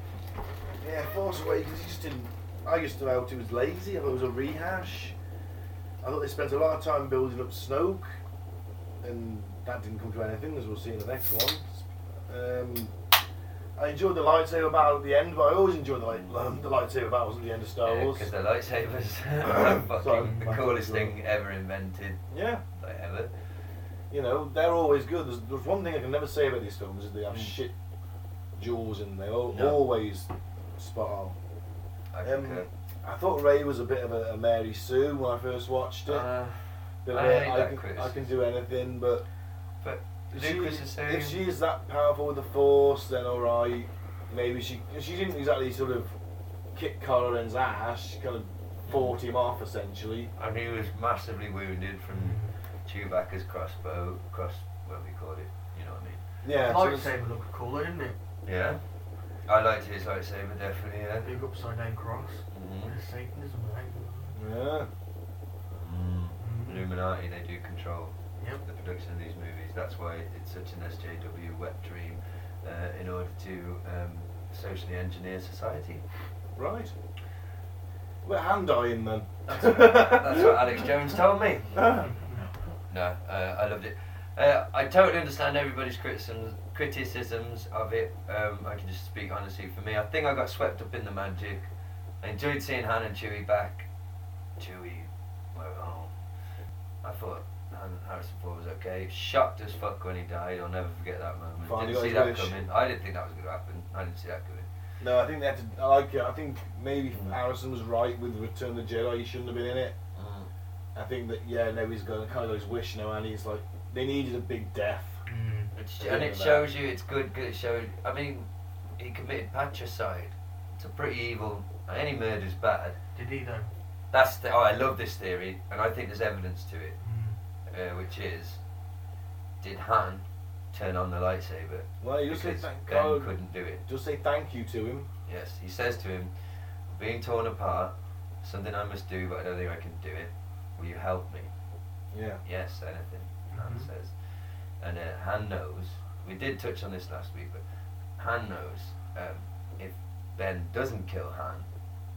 yeah, Force Awakens. He just didn't. I just felt it was lazy. I thought it was a rehash. I thought they spent a lot of time building up Snoke, and that didn't come to anything, as we'll see in the next one. Um, I enjoyed the lightsaber battle at the end, but I always enjoy the, light, the lightsaber battles at the end of Star Wars. Because the lightsabers are <coughs> Sorry, fucking the my coolest fault, sorry. thing ever invented, Yeah, like ever. you know they're always good. There's, there's one thing I can never say about these films is they have shit jewels in. They're al- Hmm. No. always spot on. I Um, concur. I thought Ray was a bit of a, a Mary Sue when I first watched it. Uh, Bit of I a, hate I that can, I criticism. can do anything, but But if Luke she- was the same. If she is that powerful with the Force, then all right. Maybe she she didn't exactly sort of kick Kylo Ren's ass. She kind of fought Hmm. him off essentially. and he was massively wounded from Mm-hmm. Chewbacca's crossbow, cross, what we call it, you know what I mean? Yeah. so it's- Lightsaber looked cool, though, didn't it? Yeah. I liked his lightsaber definitely. Yeah. Big upside down cross. Mm-hmm. Satanism, eh? yeah. Illuminati, they do control Mm-hmm. Yep. the production of these movies. That's why it's such an SJW wet dream uh, in order to um, socially engineer society. Right. We're hand eyeing then. That's what, that's what Alex Jones told <laughs> me. No, uh, I loved it. Uh, I totally understand everybody's criticisms, criticisms of it. Um, I can just speak honestly for me. I think I got swept up in the magic. I enjoyed seeing Han and Chewie back. Chewie, went home. I thought Han Harrison Ford was okay. Shocked as fuck when he died. I'll never forget that moment. Finally didn't see got that his wish. coming. I didn't think that was going to happen. I didn't see that coming. No, I think they had to. I like. it. I think maybe Mm. Harrison was right with Return of the Jedi. He shouldn't have been in it. Mm. I think that yeah, no, he's got kind of his wish now, and he's like they needed a big death. Mm. It's, I and think it that- shows you it's good. good it shows. I mean, he committed patricide. It's a pretty evil. Any murder's bad. Did he though? That's the. Oh, I love this theory, and I think there's evidence to it, Mm. uh, which is, did Han turn on the lightsaber Well, you just say because thank Ben God. couldn't do it? Just say thank you to him. Yes, he says to him, "Being torn apart, something I must do, but I don't think I can do it. Will you help me?" Yeah. Yes, anything. Han Mhm. says, and uh, Han knows. We did touch on this last week, but Han knows um, if Ben doesn't kill Han,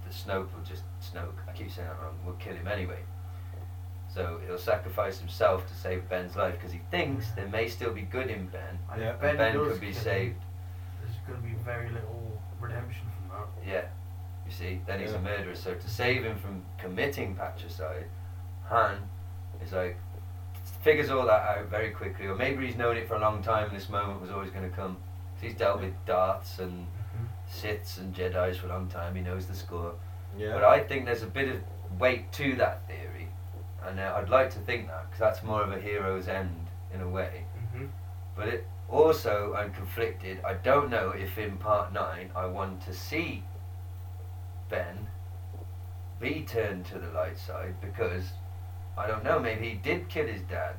the Snoke will just Snoke. I keep saying that wrong. Will kill him anyway. So he'll sacrifice himself to save Ben's life because he thinks there may still be good in Ben. And Yeah. if Ben, ben does could be kill him, saved. There's going to be very little redemption from that. Yeah. You see, then he's Yeah. a murderer. So to save him from committing patricide, Han is like figures all that out very quickly, or maybe he's known it for a long time. and This moment was always going to come. 'Cause He's dealt with Darths and Mm-hmm. Siths and Jedi's for a long time. He knows the score. Yeah. But I think there's a bit of weight to that theory, and uh, I'd like to think that because that's more of a hero's end in a way. Mm-hmm. But it also, I'm conflicted. I don't know if in part nine I want to see Ben be turned to the light side because I don't know, maybe he did kill his dad.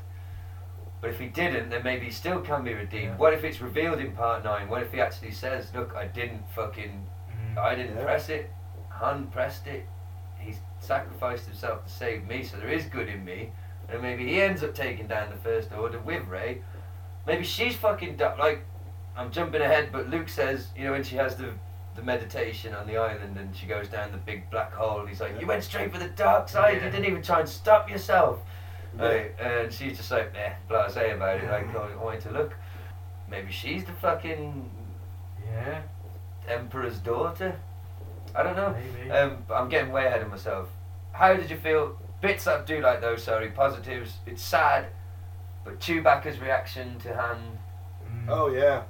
But if he didn't, then maybe he still can be redeemed. Yeah. What if it's revealed in part nine? What if he actually says, Look, I didn't fucking Mm. I didn't Yeah. press it, Han pressed it, he sacrificed himself to save me, so there is good in me. And maybe he ends up taking down the first order with Ray. Maybe she's fucking du- like I'm jumping ahead, but Luke says, you know, when she has the the meditation on the island and she goes down the big black hole and he's like, You went straight for the dark side, you Yeah. didn't even try and stop yourself Yeah. Right, and she's just like, eh, blase about it, like, Mm-hmm. I want to look. Maybe she's the fucking Yeah. emperor's daughter. I don't know. Maybe. Um, but I'm getting way ahead of myself. How did you feel? Bits I do like those, sorry, positives. It's sad, but Chewbacca's reaction to Han, Mm. Oh yeah.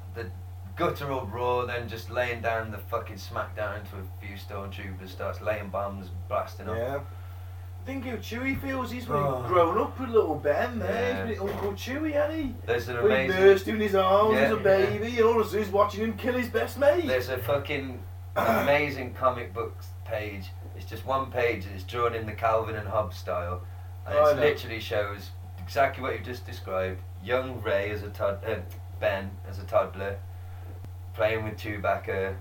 guttural roar, then just laying down the fucking smackdown to a few stormtroopers, starts laying bombs, blasting off. Yeah. Think how Chewy feels. He's Oh. really grown up with little Ben Yeah. there. He's been Uncle Chewy, hasn't he? There's an With amazing. nursed him in his arms Yeah, as a yeah. baby, and all of us is watching him kill his best mate. There's a fucking amazing comic book page. It's just one page and it's drawn in the Calvin and Hobbes style. And Oh, I it know. literally shows exactly what you've just described. Young Ray as a tod- uh, Ben as a toddler, playing with Chewbacca,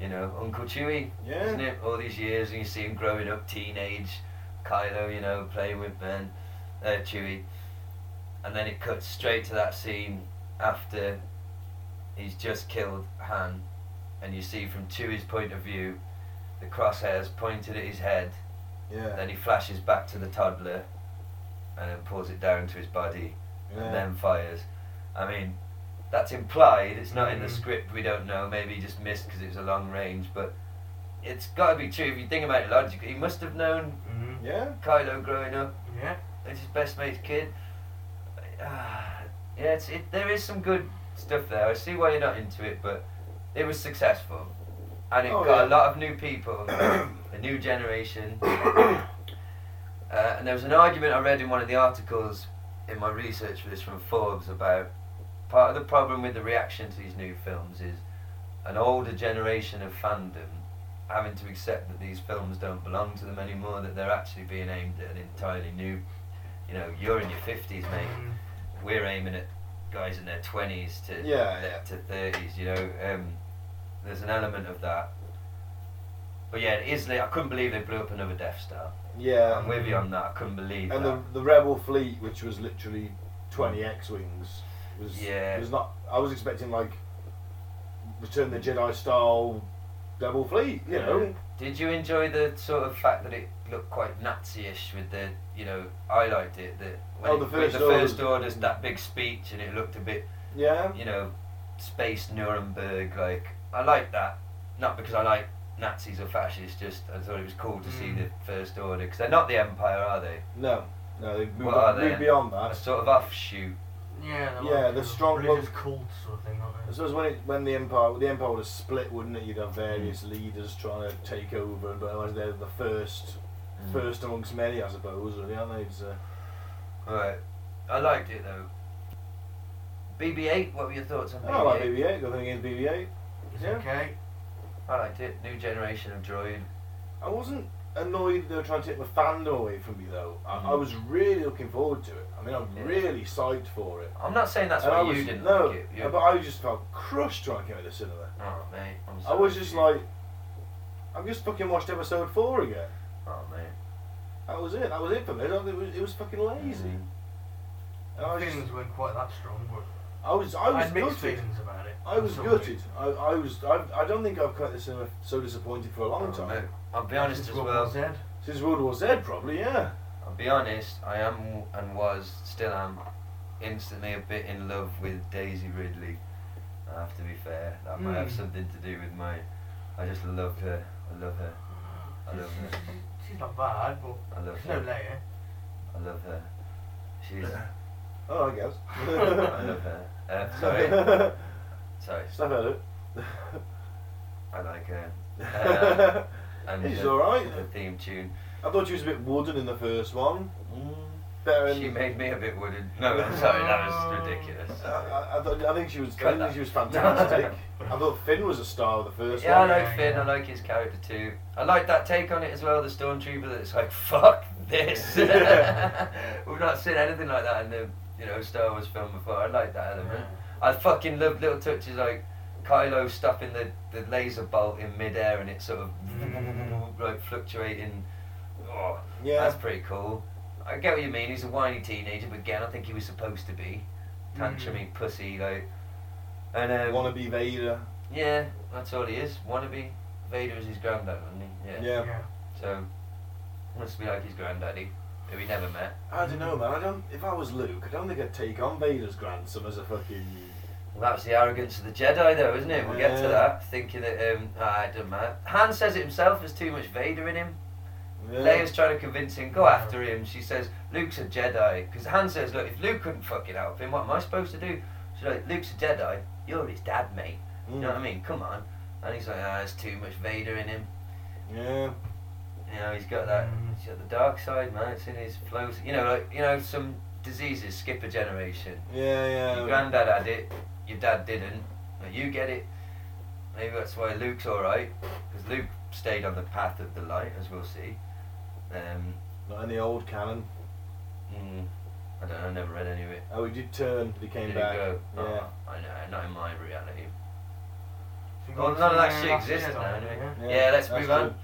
you know, Uncle Chewie, isn't Yeah. it? All these years and you see him growing up, teenage Kylo, you know, playing with Ben, uh, Chewie. And then it cuts straight to that scene after he's just killed Han, and you see from Chewie's point of view, the crosshairs pointed at his head. Yeah. Then he flashes back to the toddler, and then pulls it down to his body, and Yeah. then fires. I mean, that's implied. It's not in the Mhm. script. We don't know. Maybe he just missed because it was a long range. But it's got to be true if you think about it logically. He must have known Mm. Yeah. Kylo growing up. Yeah. It's his best mate's kid. Ah, yeah, it's, it, there is some good stuff there. I see why you're not into it, but it was successful. And it Oh, got a yeah. lot of new people, <coughs> a new <coughs> generation. Uh, and there was an argument I read in one of the articles in my research for this from Forbes about part of the problem with the reaction to these new films is an older generation of fandom having to accept that these films don't belong to them anymore, that they're actually being aimed at an entirely new. You know, you're in your 50s, mate. Mm. We're aiming at guys in their 20s to Yeah, yeah. to 30s, you know. Um, there's an element of that. But yeah, it is. li- I couldn't believe they blew up another Death Star. Yeah. I'm with you on that. I couldn't believe And the that. the rebel fleet, which was literally twenty X wings, was Yeah. was not. I was expecting like Return of the Jedi style rebel fleet, you know. Did you enjoy the sort of fact that it looked quite Nazi-ish with the, you know, I liked it that when Oh, it- the with First the Order. first orders that big speech and it looked a bit, Yeah. you know, space Nuremberg like. I liked that, not because I like Nazis or fascists. Just I thought it was cool to see Mm. the first order because they're not the empire, are they? No. No, they've moved, What are on, they? moved beyond A that. sort of offshoot. Yeah. they're Yeah, like the a strong religious look- cult sort of thing, aren't I they? suppose when it, when the empire the empire would have split, wouldn't it? You'd have various leaders trying to take over, but otherwise they're the first Mm. first amongst many, I suppose, really, aren't they? It's, uh, Right. I liked it though. BB-8. What were your thoughts on I don't like BB-8? BB-8. Nothing against BB-8. It's Yeah. okay. I liked it. New generation of droid. I wasn't annoyed they were trying to take the fandom away from me though. I, I Mhm. was really looking forward to it. I mean, I'm Yeah. really psyched for it. I'm not saying that's And why I you was- didn't no, like it. You- but I just felt crushed when I came out of the cinema. Oh mate, I'm I sorry. was just like, I've just fucking watched episode four again. oh mate, That was it. That was it for me. It was, it was fucking lazy. Mm. And Oh, I My was, just- feelings weren't quite that strong, but I was, I was had mixed gutted. feelings about it. I was Some gutted. weeks. I, I was. I, I don't think I've come out of the cinema so disappointed for a long Oh, mate. time. I'll be honest Since as World well. War Z. Since World War Z, probably. Yeah. I'll be honest. I am and was still am instantly a bit in love with Daisy Ridley. I have to be fair. That might Hmm. have Mm. something to do with my. I just love her. I love her. Mm. I love her. She's not bad, but I love she's no her. later. I love her. She's. <clears throat> Oh, I guess. I love her. Uh, sorry. Sorry. Stuff out of <laughs> I like <laughs> her. Uh, it. and It's the- alright. The theme tune. I thought she was a bit wooden in the first one. Mm. Baron. She made me a bit wooded. No, I'm sorry, that was ridiculous. I, I, I, thought, I think she was. Cut I think that. <laughs> she was fantastic. I thought Finn was a star of the first Yeah, I one. like Finn. I like his character too. I like that take on it as well. The stormtrooper that's like, <laughs> "Fuck <laughs> this." <laughs> We've not seen anything like that in the you know Star Wars film before. I like that element. I fucking love little touches like Kylo stuffing the, the laser bolt in midair and it sort of <laughs> like fluctuating. Oh, Mm. Yeah. that's pretty cool. I get what you mean. He's a whiny teenager, but again, I think he was supposed to be tantrumy pussy like. And um, Mm. Wannabe Vader. yeah, that's all he is. Wannabe. Vader is his granddad, isn't he? Yeah. Yeah. So, must be like his granddaddy, who we never met. I don't know, man. I don't. If I was Luke, I don't think I'd take on Vader's grandson as a fucking. Well, that's the arrogance of the Jedi, though, isn't it? We'll get to Yeah. that, thinking that, um, ah, it doesn't matter. Han says it himself, there's too much Vader in him. Yeah. Leia's trying to convince him, go after him. She says, Luke's a Jedi. Because Han says, look, if Luke couldn't fucking help him, what am I supposed to do? She's like, Luke's a Jedi. You're his dad, mate. You Mm. know what I mean? Come on. And he's like, ah, there's too much Vader in him. Yeah. You know, he's got that. Mm. He's got the dark side, man. It's in his flows. You know, like you know, some diseases skip a generation. Yeah. Yeah. Your granddad had it. Your dad didn't. But you get it. Maybe that's why Luke's all right, because Luke stayed on the path of the light, as we'll see. Um, Not in the old canon. mm, I don't know. I never read any of it. Oh, he did turn, but he came Did it back. go? Yeah. Oh, I know. Not in my reality. So you Well, can none of that see shit last exists Jedi, now, anyway. yeah? Yeah, let's that's move on. true.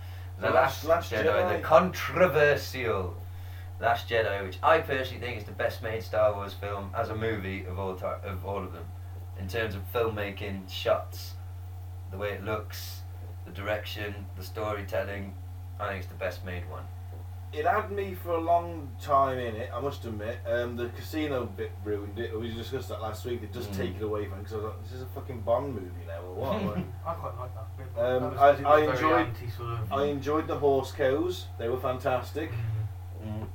The Last, Last- Last Jedi, Jedi. the controversial Last Jedi, which I personally think is the best made Star Wars film as a movie of all time, of all of them, in terms of filmmaking, shots, the way it looks, the direction, the storytelling. I think it's the best made one. It had me for a long time in it, I must admit. Um, the casino bit ruined it. We discussed that last week. They just Mm. take it away from because I was like, this is a fucking Bond movie now <laughs> or what? I quite like that bit. Um, That was- I- it was I very enjoyed- anti sort of. I enjoyed the horse cows. They were fantastic. Mm. Mm.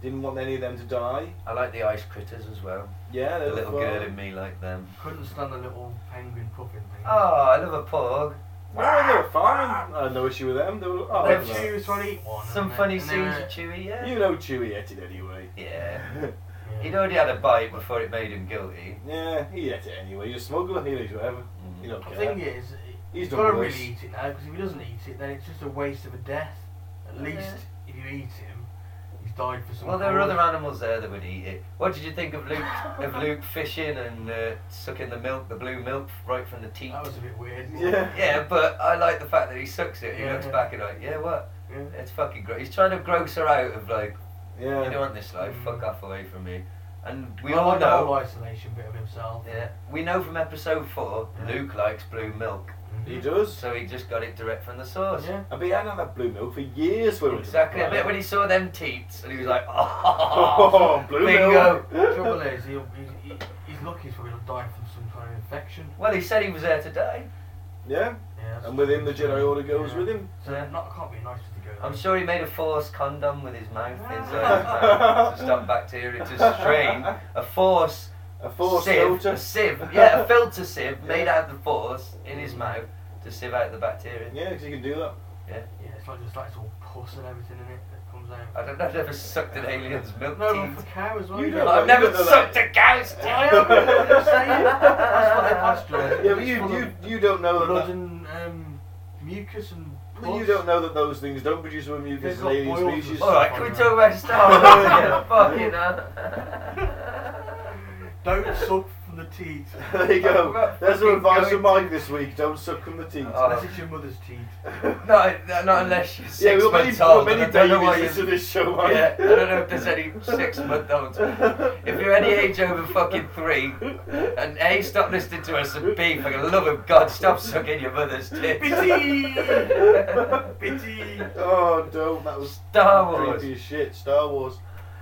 Didn't want any of them to die. I like the ice critters as well. Yeah, they The were little fun. girl in me like them. Couldn't stand the little penguin puffin thing. Oh, I love a pug. No, they were fine. I had no issue with them. They were. Oh, They I have don't know. chews on each one. Some and funny then- scenes and with Chewie, yeah. You know Chewie ate it anyway. <laughs> Yeah. then- He'd already had a bite before it made him guilty. Mm-hmm. Yeah, he ate it anyway. He's a smuggler. He eats whatever. He don't The care. thing is, He's he's done got to worse. really eat it now because if he doesn't eat it, then it's just a waste of a death. At Yeah. least if you eat him, he's died for some. Well, there were cause. other animals there that would eat it. What did you think of Luke of Luke fishing and uh, sucking the milk, the blue milk, right from the teat? That was a bit weird. <laughs> Yeah. Yeah, but I like the fact that he sucks it. He Yeah. looks back and like, yeah, what? Yeah. It's fucking gross. He's trying to gross her out of like, Yeah. you don't want this life. Mm. Fuck off away from me. And we I all like the whole Oh, know. isolation bit of himself. Yeah, we know from episode four, Yeah. Luke likes blue milk, He does. so he just got it direct from the source. Yeah. I've been having that blue milk for years. When Exactly. I Right. bet when he saw them teats, and he was like, oh, <laughs> Oh, <laughs> blue bingo. milk. Trouble is, he'll, he's, he, he's lucky he's probably not dying from some kind of infection. Well, he said he was there today. Yeah, Yeah, and with him, the Jedi Order goes with him. So Yeah. not can't be nice to go. I'm sure he made a force condom with his mouth inside his mouth to <laughs> stop bacteria to strain. A force A force sieve, filter. a sieve, yeah, <laughs> a filter sieve made out of the force in his mouth to sieve out the bacteria. Yeah, because you can do that. Yeah, it's like just like it's all pus and everything in it that comes out. I don't know, I've never sucked an alien's milk No, teat. for cow as well. You yeah. don't- I've <laughs> never no, no, no. sucked a cow's I am tail. <laughs> <laughs> really gonna say it. That's what they pasteurise. Yeah, but It's you full you, of you don't know blood that. and um, mucus and. Well, you pus. don't know that those things don't produce a mucus They've in got alien boils and species. stuff. Alright, can we talk <laughs> about Star Wars again? Oh, <laughs> Fucking hell. Don't suck from the teat. <laughs> there you go. Well, There's some fucking advice going from Mike this week. Don't suck on the teeth. Oh. Unless it's your mother's teat. No, no, not unless you're yeah, six we've got many, months we've got old. and I many don't know why babies listen you're to this show, Mike. Yeah, I don't know if there's any six month olds. If you're any age over fucking three, and A, stop listening to us, and B, for the love of God, stop sucking your mother's <laughs> tits. Bitty! Bitty! Oh, don't. That was Star Wars. creepy as shit. Star Wars.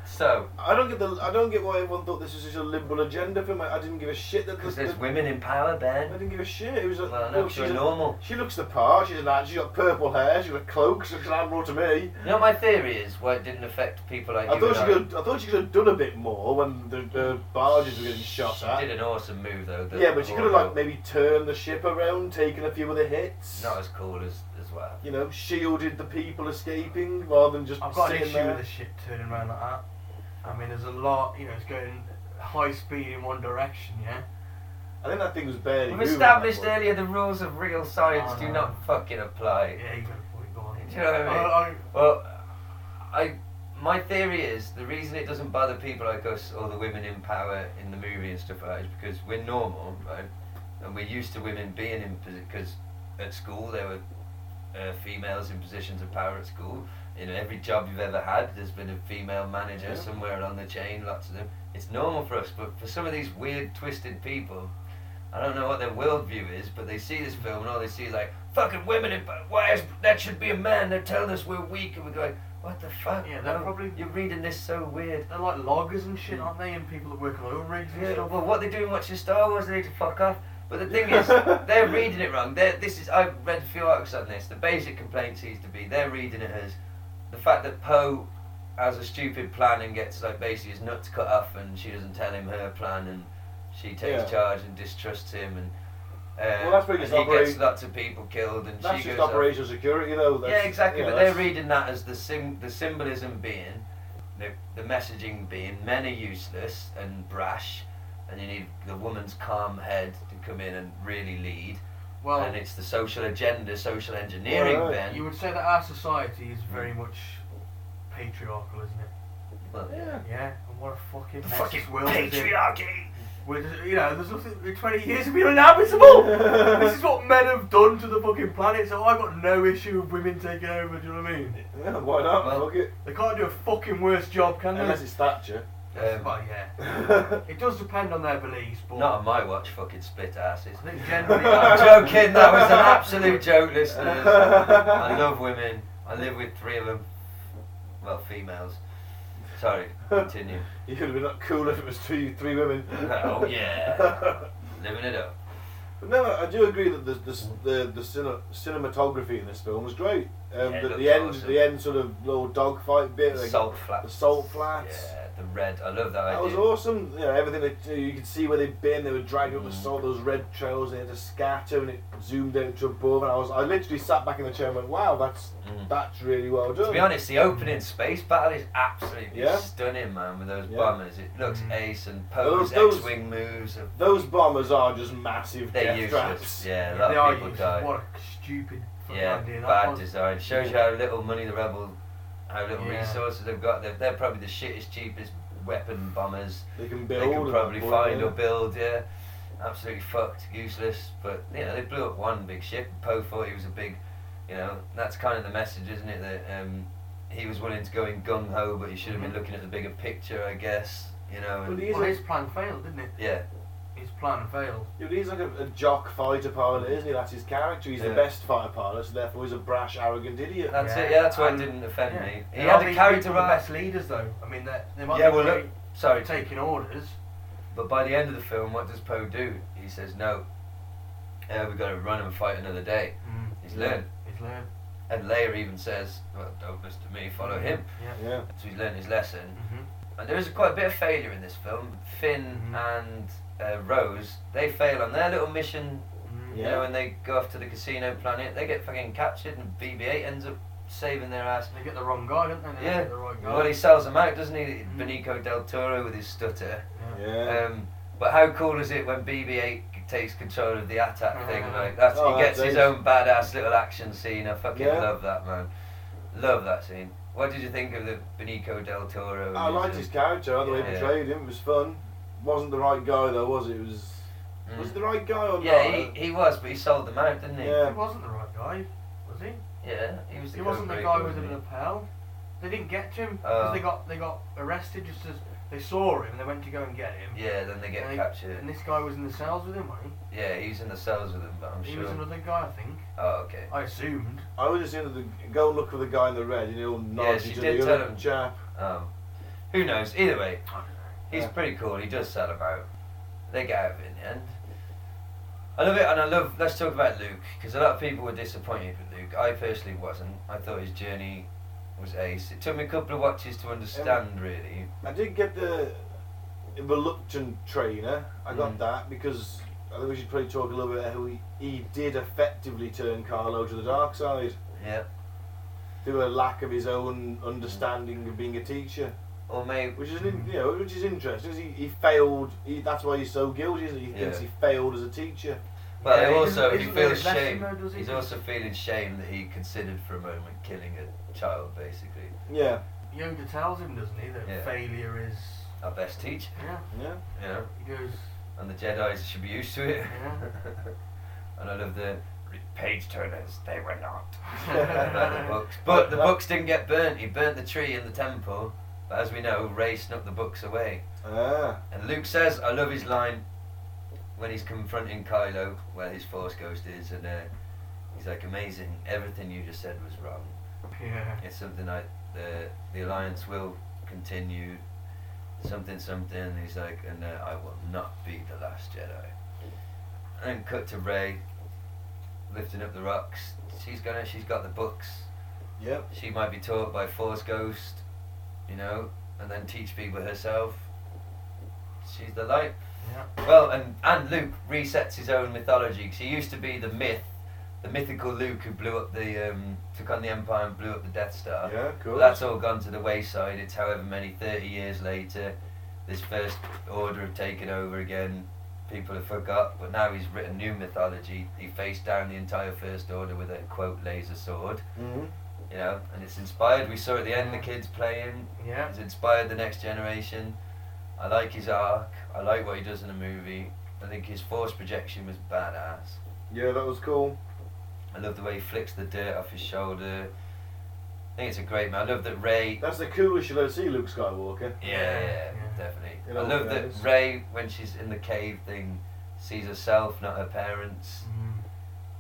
So, I don't get the. I don't get why everyone thought this was such a liberal agenda film. I, I didn't give a shit that because the- there's women in power, I Ben. didn't give a shit. It was a, Well, well, no, she's you're a- normal. She looks the part. She's an actor. She's got purple hair. She's got a cloak. She's an admiral to me. You know what my theory is why it didn't affect people like I you thought and she I? could. I thought she could have done a bit more when the, the barges were getting shot She at. did an awesome move though. the Yeah, but she could have like Orville. maybe turned the ship around, taken a few of the hits. Not as cool as as well. You know, shielded the people escaping rather than just I've got an sitting issue there. with the shit turning around like that. I mean, there's a lot. You know, it's going high speed in one direction. Yeah. I think that thing was barely. We've moving established at that point. earlier the rules of real science Oh, do no. not fucking apply. Yeah, you got a point. Go on. Do you know what I mean? I- I- Well, I my theory is the reason it doesn't bother people like us or the women in power in the movie and stuff like that is because we're normal, right? And we're used to women being in because at school there were uh, females in positions of power at school. You know, every job you've ever had, there's been a female manager somewhere along the chain. Lots of them. It's normal for us, but for some of these weird, twisted people, I don't know what their worldview is, but they see this film and all they see is like fucking women. In, power. why is that should be a man? They're telling us we're weak, and we're going, what the fuck? Yeah, they're No, probably- you're reading this so weird. Mm. They're like loggers and shit, aren't they? And people that work on oil rigs and Yeah, stuff. well, what they're doing watching Star Wars, they need to fuck off. But the thing <laughs> is, they're reading it wrong. They're, this is I've read a few articles on this. The basic complaint seems to be they're reading it as the fact that Poe has a stupid plan and gets like basically his nuts cut off, and she doesn't tell him her plan, and she takes Yeah. charge and distrusts him, and, uh, Well, that's and because he operate- gets lots of people killed, and That's she just goes off. operational security, though. That's, Yeah, exactly. you know, but they're that's- <laughs> reading that as the sim- the symbolism being, the, the messaging being, men are useless and brash, and you need the woman's calm head to come in and really lead. Well, and it's the social agenda, social engineering. Well, then you would say that our society is very much patriarchal, isn't it? well, yeah. Yeah. And what a fucking The mess fucking this world is in. patriarchy. We're just, you know, there's nothing. in 20 years have been <laughs> inhabitable. this is what men have done to the fucking planet. So I've got no issue with women taking over. Do you know what I mean? Yeah, why not? Well- Fuck it. They can't do a fucking worse job, can they? Unless it's Thatcher. Yes, Um, well, yeah. It does depend on their beliefs, but Not on my watch, fucking split asses. I think <laughs> generally, I'm joking. That was an absolute joke, listeners. <laughs> I love women. I live with three of them. Well, females. Sorry. Continue. You could have been not cool if it was two, three women. <laughs> Oh yeah, living it up. <laughs> But no, I do agree that the the the, the cine, cinematography in this film was great. Um, Yeah, it the, looks the end, awesome. the end sort of little dogfight bit, like, salt flats. the salt flats. Yeah, uh, the red. I love that That was idea. awesome. You know, everything that uh, you could see where they'd been, they were dragging up the Mm. salt, those red trails, and they had to scatter, and it zoomed out to above. And I was, I literally sat back in the chair and went, "Wow, that's Mm. that's really well done." To be honest, the opening space battle is absolutely Yeah. stunning, man. With those Yeah. bombers, it looks ace and Poe's Those- those- X-wing moves. Are, Those bombers are just massive they're death useless. traps. Yeah, a lot they are of people useless. die. What a stupid fucking yeah, idea that bad was. design. Shows you how little money the rebel, how little Yeah. resources they've got. They're, they're probably the shittest, cheapest weapon bombers They can they build. can and probably build, find yeah. or build. Yeah, absolutely fucked, useless. But you know, they blew up one big ship. Poe thought he was a big, you know, that's kind of the message, isn't it? That um, he was willing to go in gung ho, but he should have been looking at the bigger picture, I guess. You know, But and, he's Mm-hmm. Well, a, his plan failed, didn't it? yeah, His plan failed. Yeah, but he's like a, a jock fighter pilot, isn't he? That's his character. He's Yeah. the best fighter pilot, so therefore he's a brash, arrogant idiot. that's Yeah, it. Yeah, that's why it and- didn't offend me. He They are had a these character people the arc. best leaders, though. I mean, they they might Yeah, be well, great look, sorry, at taking orders. But by the end of the film, what does Poe do? He says, "No, uh, we've got to run and fight another day." Mm. He's learned, He's learned. and Leia even says, "Well, don't listen to me. Follow him." Yeah. Yeah. So he's learned his lesson. hmm And there is quite a bit of failure in this film. Finn Mhm. and uh, Rose, they fail on their little mission. Mm-hmm. You Yeah. know, when they go off to the casino planet, they get fucking captured, and BB-8 ends up saving their ass. They get the wrong guy, don't they? They Yeah. get the right guy. Well, he sells them out, doesn't he? Mhm. Benico del Toro with his stutter. Yeah. Um, but how cool is it when BB-8 takes control of the attack thing? Mhm. Like that's, Oh, he gets that his is- own badass little action scene. I fucking Yeah. love that man. Love that scene. What did you think of the Benico del Toro? and I his, liked um, his character. I thought he Yeah. portrayed him. It was fun. Wasn't the right guy though, was it? It was. mm. Was it the right guy or Yeah, not? he, he was, but he sold them out, didn't he? Yeah. He wasn't the right guy, was he? Yeah, he was the He wasn't the code guy breaker, with the wasn't lapel. They didn't get to him because Oh. they got they got arrested just as they saw him. They went to go and get him. he? Yeah, then they get and, they- captured. and this guy was in the cells with him, wasn't Yeah, he was in the cells with them, but I'm he? He sure. was another guy, I think. Oh, okay. I assumed. I would assume that the, go look for the guy in the red, and he'll nod Yeah, you she to did the tell other him. chap. Um, who knows? Either way, I don't know. he's Yeah. pretty cool. He does sell them out. They get out of it in the end. I love it, and I love. Let's talk about Luke, because a lot of people were disappointed with Luke. I personally wasn't. I thought his journey was ace. It took me a couple of watches to understand, really. I did get the reluctant trainer. I got Mm. that because I think we should probably talk a little bit about how he, he did effectively turn Carlo to the dark side. Yeah. through a lack of his own understanding of being a teacher. or maybe Which is, an, in- you know, which is interesting. 'cause He, he failed. He, that's why he's so guilty, isn't he? He thinks Yeah. he failed as a teacher. But Yeah, he also, doesn't- he isn't it feels his lesson shame. though, does he? He's also feeling shame that he considered for a moment killing a child, basically. Yeah, Yoda tells him, doesn't he, that Yeah. failure is. Our best teacher, Yeah. yeah. you know, He goes. and the Jedi's should be used to it. Yeah. <laughs> and I love the page turners. They were <laughs> not. About the books. But the books didn't get burnt. He burnt the tree in the temple. But as we know, Ray snuck the books away. Ah, And Luke says, I love his line when he's confronting Kylo, where his Force Ghost is, and uh, he's like, "Amazing! Everything you just said was wrong." Yeah. It's something like the the alliance will continue. Something, something. And he's like, and uh, I will not be the last Jedi. And cut to Ray, lifting up the rocks. She's gonna. She's got the books. yep. She might be taught by Force Ghost, you know, and then teach people herself. She's the light. Yeah. Well, and and Luke resets his own mythology 'cause he used to be the myth, the mythical Luke who blew up the um, took on the Empire and blew up the Death Star. Yeah, cool. That's all gone to the wayside. It's however many 30 years later, this first order have taken over again. People have forgot, but now he's written new mythology. He faced down the entire first order with a quote laser sword, hmm you know, and it's inspired. We saw at the end the kids playing. Yeah. It's inspired the next generation. I like his arc. I like what he does in the movie. I think his force projection was badass. Yeah, that was cool. I love the way he flicks the dirt off his shoulder. I think it's a great man. I love that Ray That's the coolest you'll ever see Luke Skywalker. Yeah, Yeah, yeah, yeah. definitely. It I all love goes. that Ray, when she's in the cave thing, sees herself, not her parents. Mm.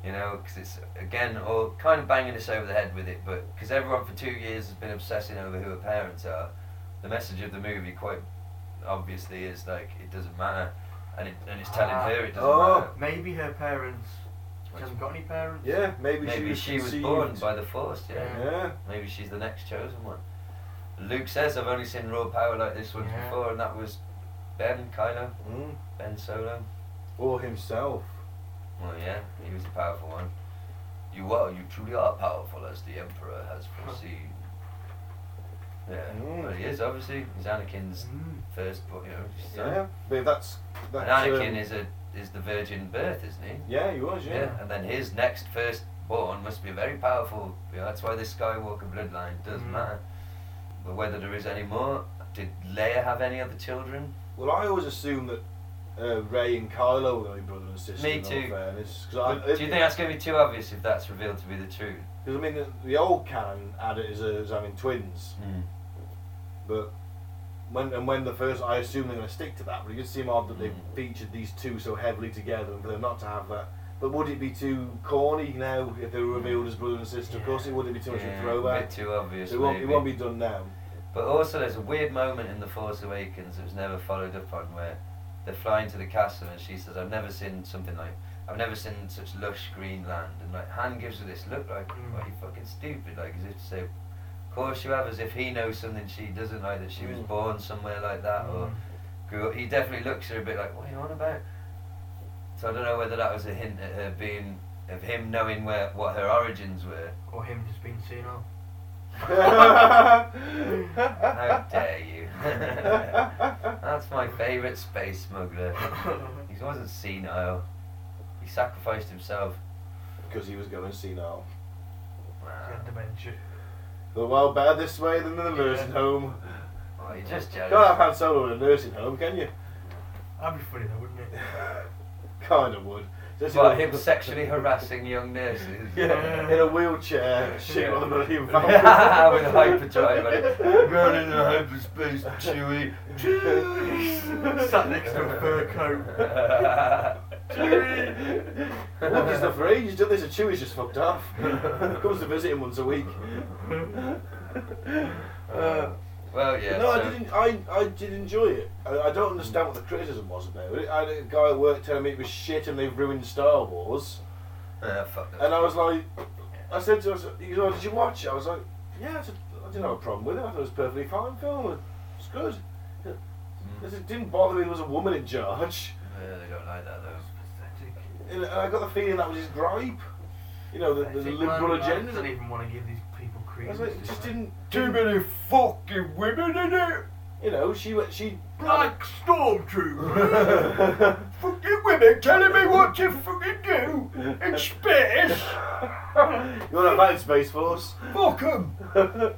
You know, because it's again all kind of banging us over the head with it. But because everyone for two years has been obsessing over who her parents are, the message of the movie quite obviously is like it doesn't matter, and it, and it's telling Ah. her it doesn't Oh. matter. Maybe her parents. She hasn't got any parents. Yeah, maybe, Maybe she she was was conceived- born by the Force. yeah. Yeah, Maybe she's the next chosen one. Luke says, "I've only seen raw power like this once Yeah. before, and that was Ben Kylo, mm. Ben Solo." or himself. Well, yeah, he was a powerful one. You are, you truly are powerful, as the Emperor has foreseen. Yeah, Mm. well, he is obviously. He's Anakin's Mm. first, but you know, Yeah, son. but that's And that's. Anakin um, is a is the virgin birth, isn't he? Yeah, he was. Yeah. and then his next firstborn must be very powerful. You know, that's why this Skywalker bloodline does Mm. matter. But whether there is any more, did Leia have any other children? Well, I always assumed that uh, Ray and Kylo were going to be brother and sister. Me in all too. fairness. 'Cause I, Do you think that's going to be too obvious if that's revealed to be the truth? Because I mean, the, the old canon had it as, as having twins, but when and when the first, I assume they're going to stick to that. But it does seem odd that they've Mm. featured these two so heavily together, and for them not to have that. But would it be too corny now if they were revealed as brother and sister? Of course, it wouldn't be too much of Hmm. Yeah, a A throwback. bit too obvious. So it won't, it maybe. won't be done now. But also, there's a weird moment in The Force Awakens that was never followed up on where they're flying to the castle and she says, I've never seen something like, I've never seen such lush green land. And like, Han gives her this look like, Mm. what, are you fucking stupid? Like, as if to say, of course you have, as if he knows something she doesn't, like that she was Mm. born somewhere like that or Mm. grew up. He definitely looks at her a bit like, what are you on about? So I don't know whether that was a hint at her being, of him knowing where what her origins were. Or him just being seen <laughs> off. How dare you? <laughs> That's my favourite space smuggler. He wasn't senile. He sacrificed himself. Because he was going senile. He had Wow. dementia. But well, better this way than in the Yeah. nursing home. Oh, you're just Can't have jealous. Han Solo in a nursing home, can you? That'd be funny though, wouldn't it? <laughs> Kind of would. Just What, in a- him sexually harassing young nurses? <laughs> Yeah, in a wheelchair, shit on the bloody van. <laughs> With hyperdrive on <laughs> it. Going into hyperspace, Chewie. Sat next to a fur coat. <laughs> Look, he's not for ages done this, and Chewie's just fucked <laughs> off. Comes to visit him once a <laughs> week. Uh, well, yeah. no, so- I didn't. I, I did enjoy it. I, I don't understand what the criticism was about it. I had a guy at work telling me it was shit and they've ruined Star Wars, Ah, fuck that. and I was like, I said to him, "You know, did you watch it?" I was like, "Yeah." I, said, I didn't have a problem with it. I thought it was a perfectly fine film. It's good. Hmm. It just didn't bother me. There was a woman in charge. Yeah, they don't like that though. Pathetic. And I got the feeling that was his gripe. You know, the, the Pathetic liberal man, like, agenda. Doesn't even want to give these people I credence. was like, it do just they? didn't. Too many fucking women in it. You know, she went. She Black <laughs> Stormtrooper! fucking women telling me what to fucking do in space! You want to fight Space Force? Fuck 'em. <laughs> but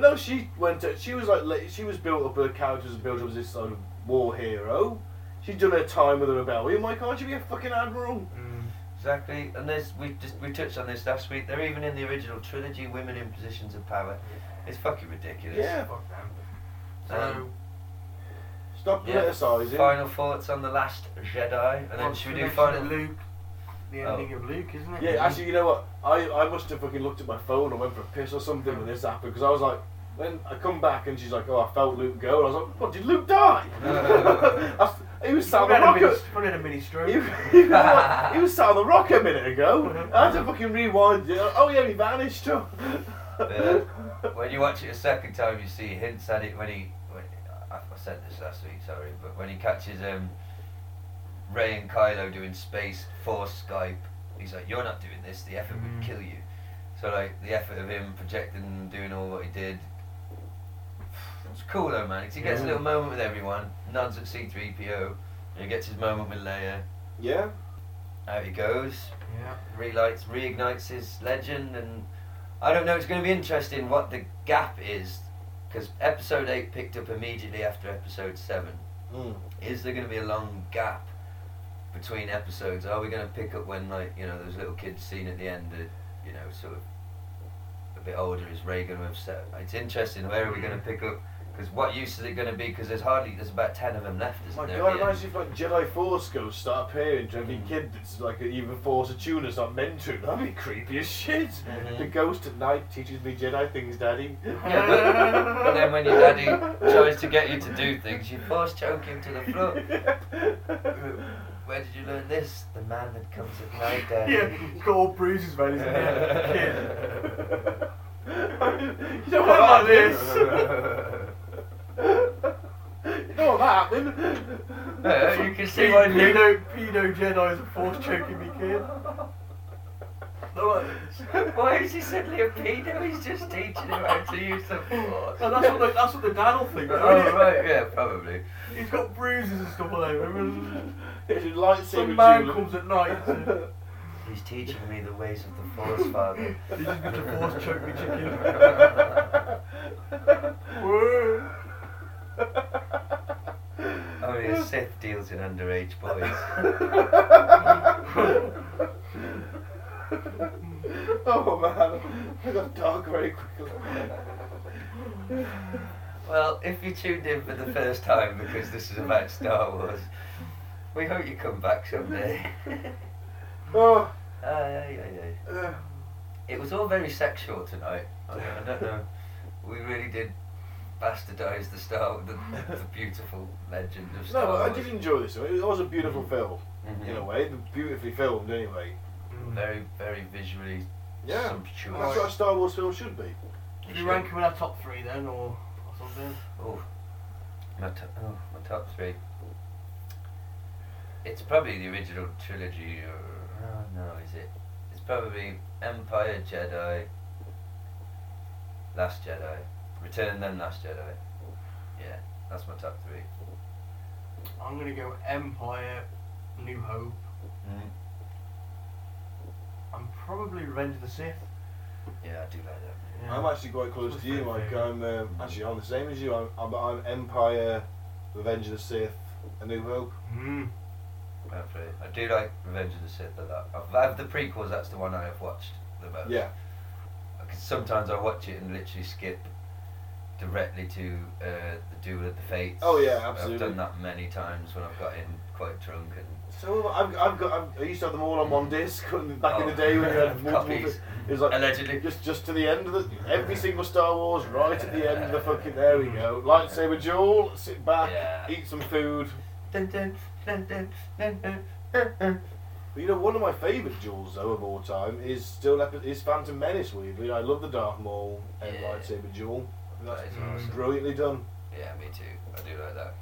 no, she went. To, she was like. li- She was built up. Her character was built up as this sort of war hero. She'd done her time with the rebellion. Why can't she be a fucking admiral? Mm, Exactly, and this we just we touched on this last week. They're even in the original trilogy, women in positions of power. It's fucking ridiculous. Yeah. Fuck them. Um, Stop yeah. politicising. Final thoughts on the last Jedi, and then What's should the we do next final? one? Luke? The Oh. ending of Luke, isn't it? Yeah, actually, you know what? I, I must have fucking looked at my phone or went for a piss or something when this happened because I was like, when I come back and she's like, oh, I felt Luke go, and I was like, what? Did Luke die? <laughs> I s- he was sat on Probably the had a mini, rocket. <laughs> probably had a mini stroke. He, he, was like- he was sat on the rock a minute ago. I had to fucking rewind it. Oh yeah, he vanished. <laughs> Yeah. when you watch it a second time, you see hints at it when he. When, I I said this last week, sorry, but when he catches um, Ray and Kylo doing space force Skype, he's like, "You're not doing this. The effort would kill you." So like the effort of him projecting and doing all what he did. It's cool though, man. 'cause he gets a little moment with everyone. Nods at C-3PO. And he gets his moment with Leia. yeah. Out he goes Yeah. relights, reignites his legend, and I don't know. It's going to be interesting what the gap is, because episode eight picked up immediately after episode seven. Mm. Is there going to be a long gap between episodes? Are we going to pick up when, like, you know, those little kids seen at the end, that you know, sort of a bit older? Is Ray going to have set? It's interesting. Where are we going to pick up? Because what use is it going to be? Because there's hardly there's about ten of them left, isn't My there? God, at the end? imagine if like Jedi Force ghosts start appearing to Mm. every kid that's like an even Force attuned that's not meant to. That'd be creepy as shit. Mhm. The ghost at night teaches me Jedi things, Daddy. Yeah, <laughs> but, but then when your daddy tries <laughs> to get you to do things, you force choke him to the floor. Where did you learn this? The man that comes at night, daddy. Yeah, he's got all bruises around his neck. Yeah. you know What what that about this? <laughs> You know what Oh, happened? <laughs> Uh, you can see why Luke. Pedo, pedo Jedi's a force choking me, kid. No, uh, Why is he suddenly a pedo? He's just teaching him how to use the force. no, that's what the, that's what the dad will think. Oh right, <laughs> yeah, probably. He's got bruises and stuff all over him. It's a lightsaber Some man duel. comes at night to, He's teaching me the ways of the force, father. he just got to force choke me chicken. <laughs> Only a Sith deals in underage boys. Oh man, <laughs> Oh, I got dark very quickly. Well, if you tuned in for the first time because this is about Star Wars, we hope you come back someday. <laughs> Oh, Aye, aye, aye, aye. uh, It was all very sexual tonight. I don't, I don't know. We really did bastardise the Star, the, <laughs> the beautiful legend of Star no, but I Wars. did enjoy this. one. It was a beautiful film, Mhm. in a way, beautifully filmed, anyway. Very, very visually Yeah, sumptuous. that's what a Star Wars film should be. Did you rank him in our top three then, or, or something? Oh, my top, oh, my top three. It's probably the original trilogy. Or, oh, no, is it? It's probably Empire, Jedi, Last Jedi, Return, then Last Jedi. Yeah, that's my top three. I'm gonna go Empire, New Hope. Mm. I'm probably Revenge of the Sith. Yeah, I do like that. Yeah. I'm actually quite close to you, Mike. I'm um, actually I'm the same as you. I'm, I'm, I'm Empire, Revenge of the Sith, A New Hope. Mm. That's right. I do like Revenge of the Sith a lot. Of, of the prequels, that's the one I have watched the most. Yeah, Because sometimes I watch it and literally skip directly to uh, the Duel of the Fates. Oh, yeah, I've absolutely. done that many times when I've got in quite drunk and So I've, I've got. I've, I used to have them all on one disc <laughs> and back in the day when you <laughs> had multiple. Oh. Copies. It was like Allegedly. just just to the end of the every single Star Wars right at the <laughs> end of the fucking. There we go. Lightsaber duel. Sit back, Yeah. eat some food. dun dun dun dun dun dun dun dun. But you know, one of my favourite duels though of all time is still Epi- is Phantom Menace. Weirdly, I love the Darth Maul and Yeah. lightsaber duel. That is Mm. awesome. Brilliantly done. Yeah, me too. I do like that.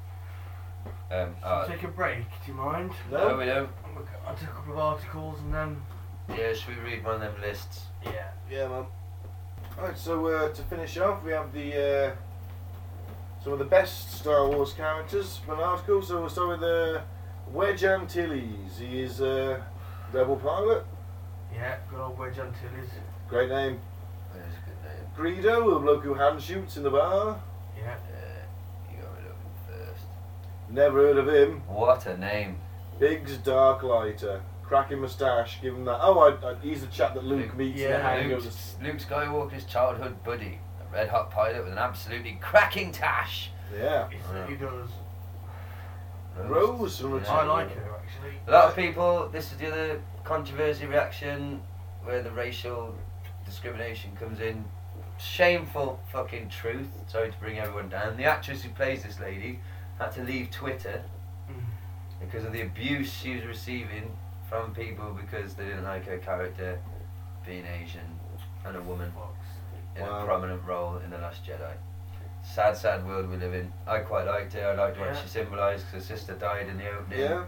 Um, ah, Take a break, do you mind? no, No. we don't. I'm gonna go- I'll do a couple of articles and then. Yeah, should we read one of them lists? Yeah. Yeah, man. All right. So uh, to finish off, we have the uh, some of the best Star Wars characters from an article. So we'll start with uh, Wedge Antilles. He is a rebel pilot. Yeah, good old Wedge Antilles. Great name. That is a good name. Greedo, the bloke who hand shoots in the bar. Yeah. Uh, you got rid of him first. Never heard of him. What a name. Biggs Dark Lighter. Cracking moustache. Give him that. Oh, I, I, he's the chap that Luke meets. Yeah, now. He Luke, goes, Luke Skywalker's childhood buddy, a red hot pilot with an absolutely cracking tash. yeah. It's, He does. Uh, Rose from I Return. like her actually. A lot of people, this is the other controversy reaction where the racial discrimination comes in. Shameful fucking truth. Sorry to bring everyone down. The actress who plays this lady had to leave Twitter Mm. because of the abuse she was receiving from people because they didn't like her character being Asian and a woman in Wow. a prominent role in The Last Jedi. Sad, sad world we live in. I quite liked her. I liked what Yeah. she symbolised 'cause her sister died in the opening. Yeah.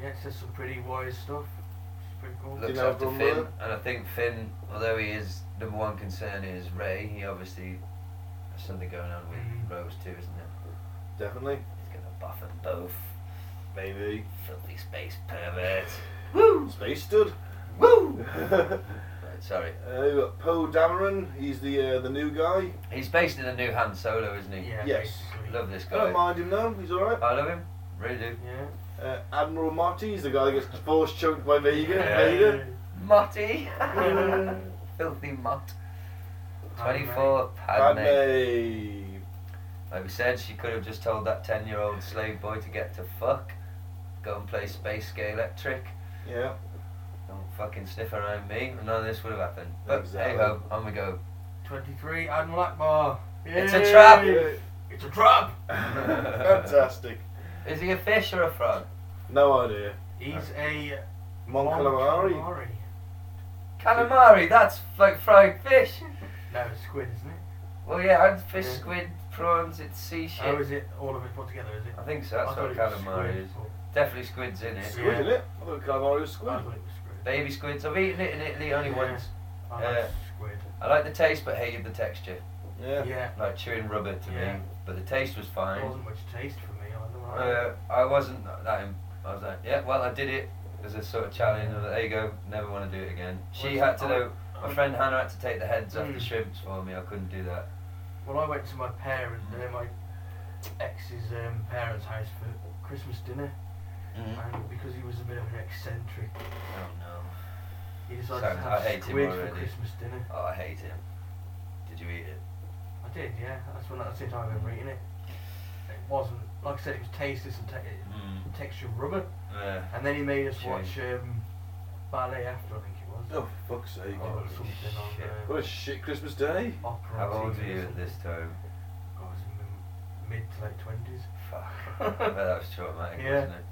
Yeah, it says some pretty wise stuff. It's pretty cool. looks You know, after from Finn, where? and I think Finn, although he is number one concern is Ray, he obviously has something going on with Mhm. Rose too, isn't it? Definitely. He's gonna buff them both, Maybe. filthy space pervert. Space Stud. <laughs> Woo! uh, Right, sorry, we've got Uh, Poe Dameron. He's the uh, the new guy. he's based in the new Han Solo, isn't he? Yeah, Yes. basically. Love this I don't guy. mind him though. He's all right. I love him, really do. Yeah. Uh, Admiral Marty. He's the guy that gets force choked by Vega. Yeah. Vader. <laughs> Motty, filthy mutt. Twenty-four Padme. Padme. Like we said, she could have just told that ten-year-old slave boy to get to fuck, go and play Space Gay Electric. Yeah. Don't fucking sniff around me. None of this would have happened. But Exactly. hey ho, on we go. 23 Admiral Akbar. It's a Yay! trap. It's a trap! <laughs> Fantastic. Is he a fish or a frog? No idea. He's a Mon Mon Calamari. Calamari. Calamari, that's like fried fish. No, it's squid, isn't it? Well, yeah, and fish, Yeah. squid, prawns, it's sea shit. Oh, is it all of it put together, is it? I think so, that's I thought what it was calamari squid. is. Definitely squid's in it. Squid, Yeah. isn't it? I thought Calamari was I squid. thought it was squid. Baby squids, I've eaten it in Italy only Yeah. once. I Yeah. like squid. I like the taste but hated the texture. Yeah. Yeah. Like chewing rubber to Yeah. me. But the taste was There fine. wasn't much taste for me either. when I- Uh, I wasn't that. Im- I was like, yeah, well, I did it as a sort of challenge. and There you go. Never want to do it again. She Was had it- to I- do. My I- friend Hannah had to take the heads off the Mm. shrimps for me. I couldn't do that. Well, I went to my parents, uh, my ex's um, parents' house for Christmas dinner, Mm-hmm. and because he was a bit of an eccentric, Oh no. he decided Sounds- to I have hate him squid for already. Christmas dinner. Oh, I hate him. Did you eat it? I did, yeah. That's when that's it. I've ever eaten it. It wasn't like I said. It was tasteless and te- Mm. texture of rubber. Uh, And then he made us Shame. watch um, ballet after. I think it was. Oh, for fuck's sake. Or holy something on shit. uh, What a shit Christmas day. opera. how old were TV or you at something. this time? I was in my mid to late twenties. Fuck. <laughs> I bet <laughs> that was traumatic, Yeah. wasn't it?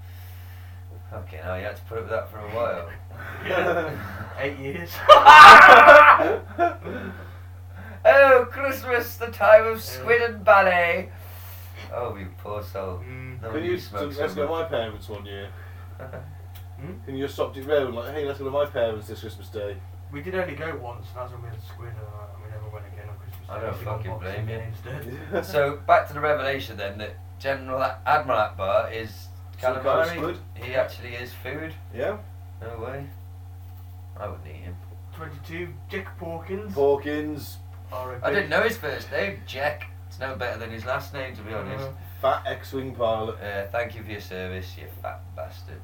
Okay, now you had to put up with that for a <laughs> while. <laughs> Eight years. oh, Christmas, the time of squid and ballet. Oh, you poor soul. Mm. No Can wonder you you s- smoke so let's go to much. Hmm? my parents <laughs> one year? Can you stop it round like, hey, let's go to my parents this Christmas day? We did only go once, and that's when we had squid, and uh, we never went again on Christmas I Day. don't We got fucking Boxing blame Day you. Instead. <laughs> So back to the revelation then that General A- Admiral Akbar is Some kind of calamari. squid. He actually is food. Yeah. No way. I wouldn't eat him. 22, Dick Porkins. Porkins, are a I big- didn't know his first name, Jack. It's no better than his last name, to be honest. Mhm. Mm-hmm. fat X-wing pilot. Uh, thank you for your service, you fat bastard.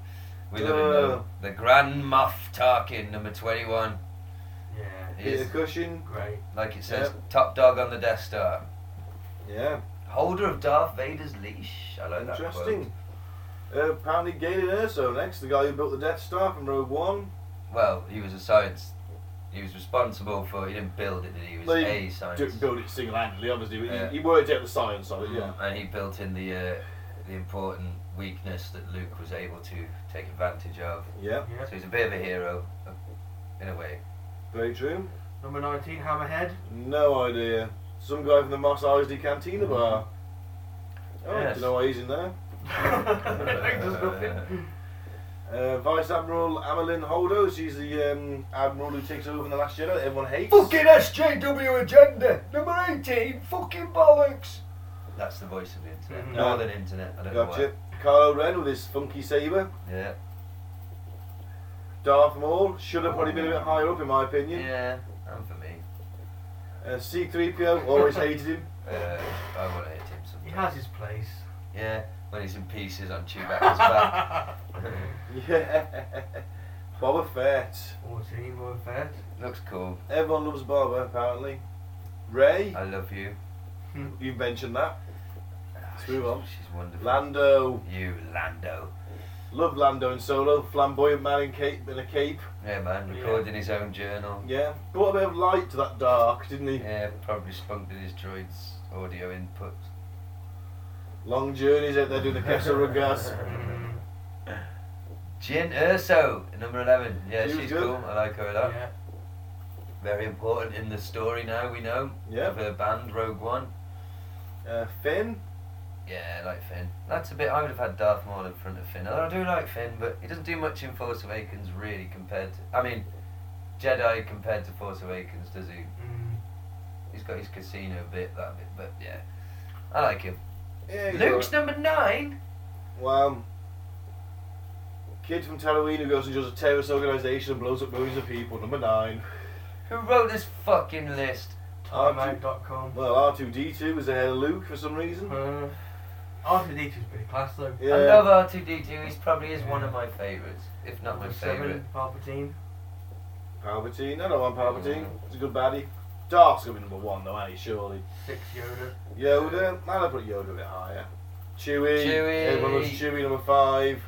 We live Uh. in the, the Grand Muff Tarkin, number 21. Yeah, He Peter is, Cushing. great. like it says, top dog on the Death Star. Yeah. Holder of Darth Vader's leash. I like that quote. Interesting. Uh, apparently Galen Erso next, the guy who built the Death Star from Rogue One. Well, he was a science. He was responsible for. He didn't build it. Did he? he was Well, he a science. Didn't build it single-handedly, obviously. but Yeah. He, he worked out the science of it. Yeah. And he built in the uh, the important weakness that Luke was able to take advantage of. Yeah. Yeah. So he's a bit of a hero, uh, in a way. Very true. Number 19, Hammerhead. No idea. Some guy from the Mos Eisley Cantina bar. Mm-hmm. Oh, I Yes. don't know why he's in <laughs> there. It does nothing. Uh, Vice Admiral Amelin Holdo, she's the um, admiral who takes over in the Last Jedi that everyone hates. SJW agenda number eighteen. Fucking bollocks. That's the voice of the internet. Mhm. Northern internet. I don't know Gotcha. Carlo Ren with his funky saber. why. Yeah. Darth Maul should have probably been a bit Mm-hmm. higher up in my opinion. Yeah. And for me, Uh, C3PO always hated him. <laughs> uh, I want to hit him sometime. He has his place. Yeah. When he's in pieces on Chewbacca's back. <laughs> Yeah. <laughs> Boba Fett. Or is he more fed? Looks cool. Everyone loves Boba apparently. Ray, I love you. you mentioned that. Let's move on. She's wonderful. Lando, You Lando. love Lando and Solo. Flamboyant man in cape in a cape. Yeah, man. Yeah. Recording his own journal. Yeah, brought a bit of light to that dark, didn't he? Yeah, probably spunked in his droid's audio input. Long journeys out there doing the Kessel Run gas. Mm, <laughs> Jin Urso, number 11. Yeah, She was she's good. cool. I like her a lot. yeah. Very important in the story now, we know. Of Yeah, her band, Rogue One. uh, Finn. Yeah, I like Finn. That's a bit. I would have had Darth Maul in front of Finn. Although I do like Finn, but he doesn't do much in Force Awakens, really, compared to. I mean, Jedi compared to Force Awakens, does he? Mm, He's got his casino bit, that bit, but yeah. I like him. Yeah, he's Luke's number 9? alright. Well, kid from Tatooine who goes and joins a terrorist organisation and blows up millions of people. Number nine. Who wrote this fucking list? R2, Timeout.com. well, R2D2 is ahead of Luke for some reason. Uh, R2D2's pretty class though. Yeah. I love R2D2. He's probably is one of my favourites, if not my Number favourite. Seven, Palpatine. Palpatine. I don't want Palpatine. Mm. He's a good baddie. Darth's gonna be number one though, eh? Surely. Six, Yoda. Yoda. Man, I put Yoda a bit higher. Chewie. Chewie. Everyone loves Chewie. Number five.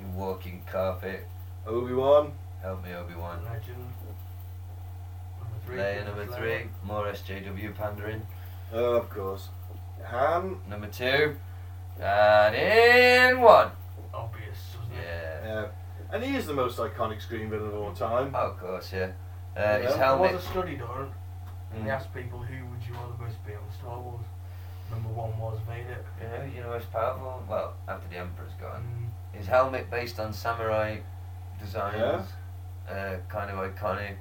You walking carpet. Obi Wan. Help me, Obi Wan. Legend. Number three. Leia Princess number Leia. three, more SJW pandering. Oh, of course. Han. Number two, and in one. Obvious, Uh, wasn't it? Yeah. Yeah. And he is the most iconic screen villain of all time. Oh, of course, yeah. Uh, his Yeah. There helmet. was a study done, and they Mm. asked people who would you rather most be on Star Wars. Number one was Vader. You <laughs> know, you know, most powerful. Well, after the Emperor's gone, And his helmet based on samurai Yeah. designs. Uh, kind of iconic.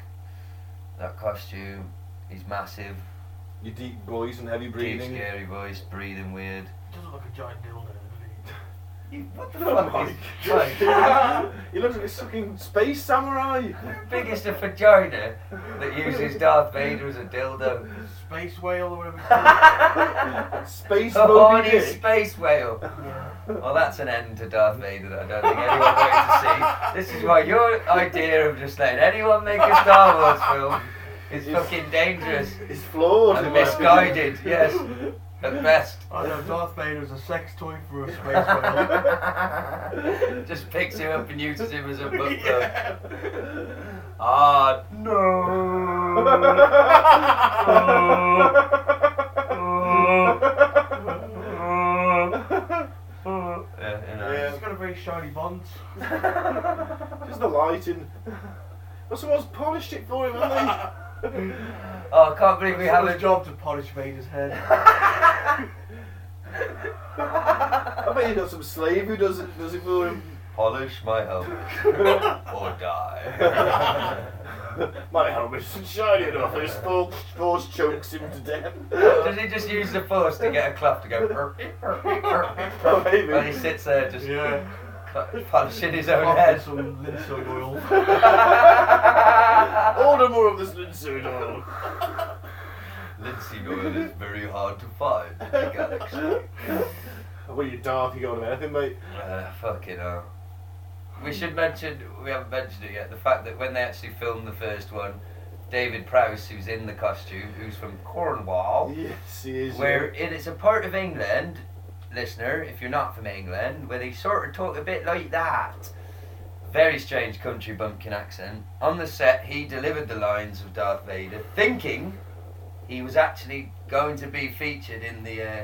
That costume. He's massive. Your deep voice and heavy breathing. Deep, scary voice, breathing weird. he does look like a giant dildo, doesn't You, what the Oh, fuck? Mike. is- Mike, <laughs> <laughs> he looks like a fucking space samurai. biggest of <laughs> <laughs> vagina that uses Darth Vader as a dildo. he? <laughs> Space whale or whatever. it's called. Space A Moby horny Dick. Oh, space <laughs> whale. Well, that's an end to Darth Vader that I don't think anyone wanted to see. This is why your idea of just letting anyone make a Star Wars film is fucking dangerous It's flawed. and in my opinion. misguided. <laughs> Yes, at best. I know Darth Vader's a sex toy for a space whale. <laughs> Just picks him up and uses him as a book bag. <laughs> Ah, no. Yeah, you know. Yeah. He's got a very shiny bond. <laughs> Just the lighting. Well, someone's polished it for him, haven't Oh, I can't believe we We have a haven't. job to polish Vader's head. they? <laughs> I bet you got some slave who does it, does it for him. Polish my <laughs> helmet or die. My helmet's shiny enough, his force, force chokes him to death. Does he just use the force to get a cloth to go? "Burp, burp, <laughs> burp, burp," Oh, Maybe. While he sits there just Yeah. cl- polishing his own After head. some linseed <laughs> oil. Order more of this linseed oil. Linseed oil is very hard to find in the galaxy. <laughs> Well, you're dark, you got anything, mate. Uh, fucking hell. We should mention, we haven't mentioned it yet, the fact that when they actually filmed the first one, David Prowse, who's in the costume, who's from Cornwall, Yes, he is. where it is a part of England, listener, if you're not from England, where they sort of talk a bit like that. Very strange country bumpkin accent. On the set, he delivered the lines of Darth Vader, thinking he was actually going to be featured in the uh,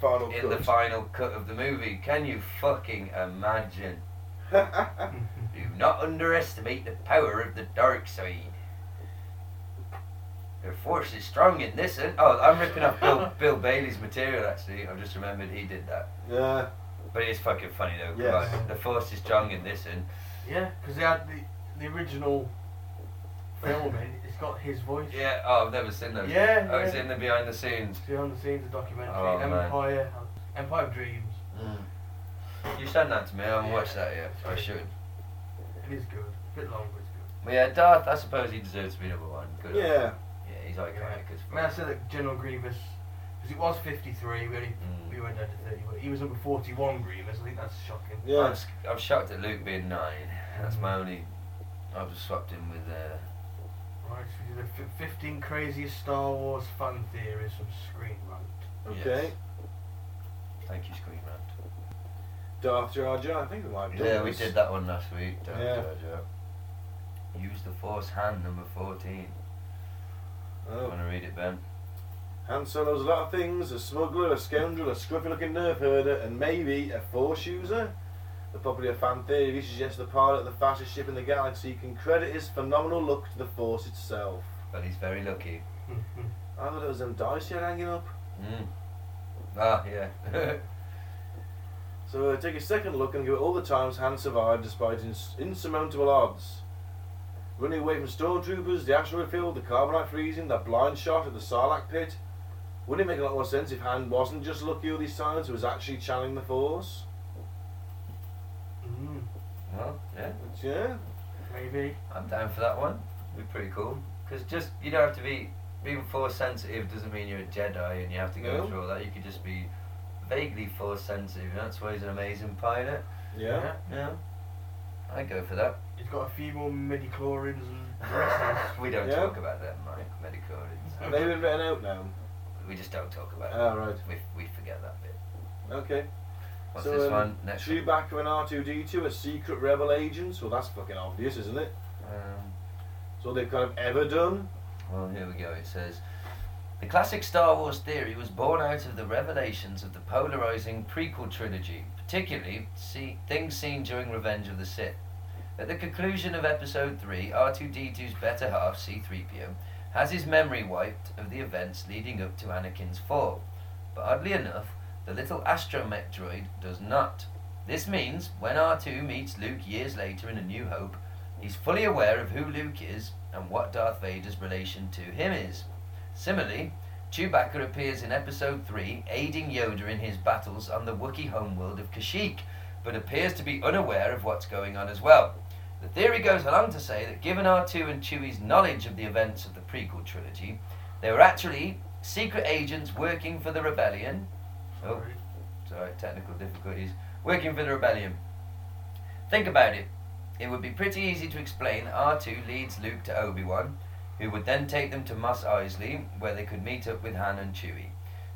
Final in the cut. final cut of the movie. Can you fucking <laughs> imagine? Do not underestimate the power of the dark side. Their force is strong in this. And oh, I'm ripping off <laughs> Bill, Bill Bailey's material. Actually, I've just remembered he did that. Yeah. But it's fucking funny though. Come Yes. on. The force is strong in this, and Yeah, because they had the, the original filming. It's got his voice. Yeah, oh, I've never seen those. Yeah, Oh, it's yeah. in the behind the scenes. Behind the scenes, a documentary, Oh, man. Empire, Empire of Dreams. Mm. You sent that to me. I haven't Yeah. watched that yet. I should. It is good. A bit longer, it's good. But yeah, Darth. I suppose he deserves to be number one. Good. Yeah. Yeah, he's iconic as I mean, I fuck. said that General Grievous, because it was 53, we, only, Mm. we went down to 30, but he was number 41 Grievous. I think that's shocking. Yeah. I'm, s- I'm shocked at Luke being nine. That's my only. I've just swapped him with. Uh, Right, so we did the f- 15 craziest Star Wars fan theories from Screen Rant. Okay. Yes. Thank you, Screen Rant. Darth Jar Jar. I think we might have done Yeah, we this. did that one last week. Darth Yeah. Jar Jar. Use the Force hand, number 14. You Oh. want to read it, Ben? Han Solo's a lot of things a smuggler, a scoundrel, a scruffy looking nerf herder, and maybe a force user. The popular fan theory suggests the pilot of the fastest ship in the galaxy can credit his phenomenal luck to the force itself. But he's very lucky. I thought it Oh, was them dice you had hanging up. Mm. Ah, yeah. <laughs> So uh, take a second look and give it all the times Han survived despite ins- insurmountable odds. Running away from stormtroopers, the asteroid field, the carbonite freezing, that blind shot at the Sarlacc pit. Wouldn't it make a lot more sense if Han wasn't just lucky all these times, he was actually channeling the Force? Mm, well, yeah. Which, yeah, maybe. I'm down for that one. It'd be pretty cool. Because just, you don't have to be, being force sensitive doesn't mean you're a Jedi and you have to go No. through all that. You could just be vaguely force sensitive, and that's why he's an amazing pilot. yeah. Yeah. I'd go for that. <laughs> He's got a few more midi-chlorians and the <laughs> rest we don't Yeah. talk about that, Mike. Medicoidins. Have they been written out now? We just don't talk about Ah, right. it. We, we forget that bit. Okay. What's So, this um, one? Next one. Chewbacca and R2D2 are secret rebel agents? Well, that's fucking obvious, isn't it? Um, It's all they've kind of ever done. well, here we go. It says The classic Star Wars theory was born out of the revelations of the polarizing prequel trilogy, particularly see, things seen during Revenge of the Sith. At the conclusion of Episode 3, R2D2's better half, C3PO, has his memory wiped of the events leading up to Anakin's fall. But oddly enough, the little astromech droid does not. This means when R2 meets Luke years later in A New Hope, he's fully aware of who Luke is and what Darth Vader's relation to him is. Similarly, Chewbacca appears in Episode 3, aiding Yoda in his battles on the Wookiee homeworld of Kashyyyk, but appears to be unaware of what's going on as well. The theory goes along to say that given R2 and Chewie's knowledge of the events of the prequel trilogy, they were actually secret agents working for the rebellion. Oh, Sorry. sorry, technical difficulties. Working for the rebellion. Think about it. It would be pretty easy to explain R2 leads Luke to Obi-Wan, who would then take them to Mos Eisley, where they could meet up with Han and Chewie.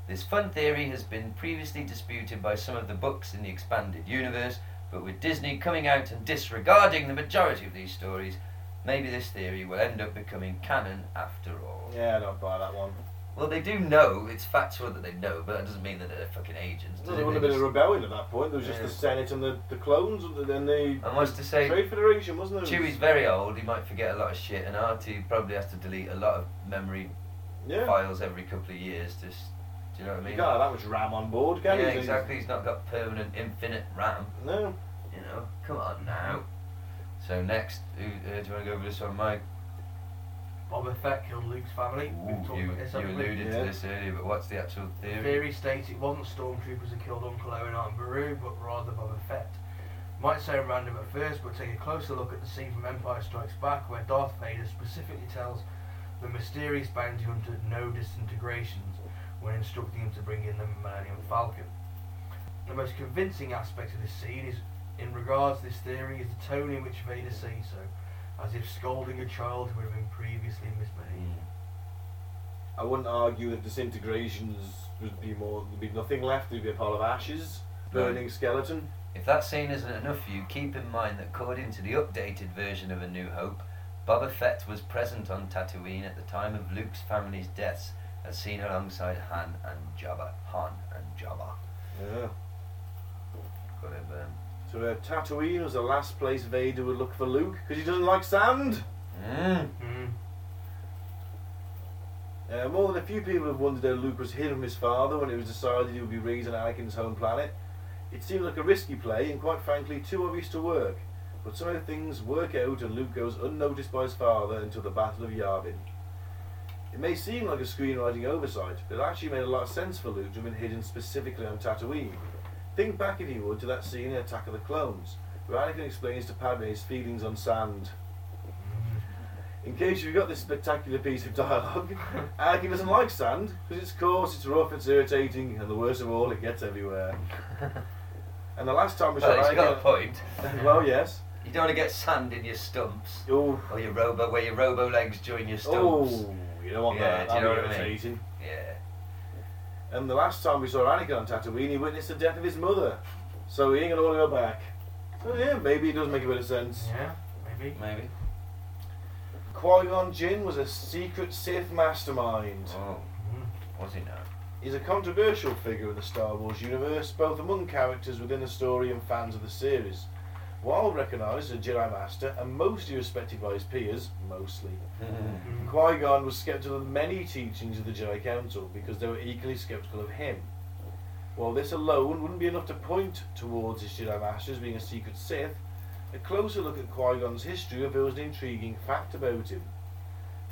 This fun theory has been previously disputed by some of the books in the expanded universe, but with Disney coming out and disregarding the majority of these stories, maybe this theory will end up becoming canon after all. Yeah, I don't buy that one. Well, they do know, it's factual that they know, but that doesn't mean that they're fucking agents. does Well, there it? wouldn't have been a rebellion at that point. There was just Yeah. the Senate and the, the clones and then the I must to say, Trade Federation, wasn't there? Chewie's very old, he might forget a lot of shit, and R2 probably has to delete a lot of memory yeah. files every couple of years. Just, do you know what I You mean? can't have that much RAM on board, yeah, can you? exactly. He's not got permanent infinite RAM. No. You know, come on now. So next, who, uh, do you want to go over this one, Mike? Boba Fett killed Luke's family. We've Ooh, talked you, about this, you haven't we? alluded Yeah. to this earlier, but what's the actual The theory? theory states it wasn't stormtroopers who killed Uncle Owen on Baru, but rather Boba Fett. Might sound random at first, but take a closer look at the scene from Empire Strikes Back where Darth Vader specifically tells the mysterious bounty hunter no disintegrations when instructing him to bring in the Millennium Falcon. The most convincing aspect of this scene is, in regards to this theory, is the tone in which Vader says so, as if scolding a child who had been previously misbehaved. Mm. I wouldn't argue that disintegrations would be more. There'd be nothing left. There'd be a pile of ashes, burning skeleton. If that scene isn't enough for you, keep in mind that according to the updated version of A New Hope, Boba Fett was present on Tatooine at the time of Luke's family's deaths, as seen alongside Han and Jabba. Han and Jabba. Yeah. Got him, um, So uh, Tatooine was the last place Vader would look for Luke because he doesn't like sand. mm. Mm. Uh, more than a few people have wondered how Luke was hid from his father when it was decided he would be raised on Anakin's home planet. It seemed like a risky play and quite frankly too obvious to work. But somehow things work out and Luke goes unnoticed by his father until the Battle of Yavin. It may seem like a screenwriting oversight, but it actually made a lot of sense for Luke to have been hidden specifically on Tatooine. Think back, if you would, to that scene in Attack of the Clones, where Anakin explains to Padme his feelings on sand. In case you forgot this spectacular piece <laughs> of dialogue, Anakin doesn't like sand because it's coarse, it's rough, it's irritating, and the worst of all, it <laughs> gets everywhere. and the last time we Well, shot he's got a Anakin- point. <laughs> well, yes. You don't want to get sand in your stumps. Oh, Or your robo, where your robo legs join your stumps. oh, you don't want Yeah, that. do you That'd know be what I mean? irritating. Yeah. And the last time we saw Anakin on Tatooine, he witnessed the death of his mother. So he ain't gonna want to go back. So yeah, maybe it does make a bit of sense. Yeah, maybe. Maybe. Qui Gon Jinn was a secret Sith mastermind. Oh. Was he now? He's a controversial figure in the Star Wars universe, both among characters within the story and fans of the series. While recognised as a Jedi Master and mostly respected by his peers, mostly, Qui Gon was sceptical of many teachings of the Jedi Council because they were equally sceptical of him. While this alone wouldn't be enough to point towards his Jedi Master as being a secret Sith, a closer look at Qui Gon's history reveals an intriguing fact about him.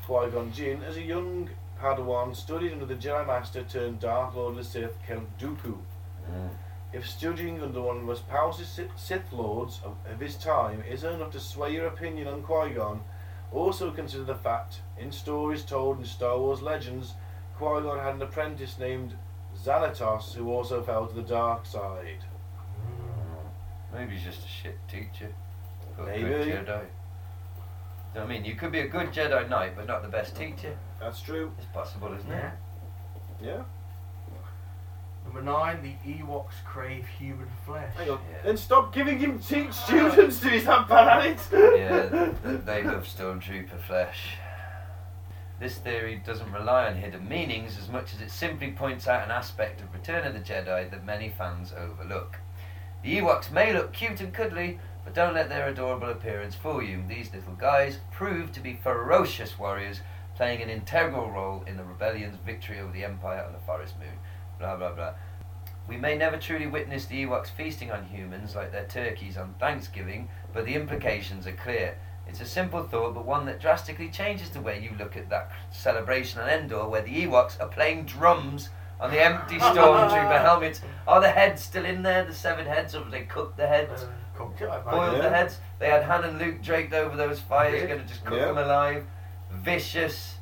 Qui Gon Jinn, as a young Padawan, studied under the Jedi Master turned Dark Lord of the Sith, Count Dooku. Mm-hmm. Mm. If studying under one of the most powerful Sith- Sith Lords of, of his time isn't enough to sway your opinion on Qui Gon, also consider the fact, in stories told in Star Wars Legends, Qui Gon had an apprentice named Xanatos who also fell to the dark side. Maybe he's just a shit teacher. But a Maybe. Good Jedi. Do you know what I mean? You could be a good Jedi Knight, but not the best teacher. That's true. It's possible, isn't Yeah. it? Yeah. Number nine, the Ewoks crave human flesh. Hang on. Yeah. Then stop giving him teach students to he's that bad at it. Yeah, th- they love Stormtrooper flesh. This theory doesn't rely on hidden meanings as much as it simply points out an aspect of Return of the Jedi that many fans overlook. The Ewoks may look cute and cuddly, but don't let their adorable appearance fool you. These little guys prove to be ferocious warriors, playing an integral role in the rebellion's victory over the Empire on the Forest Moon. Blah blah blah. We may never truly witness the Ewoks feasting on humans like their turkeys on Thanksgiving, but the implications are clear. It's a simple thought, but one that drastically changes the way you look at that celebration on Endor, where the Ewoks are playing drums on the <laughs> empty stormtrooper helmets. Are the heads still in there? The severed heads, or have they cooked the heads? Uh, cooked it, I Boiled imagine. Yeah. the heads. They had Han and Luke draped over those fires, Did? going to just cook Yeah. them alive. Vicious,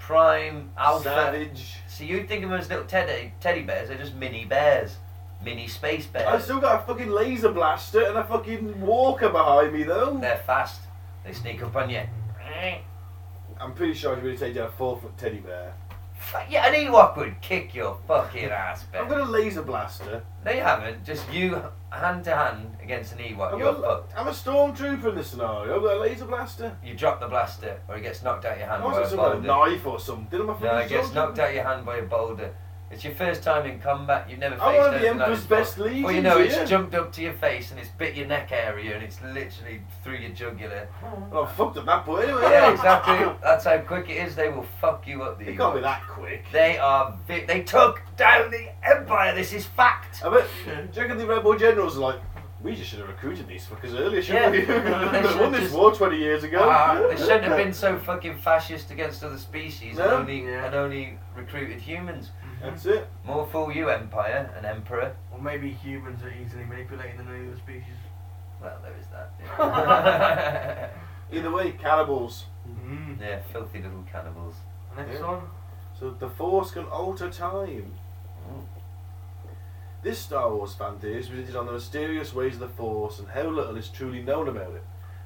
prime, alpha. Savage. So you'd think of them as little teddy teddy bears. They're just mini bears, mini space I bears. still got a fucking laser blaster and a fucking walker behind me though. They're fast. They sneak up on you. I'm pretty sure I could really take down a four foot teddy bear. Fuck Yeah, an Ewok would kick your fucking ass, Ben. I've got a laser blaster. No, you haven't. Just you hand to hand against an Ewok. I'm, You're a, fucked. I'm a stormtrooper in this scenario. I've got a laser blaster. You drop the blaster, or it gets knocked out your hand I by was a some kind of boulder. knife or something. I'm a fucking No, it gets stormtrooper. knocked out your hand by a boulder. It's your first time in combat. You've never faced I want to be anything like Emperor's this before. best legion. Well, you know, it's yeah. jumped up to your face and it's bit your neck area and it's literally through your jugular. Well, I'm Oh, fucked at that point anyway. Yeah, exactly. That's how quick it is. They will fuck you up. The It can't be Ewoks. that quick. They are. Vi- they took down the Empire. This is fact. I bet, do you reckon the Rebel generals are like, we just should have recruited these fuckers earlier, shouldn't Yeah. <laughs> we? <laughs> They they should won this just- war 20 years ago. Ah, <laughs> they shouldn't have been so fucking fascist against other species and No. Mm-hmm. only Yeah. and only recruited humans. That's it. More fool you, Empire and Emperor. Or maybe humans are easily manipulated than any other species. Well, there is <laughs> that. Either way, cannibals. Mm. yeah, filthy little cannibals. Next Yeah. one. So the Force can alter time. Mm. This Star Wars fan theory is presented on the mysterious ways of the Force and how little is truly known about it.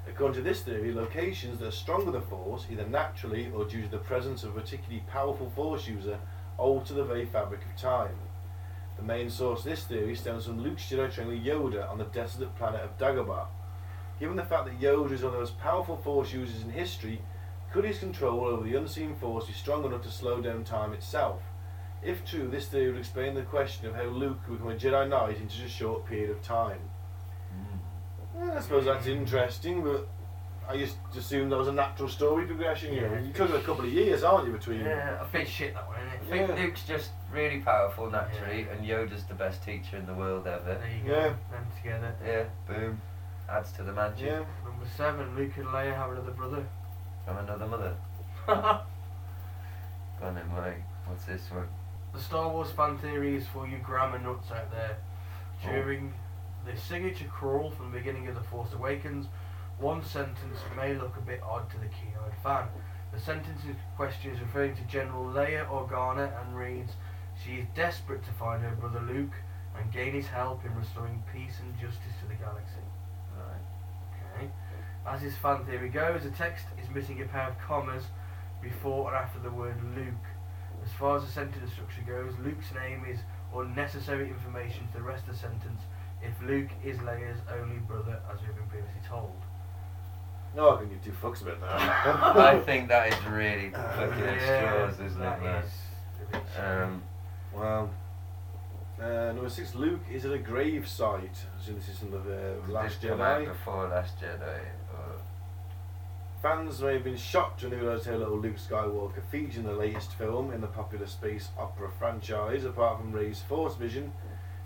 According to this theory, locations that are strong with the Force, either naturally or due to the presence of a particularly powerful Force user, alter the very fabric of time. The main source of this theory stems from Luke's Jedi training Yoda on the desolate planet of Dagobah. Given the fact that Yoda is one of the most powerful Force users in history, could his control over the unseen force be strong enough to slow down time itself? If true, this theory would explain the question of how Luke could become a Jedi Knight in such a short period of time. Yeah, I suppose that's interesting, but I just assumed that was a natural story progression. You know, Yeah. you're talking a couple of years, aren't you, between Yeah, I think shit that one, isn't I it? think Yeah. Luke's just really powerful naturally, and Yoda's the best teacher in the world ever. There you go. Yeah. Them together. Yeah, boom. Adds to the magic. yeah. Number <laughs> seven, Luke and Leia have another brother. I'm another mother. Go on then, Murray. What's this one? The Star Wars fan theory is for you grammar nuts out there. Oh. During the signature crawl from the beginning of The Force Awakens, one sentence may look a bit odd to the keen-eyed fan. The sentence in question is referring to General Leia Organa and reads, She is desperate to find her brother Luke and gain his help in restoring peace and justice to the galaxy. Right. Okay. As his fan theory goes, the text is missing a pair of commas before and after the word Luke. As far as the sentence structure goes, Luke's name is unnecessary information for the rest of the sentence if Luke is Leia's only brother, as we've been previously told. No, I can give two fucks about that. <laughs> Uh, I think that is really fucking Yeah, straws, isn't that it, man? is a bit Um, Well, uh, number six, Luke is at a grave site. So this is from the uh, Last did come out Jedi. before uh, Last Jedi. Or Fans may have been shocked when they realised how little Luke Skywalker featured in the latest film in the popular space opera franchise. Apart from Ray's Force vision,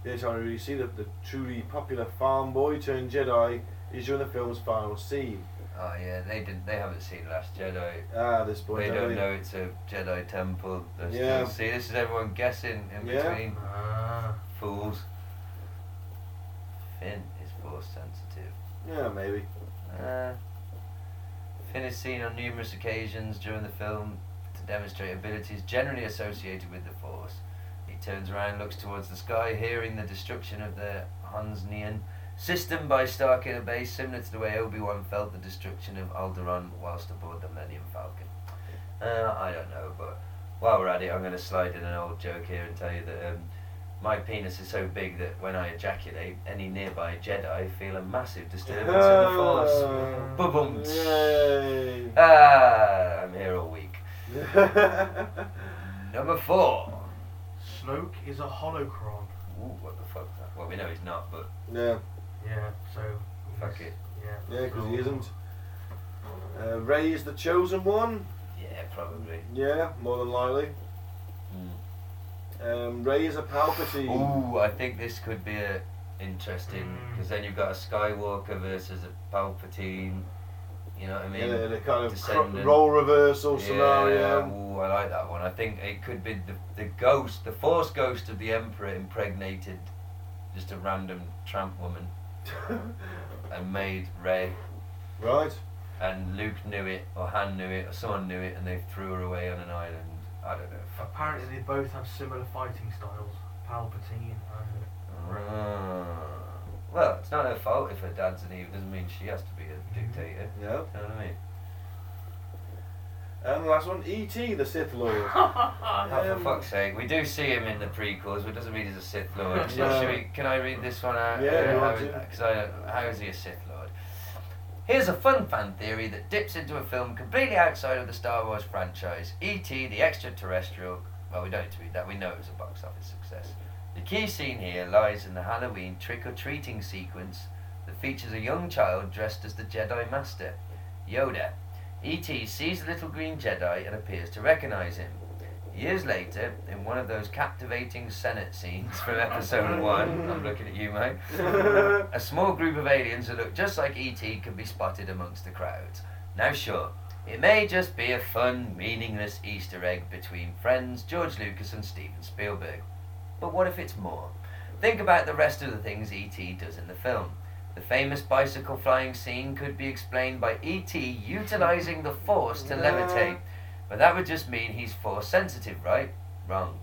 the only time we really see that the truly popular farm boy turned Jedi is during the film's final scene. oh yeah, they didn't. They haven't seen Last Jedi. Ah, this boy. They don't Jedi. know it's a Jedi temple. They're Yeah. Still, see, this is everyone guessing in Yeah. between. Ah, Fools. Finn is force sensitive. Yeah, maybe. Uh, Finn is seen on numerous occasions during the film to demonstrate abilities generally associated with the Force. He turns around, looks towards the sky, hearing the destruction of the Hansnian system by Starkiller Base, similar to the way Obi Wan felt the destruction of Alderaan whilst aboard the Millennium Falcon. Uh, I don't know, but while we're at it, I'm going to slide in an old joke here and tell you that um, my penis is so big that when I ejaculate, any nearby Jedi feel a massive disturbance in the Oh. Force. Oh. Ah, Ba-bum. Yay. Ah, I'm here all week. Number four. Snoke is a holocron. Ooh, what the fuck? Well, we know he's not, but yeah, Yeah, so. Fuck it. Yeah, yeah, because he so- isn't. Uh, Ray is the chosen one. yeah, probably. Yeah, more than likely. <laughs> Um, Ray is a Palpatine. Ooh, I think this could be a interesting Mm. because then you've got a Skywalker versus a Palpatine. You know what I mean? yeah, the kind of cro- Descendant. role reversal scenario. Ooh, I like that one. I think it could be the, the ghost, the Force ghost of the Emperor impregnated just a random tramp <laughs> woman and made Rey. right. and Luke knew it, or Han knew it, or someone knew it, and they threw her away on an island. I don't know. Fuck. Apparently, they both have similar fighting styles Palpatine and Ah. well, it's not her fault if her dad's an evil. Doesn't mean she has to be a dictator. Yeah. You know what I mean? And the last one, E E.T. the Sith <laughs> Lord. Oh, for Um, fuck's sake, we do see him in the prequels, but it doesn't mean he's a Sith Lord. So Yeah. should we, can I read this one out? Yeah, you want to. Because how is he a Sith Lord? Here's a fun fan theory that dips into a film completely outside of the Star Wars franchise E.T. the Extraterrestrial. Well, we don't need to read that, we know it was a box office success. The key scene here lies in the Halloween trick or treating sequence that features a young child dressed as the Jedi Master, Yoda. E.T. sees the little green Jedi and appears to recognize him. Years later, in one of those captivating Senate scenes from episode one, I'm looking at you, mate, a small group of aliens who look just like E.T. can be spotted amongst the crowds. Now, sure, it may just be a fun, meaningless Easter egg between friends George Lucas and Steven Spielberg. But what if it's more? Think about the rest of the things E.T. does in the film. The famous bicycle flying scene could be explained by E.T. utilizing the force to levitate. But that would just mean he's force sensitive, right? Wrong.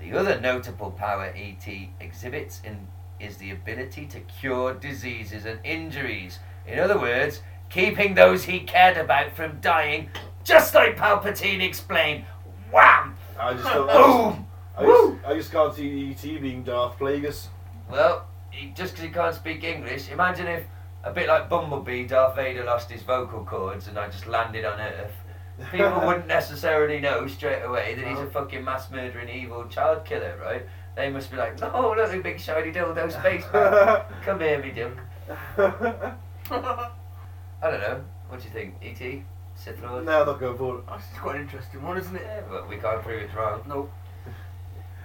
The other notable power ET exhibits in is the ability to cure diseases and injuries. In other words, keeping those he cared about from dying, just like Palpatine explained. Wham! I just <laughs> don't. I just, Boom! I just, I just can't see E E.T. being Darth Plagueis. Well, he, just because he can't speak English, imagine if, a bit like Bumblebee, Darth Vader lost his vocal cords and I just landed on Earth. <laughs> People wouldn't necessarily know straight away that he's a fucking mass murdering evil child killer, right? They must be like, oh, look, the big shiny dildo space <laughs> man. Come here, me duck. I don't know. What do you think? E.T.? Sith Lord? No, I'm not going for it. That's quite an interesting one, isn't it? Yeah, but we can't prove it's wrong. Nope.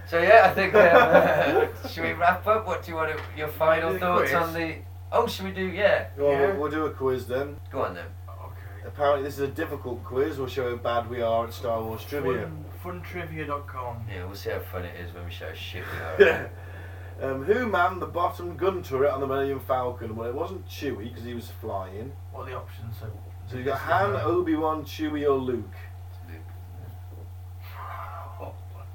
So yeah, I think um, <laughs> should we wrap up? What do you want? To, your final Do the thoughts quiz. on the? Oh, should we do? Yeah, Well, Yeah. we'll, we'll do a quiz then. go on then. Okay. Apparently, this is a difficult quiz. We'll show how bad we are at Star Wars trivia. Fun, funtrivia.com. Yeah, we'll see how fun it is when we show how shit we are. <laughs> um, who manned the bottom gun turret on the Millennium Falcon? Well, it wasn't Chewie because he was flying. What are <laughs> the options? So, So you got Han, Obi Wan, Chewie, or Luke. Oh, fuck.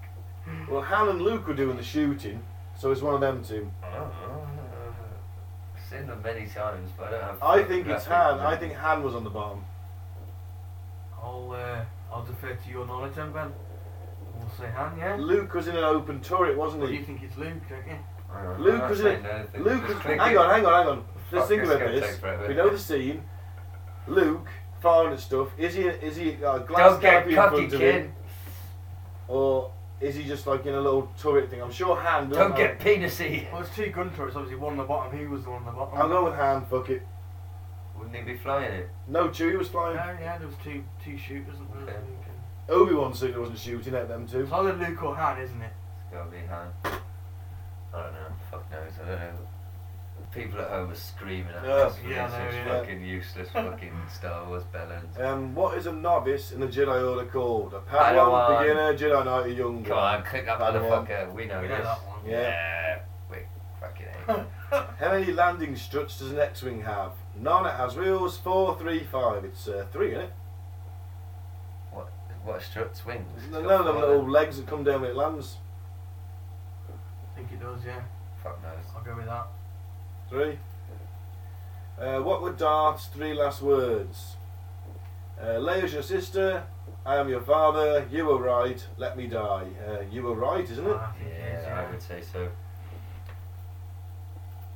Well, Han and Luke were doing the shooting, so it's one of them two. I've seen them many times, but I don't have. I think it's Han. photographic I think Han was on the bottom. I'll, uh, I'll defer to your knowledge then, Ben. We'll say Han, yeah? Luke was in an open turret, wasn't Well, you he? think it's Luke, don't you? I don't know. I'm Luke not was in. saying anything. Luke. Just Was, hang click it. on, hang on, hang on. Let's Fuck, think it's about gonna this. take forever. We know the scene. Luke firing at stuff. Is he? Is he got a glass Don't get canopy in cocky, front of him, kid. or is he just like in a little turret thing? I'm sure Han. doesn't Don't get penisy. Well, it's two gun turrets, obviously one on the bottom, he was the one on the bottom. Have, I'll go with Han. Fuck it. Wouldn't he be flying it? No, Chewie was flying. Yeah, yeah, there was two, two shooters. wasn't there? Okay. Obi Wan certainly wasn't shooting at them two. It's either Luke or Han, isn't it? It's gotta be Han. I don't know. Fuck knows. I don't know. People at home are screaming at Yeah. us. for Yeah, this. I know, It's yeah. fucking useless fucking Star Wars balance. Um, what is a novice in the Jedi Order called? A Padawan. Padawan, beginner, Jedi Knight, a young uh, Come on, click that Padawan. motherfucker. We know We know this. that one. Yeah. Yeah. We fucking hate it. <laughs> How many landing struts does an X-wing have? None. It has wheels. Four, three, five. It's uh, three, isn't it? What, what a strut's wings. It's None got of them four little legs that come down when it lands. I think it does, yeah. Fuck knows. I'll go with that. Three. Uh, what were Darth's three last words? Uh, Leia's your sister. I am your father. You were right. Let me die. Uh, you were right, isn't it? Ah, I think it is, Yeah, I would say so.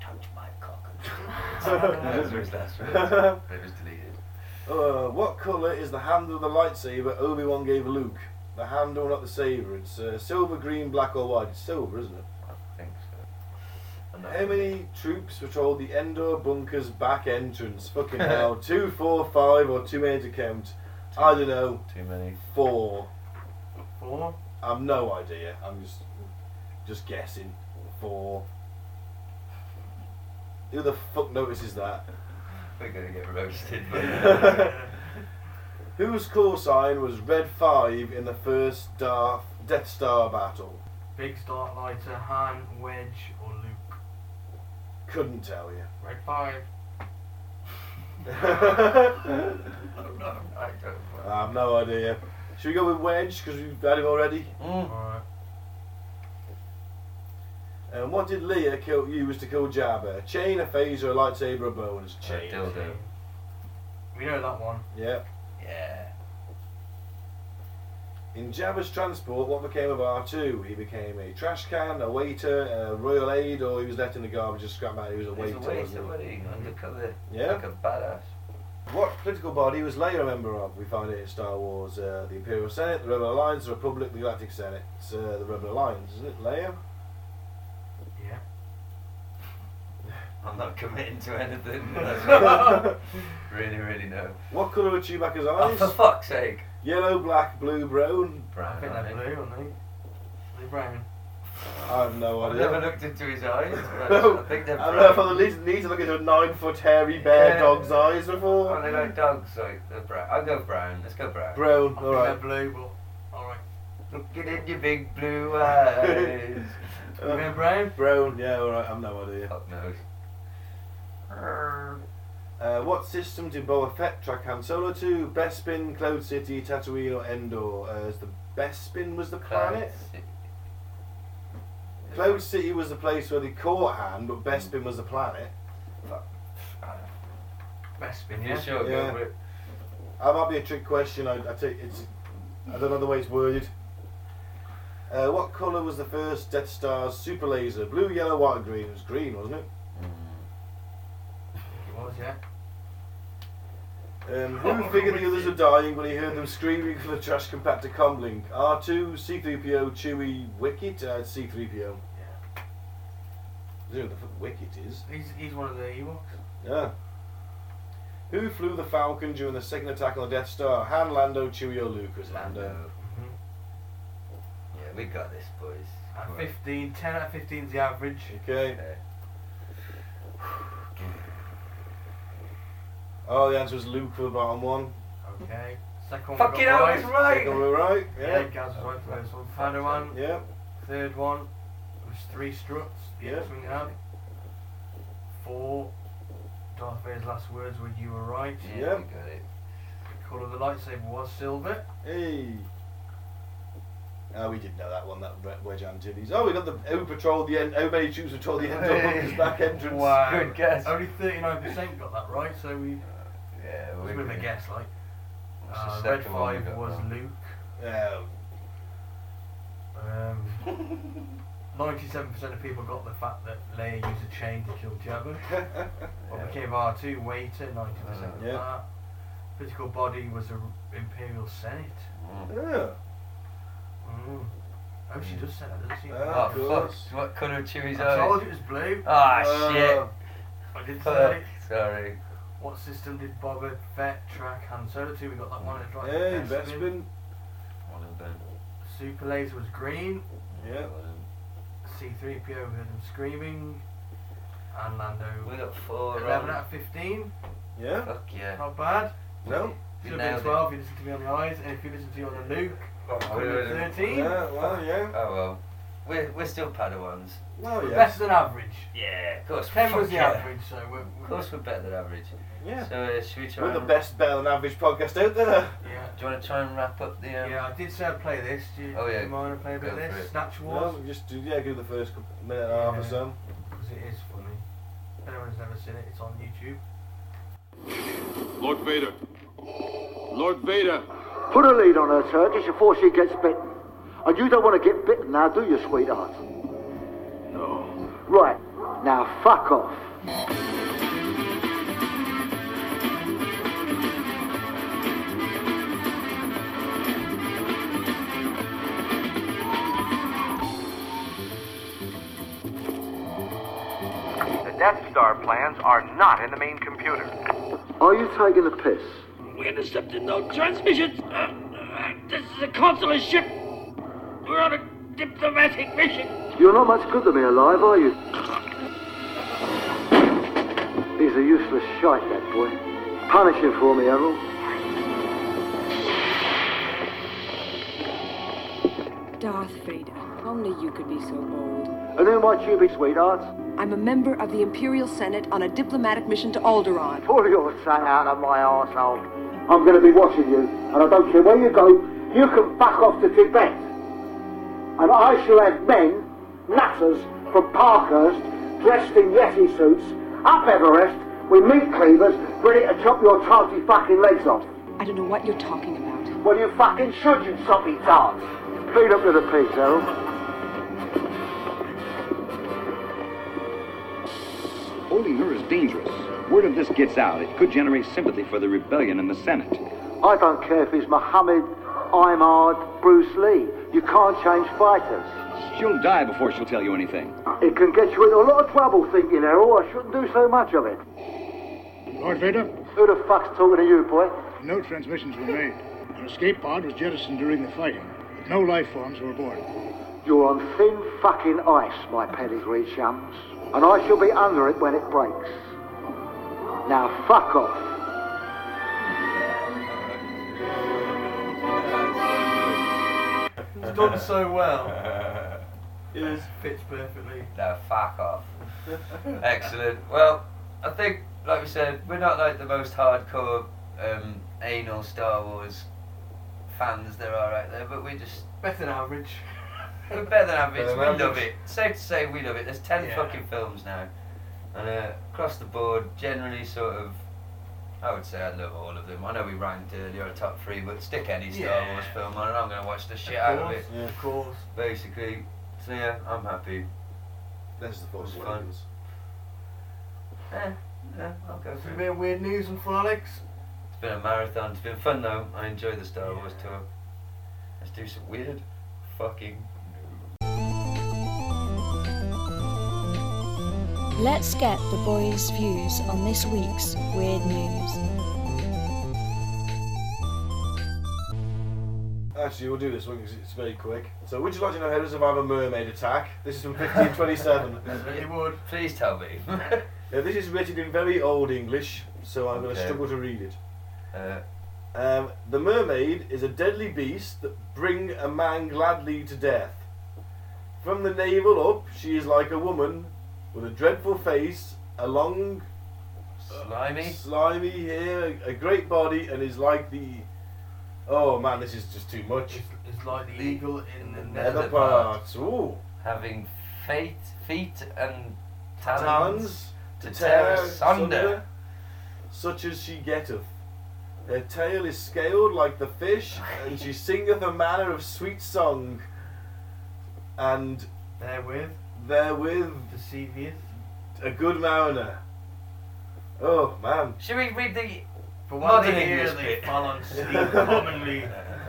Touch my cock. <laughs> Those were his last words. It was deleted. Uh, what colour is the handle of the lightsaber Obi Wan gave Luke? The handle, not the saber. It's uh, silver, green, black, or white. It's silver, isn't it? I think so. I'm not- How many troops patrolled the Endor bunker's back entrance? <laughs> Fucking hell. Two, four, five, or two eight to count? I don't know. Too many. Four. Four? I've no idea. I'm just just guessing. Four. Who the fuck notices that? We're gonna get roasted. <laughs> <laughs> Whose call sign was Red Five in the first Darth Death Star battle? Big Start Lighter, Han, Wedge, or Luke? Couldn't tell <laughs> you. Red 5. I'm not- I don't know. I have no idea. Should we go with Wedge because we've had him already? Mm. Alright. And what did Leah kill, use to kill Jabba? A chain, a phaser, a lightsaber, a bow, and it's A chain. dildo. We know that one. Yeah. Yeah. In Jabba's transport, what became of R2? He became a trash can, a waiter, a royal aide, or he was left in the garbage and scrap out. He was a He's waiter. a wasn't waiter, he? what are you? Undercover. Yeah. Like a badass. What political body was Leia a member of? We find it in Star Wars: uh, the Imperial Senate, the Rebel Alliance, the Republic, the Galactic Senate. It's uh, the Rebel Alliance, isn't it? Leia. Yeah. I'm not committing to <laughs> anything. That's what I really, really know. What colour are Chewbacca's Oh, for eyes? fuck's sake. Yellow, black, blue, brown. Brown, I think I they're think. blue, aren't they? They're brown. I have no I've idea. never looked into his eyes. but <laughs> No, I think they're I don't know if brown. I need, need to look into a nine foot hairy bear Yeah. dog's eyes before. Oh, they like dogs, like they're brown. I'll go brown. Let's go brown. Brown, I alright. think they're blue, but. Alright. Looking in your big <laughs> blue eyes. we go brown? Uh, Brown, yeah, alright, I've no idea. Fuck knows. Uh, what system did Boba Fett track Han Solo to? Bespin, Cloud City, Tatooine, or Endor? Uh, is the Bespin was the planet? Cloud City was the place where they caught Han, but Bespin was the planet. Best spin, When you're yeah. sure, Yeah. go for it. That might be a trick question. I, I take it's. I don't know the way it's worded. Uh, what colour was the first Death Star's super laser? Blue, yellow, white, or green. It was green, wasn't it? Mm. It was, yeah. <laughs> Um, who figured the others were dying when he heard them screaming from the trash compactor comlink? R2, C3PO, Chewie, Wicket? Uh, it's C3PO. Yeah. I don't know what the fuck Wicket is. He's, he's one of the Ewoks. Yeah. Who flew the Falcon during the second attack on the Death Star? Han, Lando, Chewie, or Luke? It was Lando. Lando. Yeah, we got this, boys. At Come on. 15, 10 out of 15 is the average. Okay. Okay. Oh, the answer was Luke for the bottom one. Okay. Second one. Fucking hell, I was Second we right! were right. Yeah, Yeah. Gaz was right for the first one. Final one. Yeah. Third one was three struts. Yeah. Something out. Four. Darth Vader's last words were "You were right." Yeah, Yeah. we got it. Colour of the lightsaber was silver. Hey. Oh, we didn't know that one, that Red Wedge Antilles. Oh, we got the who patrolled the end, how many troops patrolled the end Hey. of back entrance. Wow. Good guess. Only 39% got that right, so we. Yeah, It we was a bit of a guess, like. What's the Uh, Red second one we 5 got was wrong? Luke. Yeah. Um, <laughs> 97% of people got the fact that Leia used a chain to kill <laughs> Jabba. What Yeah. became R2 waiter, 90% of Uh, yeah. that. Physical body was the Imperial Senate. Mm. Yeah. Mm. Oh, she does say that, doesn't she? Oh, Ah, Of fuck. course. What colour of Chewie's I told eyes? you it was blue. Ah, Uh, shit. I did say Fuck. it. Sorry. What system did Boba Fett track Han Solo to? We got that one. It's right. Hey, Bespin. Bespin. One of them. Super laser was green. Yeah. C3PO heard him screaming. And We Lando. got four 11 wrong. out of 15. Yeah. Fuck yeah. Not bad. No. You Should have nailed it. been 12 if you listened to me on the eyes, and if you listened to me on the Luke, I would have been 13. Oh, Yeah. Well, yeah. Oh well. We're, we're still Padawans. No. Better Yes. than average. Yeah, of course. 10 was Fuck the yeah. average, so we're, Of we're course we're better than average. Yeah. So uh, should we try We're the and- best, better than average podcast out there. yeah. Do you want to try and wrap up the... Um, Yeah, I did say I'd play this. Do you, Oh, yeah. do you mind if I play a bit Go of for this? it. Snatch Wars? Well, we just do, yeah, give the first couple- minute and a half or Yeah. so. Because it is funny. If anyone's never seen it, it's on YouTube. Lord Vader. Lord Vader. Put a lead on her, Turkish, before she gets bitten. And you don't want to get bitten now, do you, sweetheart? No. Right, now fuck off. The Death Star plans are not in the main computer. Are you taking a piss? We intercepted no transmissions. Uh, uh, this is a consular ship. We're on a diplomatic mission. You're not much good to me alive, are you? He's a useless shite, that boy. Punish him for me, Errol. Darth Vader, only you could be so bold. And who might you be, sweetheart? I'm a member of the Imperial Senate on a diplomatic mission to Alderaan. Pull your tongue out of my arsehole. I'm going to be watching you, and I don't care where you go, you can fuck off to Tibet. And I shall have men, nutters, from Parkhurst, dressed in Yeti suits, up Everest, with meat cleavers, ready to chop your tarty fucking legs off. I don't know what you're talking about. Well, you fucking should, you soppy tart. Feed up to the pigs, Errol. Holding her is dangerous. Word of this gets out, it could generate sympathy for the rebellion in the Senate. I don't care if he's Muhammad, Imad, Bruce Lee. You can't change fighters. She'll die before she'll tell you anything. It can get you into a lot of trouble thinking, Errol. I shouldn't do so much of it. Lord Vader, Who the fuck's talking to you, boy? no transmissions were made. An escape pod was jettisoned during the fighting. but No life forms were aboard. You're on thin fucking ice, my pedigree chums. And I shall be under it when it breaks. Now fuck off. It's done so well. <laughs> It fits perfectly. No, fuck <laughs> off. Excellent. Well, I think, like we said, we're not like the most hardcore um, anal Star Wars fans there are out there, but we just Better than average. we're better than average. Better than we love average. it. Safe to say, we love it. There's ten Yeah. fucking films now, and uh, across the board, generally sort of. I would say I love all of them. I know we ranked earlier a top three, but stick any Star Yeah. Wars film on, and I'm going to watch the shit Of out of it. course, Of course. Basically, so yeah, I'm happy. This is the Force That's fine. Awakens. Eh, yeah, I'll go It's for a it. bit of weird news and frolics. It's been a marathon. It's been fun though. I enjoy the Star Wars Yeah. tour. Let's do some weird fucking Let's get the boys' views on this week's weird news. Actually, we'll do this one because it's very quick. So, would you like to know how to survive a mermaid attack? This is from 1527. It would. Please tell me. now, this is written in very old English. so I'm going to Okay. struggle to read it. Um, the mermaid is a deadly beast that bring a man gladly to death. From the navel up, she is like a woman with a dreadful face, a long, slimy, slimy hair, a great body, and is like the. Oh man, this is just too much. It's like the eagle in the nether parts. Ooh. Having fate, feet and talons, talons to tear sunder, <laughs> asunder. such as she getteth. Her tail is scaled like the fish, and <laughs> she singeth a manner of sweet song. And therewith, therewith deceivieth a good mariner. Oh man! Should we read the For one modern they hear English they bit? <laughs> fall <laughs> on sleep commonly,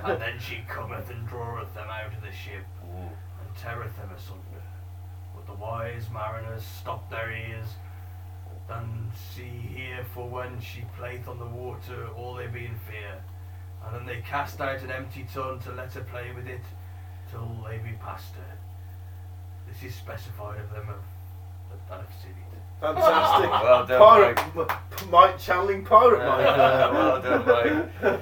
and then she cometh and draweth them out of the ship, and teareth them asunder. But the wise mariners stop their ears, and see here for when she playeth on the water, all they be in fear. And then they cast out an empty tun to let her play with it, till they be past her. This is specified of them of that- that have seen it. <laughs> <laughs> Fantastic. Well done, pirate, m- Mike channeling pirate Mike. there. Uh, well <laughs> done, Mike.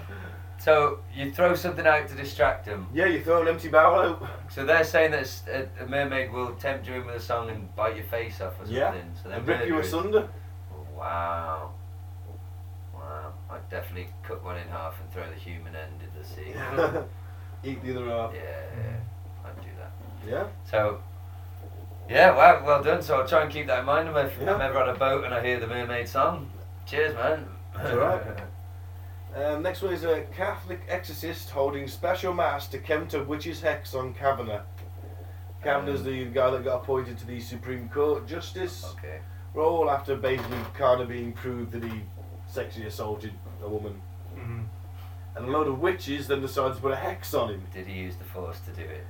So you throw something out to distract them. Yeah, you throw an empty barrel out. So they're saying that s- a, a mermaid will tempt you in with a song and bite your face off or something. Yeah, So and rip you murderers. asunder. Wow. Wow. I'd definitely cut one in half and throw the human end in the sea. Eat the other half. Yeah, yeah. I'd do that. Yeah. So, yeah, wow, well done. So I'll try and keep that in mind if Yeah. I'm ever on a boat and I hear the mermaid song. Cheers, man. That's all right. Um, next one is a Catholic exorcist holding special mass to counter witch's hex on Kavanaugh. Kavanaugh's the guy that got appointed to the Supreme Court justice Okay. role after basically kind of being proved that he sexually assaulted a woman. Mhm. And a load of witches then decided to put a hex on him. Did he use the force to do it?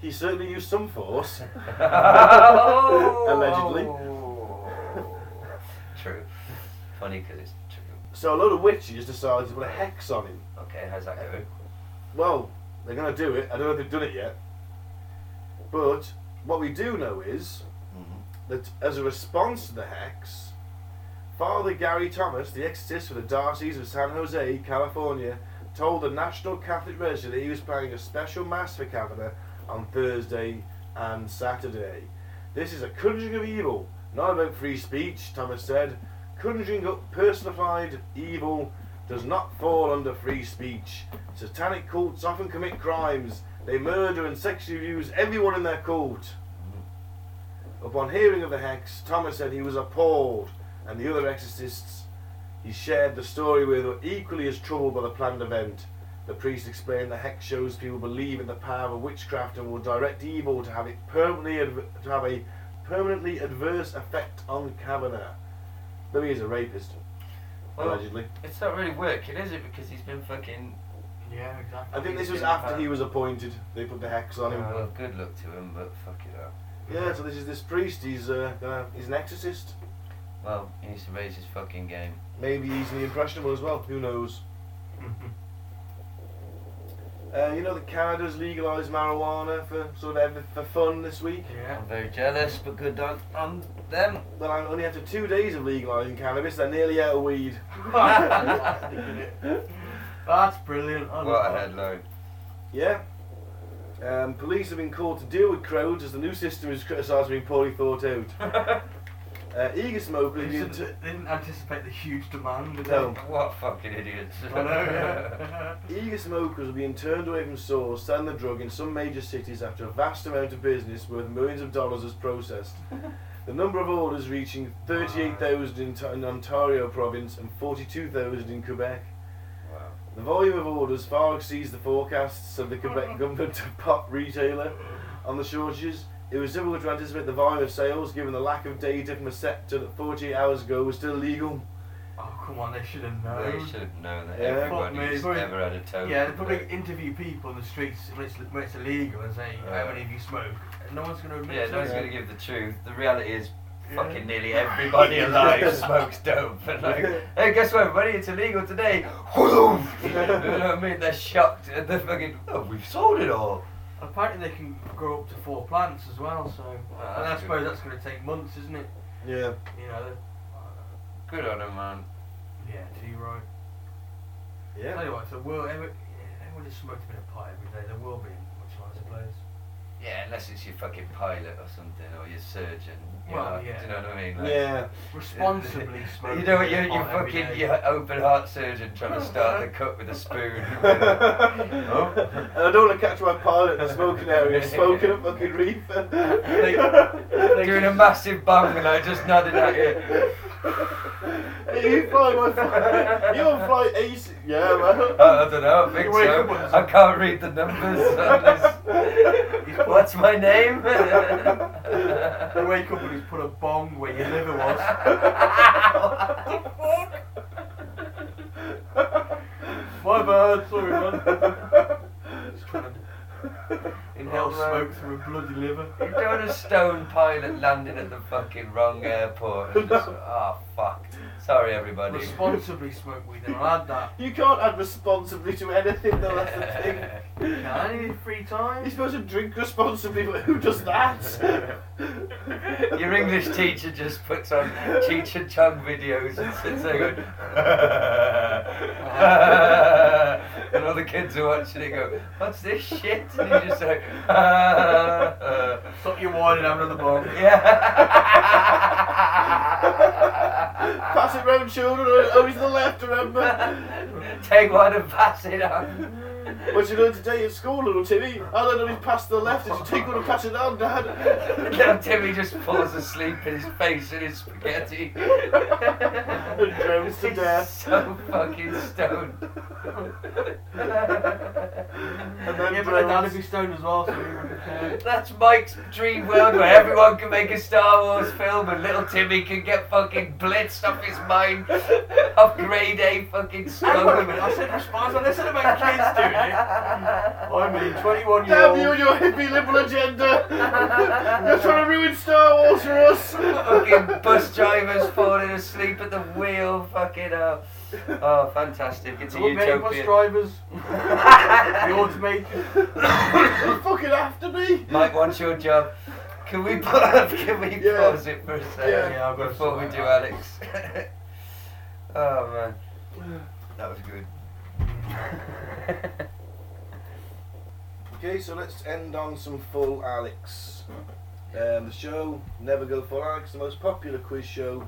He certainly used <laughs> some force. <laughs> Allegedly. <laughs> True. Funny because it's true. So a load of witches decided to put a hex on him. Okay, how's that going? Well, they're going to do it. I don't know if they've done it yet. But what we do know is Mm-hmm. that as a response to the hex, Father Gary Thomas, the exorcist for the Diocese of San Jose, California, told the National Catholic Register that he was planning a special mass for Kavanaugh on Thursday and Saturday. This is a conjuring of evil, not about free speech, Thomas said. Conjuring up personified evil does not fall under free speech. Satanic cults often commit crimes. They murder and sexually abuse everyone in their cult. Upon hearing of the hex, Thomas said he was appalled, and the other exorcists he shared the story with were equally as troubled by the planned event. The priest explained the hex shows people believe in the power of witchcraft and will direct evil to have it permanently adver- to have a permanently adverse effect on Kavanaugh. Though he is a rapist, Well, allegedly. It's not really working, is it? Because he's been fucking. Yeah, exactly. I think this he's was been after found- he was appointed. They put the hex on him. Oh, well, good luck to him, but fuck it up. Yeah, so this is this priest. He's uh, uh, he's an exorcist. Well, he needs to raise his fucking game. Maybe easily impressionable as well. Who <laughs> knows? Uh, you know that Canada's legalised marijuana for sort of every, for fun this week. Yeah. I'm very jealous, but good on, on them. Well, I'm only after two days of legalising cannabis, they're nearly out of <laughs> weed. <laughs> That's brilliant. I What love a that. headline. yeah. Um, police have been called to deal with crowds as the new system is criticised for being poorly thought <laughs> out. uh, eager They smokers. didn't, used they didn't anticipate the huge demand. Did No. they? What fucking idiots. <laughs> <laughs> I know, yeah. <laughs> Eager smokers are being turned away from stores selling the drug in some major cities after a vast amount of business worth millions of dollars is <laughs> processed. The number of orders reaching 38,000 in, Ta- in Ontario province and 42,000 in Quebec. Wow. The volume of orders far exceeds the forecasts of the <laughs> Quebec government <laughs> to pot retailer on the shortages. It was difficult to anticipate the volume of sales given the lack of data from a sector that 48 hours ago was still legal. Oh, come on, they should have known. They should have known that Yeah. everyone Fuck me. who's Probably- ever had a toe. Yeah, they probably interview people in the streets when it's, when it's illegal and say, Yeah. how many of you smoke? And no one's going to admit Yeah, to no one's it. going to give the truth. The reality is, Yeah. fucking nearly everybody <laughs> alive smokes dope. And like, hey, guess what, everybody? It's illegal today. <laughs> you know what I mean? They're shocked. <laughs> And they're fucking, oh, we've sold it all. Apparently they can grow up to four plants as well, so... and I that's suppose good. that's going to take months, isn't it? Yeah. You know, Good on them, man. Yeah, did he write? Yeah. Tell you what, the world, every, everyone just smoked a bit of pot every day. There will be much nicer place. Yeah, unless it's your fucking pilot or something, or your surgeon. You Well, know, yeah. Do you know what I mean? <laughs> Yeah. Responsibly You smoking know what? You're, a you're pot every fucking day. your open heart surgeon trying to start the cut with a spoon. <laughs> <laughs> and I don't want to catch my pilot in the smoking area smoking a fucking reefer. Doing a massive bang and I just nodded at you. Hey, you fly my flight. You on flight AC? Yeah, man. Uh, I don't know, I think Wait, so. come on. I can't read the numbers. <laughs> unless- What's my name? They wake up and he's put a bong where your liver was. My bad, sorry man. Just trying to inhale Oh, man. smoke through a bloody liver. You're doing a stone pilot landing at the fucking wrong airport. And just, oh, fuck. Sorry, everybody. Responsibly smoke weed, and I'll add that. You can't add responsibly to anything, though, that's the thing. Can I? Free time? You're supposed to drink responsibly, but who does that? Your English teacher just puts on Cheech and Chong videos and sits there going, <laughs> and all the kids are watching it go, what's this shit? And you just <laughs> like, Stop your wine and have another <laughs> bong. Pass it round, children, or always the left, remember? Take one and pass it on. What you learn today at school, little Timmy? I learned only pass to the left. Did you take one and pass it on, Dad? Little Timmy just falls asleep in his face in his spaghetti. <laughs> and drowns to death. So fucking stoned. And then Yeah, but my dad drowns. would be stoned as well, so he wouldn't care. <laughs> That's Mike's dream world where everyone can make a Star Wars film and little Timmy can get fucking blitzed off his mind off grade A fucking Hang on a smoke. minute, I said responsible. Listen to my <laughs> kids doing it. I mean, 21 year Damn you old. and your hippie liberal <laughs> agenda! You're trying to ruin Star Wars for us! fucking bus drivers falling asleep at the wheel. Fucking uh, oh, fantastic! It's a What many bus utopia. drivers? <laughs> the automakers. You're fucking after me! Mike wants your job. Can we pause? Can we pause it for a second Yeah. Yeah, I've got to before we sort do that out. Alex? <laughs> oh man, that was good. Okay, so let's end on some full Alex. Um, the show, Never Go Full Alex, the most popular quiz show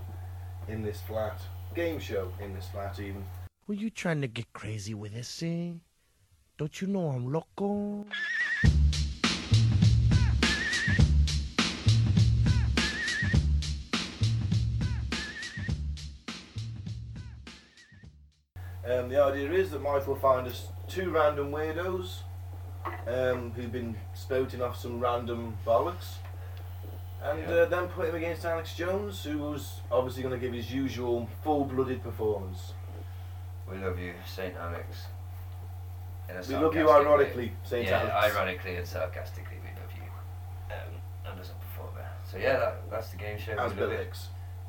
in this flat. Game show in this flat, even. Were you trying to get crazy with this, eh? Don't you know I'm loco? Um, the idea is that Mike will find us two random weirdos um, who've been spouting off some random bollocks, and uh, then put him against Alex Jones, who was obviously going to give his usual full-blooded performance. We love you, Saint Alex. In a We love you sarcastic ironically, way. Saint yeah, Alex. ironically and sarcastically, we love you. Um, that doesn't perform there. So yeah, that, that's the game show. As we love Bill it. Hicks.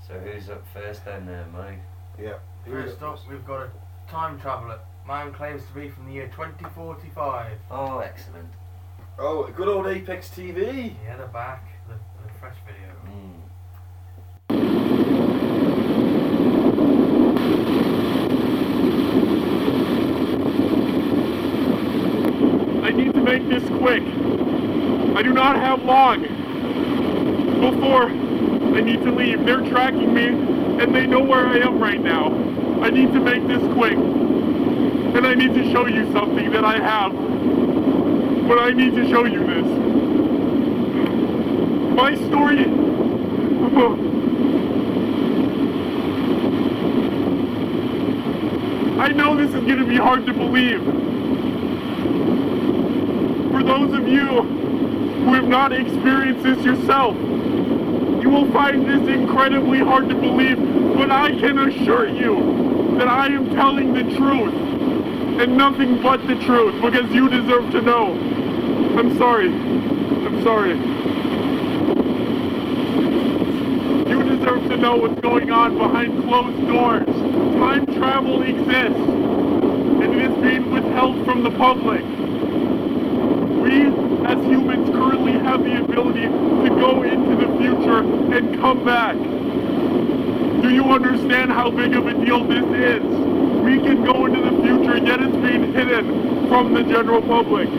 So who's up first then, uh, Mike? Yeah. First up, we've got a time traveller. Man claims to be from the year 2045. Oh, excellent. Oh, good old Apex TV. Yeah, they're back. The, the fresh video. Mm. I need to make this quick. I do not have long. Before I need to leave. They're tracking me and they know where I am right now. I need to make this quick. And I need to show you something that I have. But I need to show you this. My story. <laughs> I know this is going to be hard to believe for those of you who have not experienced this yourself, you will find this incredibly hard to believe, but I can assure you that I am telling the truth and nothing but the truth because you deserve to know. I'm sorry. I'm sorry. You deserve to know what's going on behind closed doors. Time travel exists, and it is being withheld from the public. We, as humans, currently have the ability to go into the future and come back. Do you understand how big of a deal this is? We can go into the future, yet it's being hidden from the general public.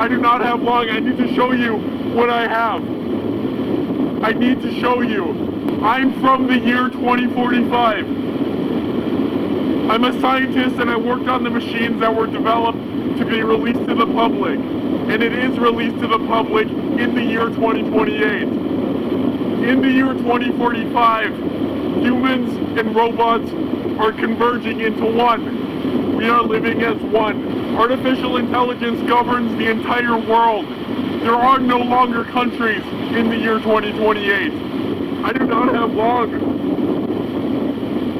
I do not have long. I need to show you what I have. I need to show you. I'm from the year 2045. I'm a scientist and I worked on the machines that were developed to be released to the public. And it is released to the public in the year 2028. In the year 2045, humans and robots are converging into one. We are living as one. Artificial intelligence governs the entire world. There are no longer countries in the year 2028. I do not have long.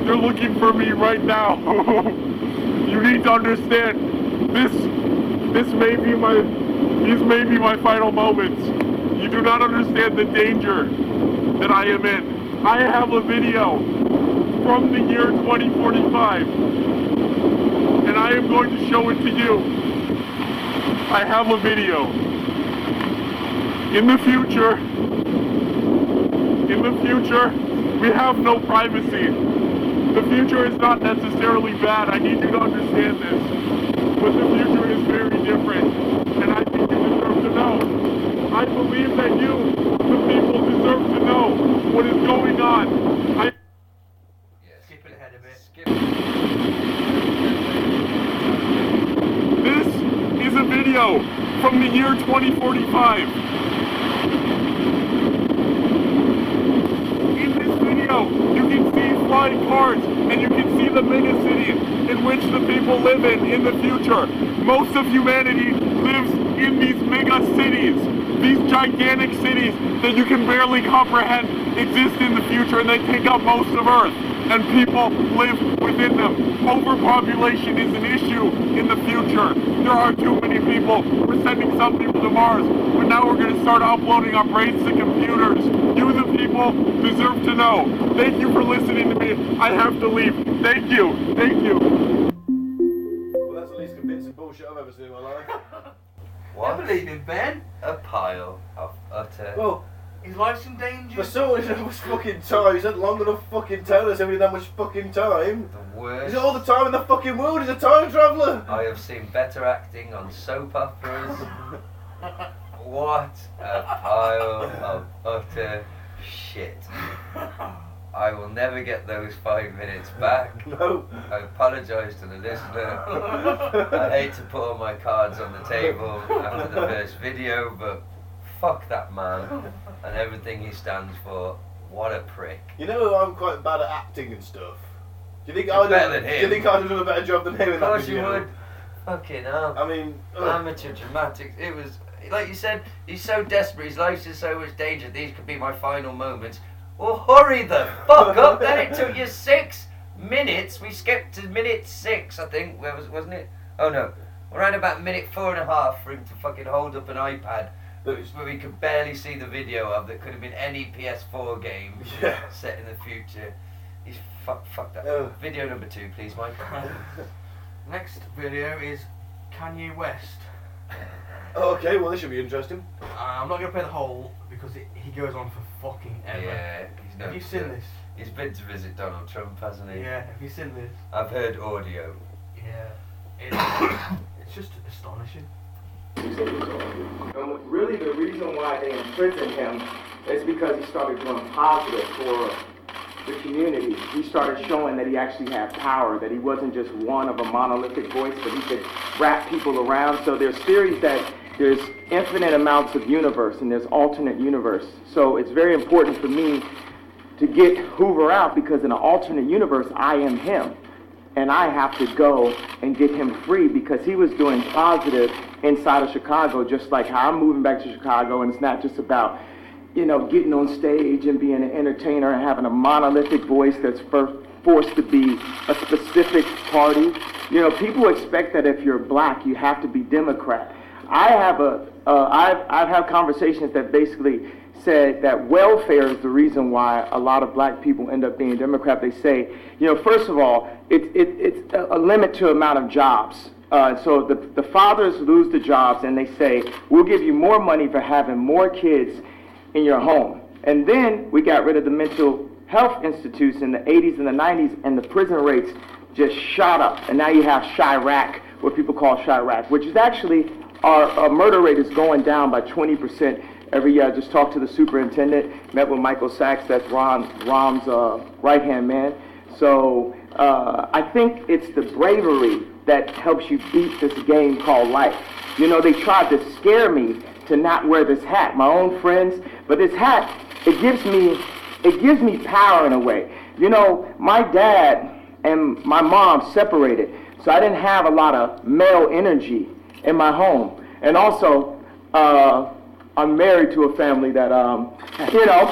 They're looking for me right now. <laughs> you need to understand. This this may be my these may be my final moments. You do not understand the danger that I am in. I have a video from the year 2045 and I am going to show it to you. I have a video. In the future, in the future, we have no privacy. The future is not necessarily bad. I need you to understand this. But the future is very different. And I think you deserve to know. I believe that you, the people, deserve to know what is going on. I This is a video from the year 2045. In this video, you can see flying cars and you can see the mega city in which the people live in in the future. Most of humanity lives in these mega cities, these gigantic cities that you can barely comprehend exist in the future and they take up most of Earth and people live within them. Overpopulation is an issue in the future. There are too many people. We're sending some people to Mars, but now we're going to start uploading our brains to computers. You, the people, deserve to know. Thank you for listening to me. I have to leave. Thank you. Thank you. Well, that's the least convincing bullshit I've ever seen in my <laughs> life. What? I believe in Ben. A pile of utter. Well, his life's in danger. for someone who that much fucking time, he's had long enough fucking tell us every that much fucking time. The worst. He's got all the time in the fucking world, he's a time traveller! I have seen better acting on soap operas. what a pile of utter shit. I will never get those five minutes back. No. I apologise to <laughs> the listener. I hate to put all my cards on the table after the first video, but fuck that man and everything he stands for. What a prick. You know I'm quite bad at acting and stuff. Do you think You're I better did, than Do him. you think I'd have done a better job than him in Of that course you video? would. Fucking hell. I mean, ugh. amateur dramatics. It was like you said. He's so desperate. His life's in so much danger. These could be my final moments. Well, hurry the fuck up. Then it took you six minutes. We skipped to minute six, I think. Where was wasn't it? Oh no, around about minute four and a half for him to fucking hold up an iPad. Which, where we could barely see the video of that could have been any PS4 <laughs> game Yeah. set in the future. He's fuck, fuck that. Ugh. Video number two, please, <laughs> Mike. Next video is Kanye West. Oh, okay, well, this should be interesting. Uh, I'm not gonna play the whole because it, he goes on for fucking ever. Yeah, he's no Have you seen good. this? He's been to visit Donald Trump, hasn't he? Yeah. Have you seen this? I've heard audio. Yeah. <coughs> It, it's just astonishing. And really, the reason why they imprisoned him is because he started doing positive for the community. He started showing that he actually had power, that he wasn't just one of a monolithic voice, but he could wrap people around. So there's theories that there's infinite amounts of universe and there's alternate universe. So it's very important for me to get Hoover out because in an alternate universe, I am him and I have to go and get him free because he was doing positive inside of Chicago, just like how I'm moving back to Chicago, and it's not just about you know getting on stage and being an entertainer and having a monolithic voice that's for, forced to be a specific party. You know, people expect that if you're black, you have to be Democrat. I have a, uh, I've, I've had conversations that basically said that welfare is the reason why a lot of black people end up being Democrat. They say, you know, first of all, it, it, it's a a limit to amount of jobs. Uh, so the, the fathers lose the jobs and they say, we'll give you more money for having more kids in your home. And then we got rid of the mental health institutes in the 80s and the 90s, and the prison rates just shot up. And now you have Chirac, what people call Chirac, which is actually our, our murder rate is going down by 20% every year. I just talked to the superintendent, met with Michael Sachs, that's Ron, Rom's uh, right hand man. So uh, I think it's the bravery that helps you beat this game called life. You know, they tried to scare me to not wear this hat, my own friends, but this hat, it gives me, it gives me power in a way. You know, my dad and my mom separated, so I didn't have a lot of male energy in my home. And also, uh, I'm married to a family that, um, you know,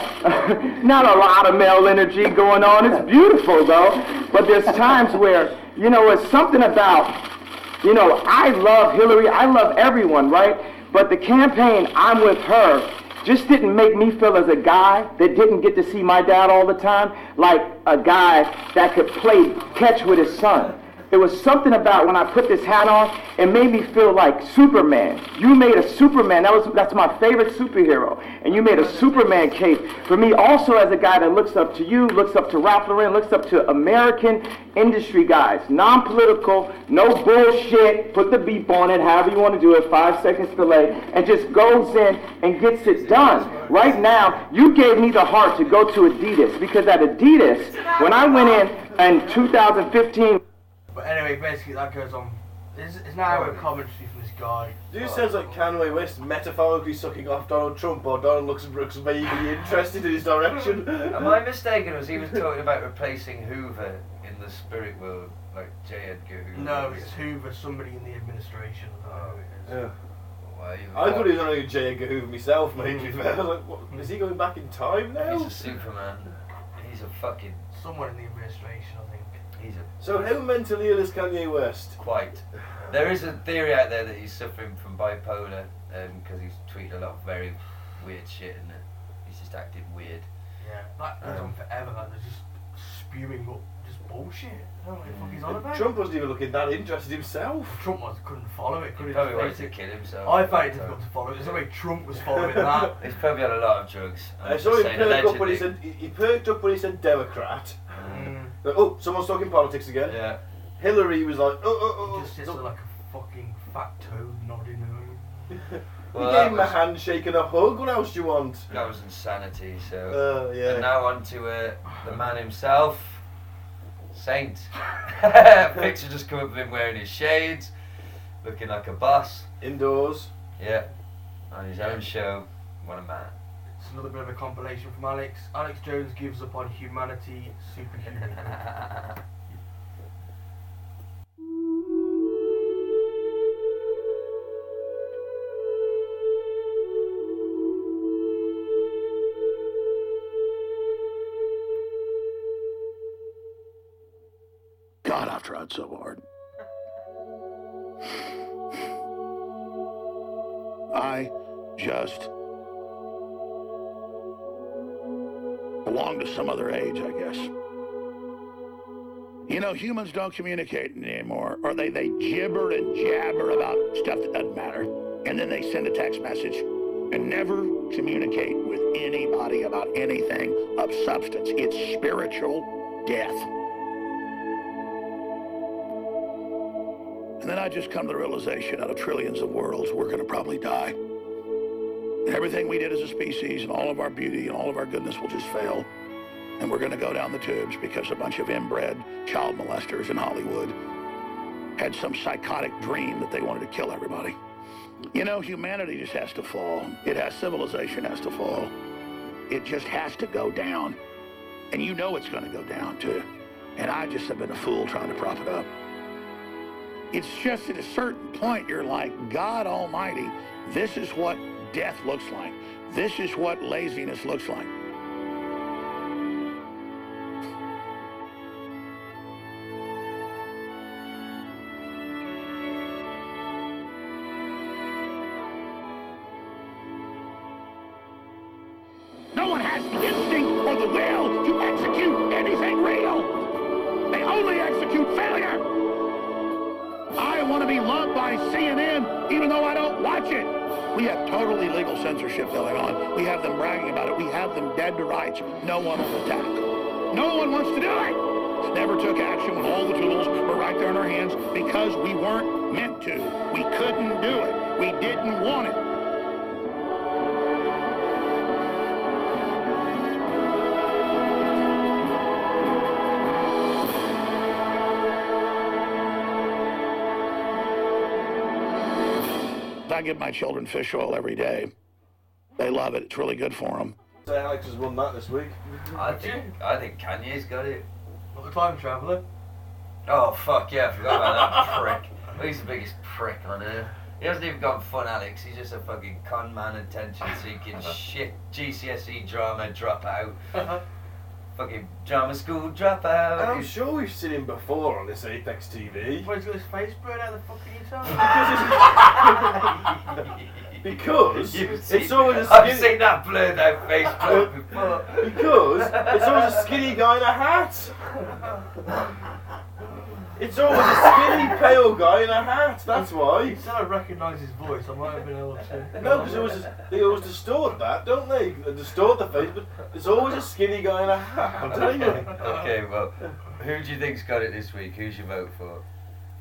not a lot of male energy going on. It's beautiful though, but there's times where, you know, it's something about, you know, I love Hillary, I love everyone, right? But the campaign I'm with her just didn't make me feel as a guy that didn't get to see my dad all the time, like a guy that could play catch with his son. There was something about when I put this hat on, it made me feel like Superman. You made a Superman. That was that's my favorite superhero, and you made a Superman cape for me. Also, as a guy that looks up to you, looks up to Ralph Lauren, looks up to American industry guys, non-political, no bullshit. Put the beep on it, however you want to do it. Five seconds delay, and just goes in and gets it done. Right now, you gave me the heart to go to Adidas because at Adidas, when I went in in 2015. But anyway, basically that goes on. It's, it's now a commentary from this guy. Who says that Kanye West metaphorically sucking off Donald Trump or Donald Luxembourg's maybe interested in his <laughs> direction? <laughs> Am I mistaken? or Was he was talking about replacing Hoover in the spirit world, like J. Edgar Hoover? No, it's Hoover, somebody in the administration. Oh, Yeah. I thought he was only J. Edgar Hoover myself, mate. to be fair. <laughs> I was like, what, is he going back in time now? He's a Superman. He's a fucking. Someone in the administration, I think. He's a So how mentally ill is Kanye West? Quite. There is a theory out there that he's suffering from bipolar because he's tweeted a lot of very weird shit and that he's just acting weird. Yeah, that goes on forever. Like, they're just spewing up just bullshit. I don't know what the fuck he's on about. Trump wasn't even looking that interested himself. Trump was, couldn't follow it, could He he? probably wanted to kill himself. I found it difficult to follow it. There's no way Trump was <laughs> following that. He's probably had a lot of drugs. I'm I saw just him saying, perk up when Uh, he allegedly. said he, he perked up when he said Democrat. Mm. Like, oh, someone's talking politics again. Yeah. Hillary was like, oh, oh, oh. He just sits there like a fucking fat toad nodding at him. <laughs> Well, he that gave him a was- handshake and a hug. What else do you want? That was insanity. So, Oh, yeah. and now on to uh, the man himself, Saint. <laughs> Picture just come up of him wearing his shades, looking like a boss. Indoors. Yeah, on his own show. What a man. It's another bit of a compilation from Alex. Alex Jones gives up on humanity, <laughs> superhuman. God, I've tried so hard. I just belong to some other age, I guess. You know, humans don't communicate anymore, or they, they gibber and jabber about stuff that doesn't matter, and then they send a text message and never communicate with anybody about anything of substance. It's spiritual death. And then I just come to the realization out of trillions of worlds, we're going to probably die. And everything we did as a species and all of our beauty and all of our goodness will just fail. And we're going to go down the tubes because a bunch of inbred child molesters in Hollywood had some psychotic dream that they wanted to kill everybody. You know, humanity just has to fall. It has, civilization has to fall. It just has to go down. And you know it's going to go down too. And I just have been a fool trying to prop it up. It's just at a certain point, you're like, God Almighty, this is what death looks like. This is what laziness looks like. No one has the instinct or the will to execute anything real. They only execute failure. I want to be loved by CNN, even though I don't watch it. We have total illegal censorship going on. We have them bragging about it. We have them dead to rights. No one will attack. No one wants to do it. Never took action when all the tools were right there in our hands because we weren't meant to. We couldn't do it. We didn't want it. I give my children fish oil every day. They love it. It's really good for them. Say Alex has won that this week. I think I think Kanye's got it. Not the time traveller. Oh fuck yeah! I forgot about that <laughs> prick. He's the biggest prick on earth. He hasn't even got fun, Alex. He's just a fucking con man, <laughs> attention-seeking shit, GCSE E drama dropout, <laughs> fucking drama school dropout. Oh. And I'm sure we've seen him before on this Apex TV. Where's his face spread out? The fuck are you <laughs> talking? Because it's, <laughs> because You've it's seen- always a I've skinny, seen that blurred out <laughs> face bloke before. because it's always a skinny guy in a hat. It's always a skinny pale guy in a hat. That's why. Instead I recognise his voice, I might have been able to. No, because always they always distort that, don't they? They distort the face, but it's always a skinny guy in a hat. I'm telling you. <laughs> okay, well, who do you think's got it this week? Who's your vote for?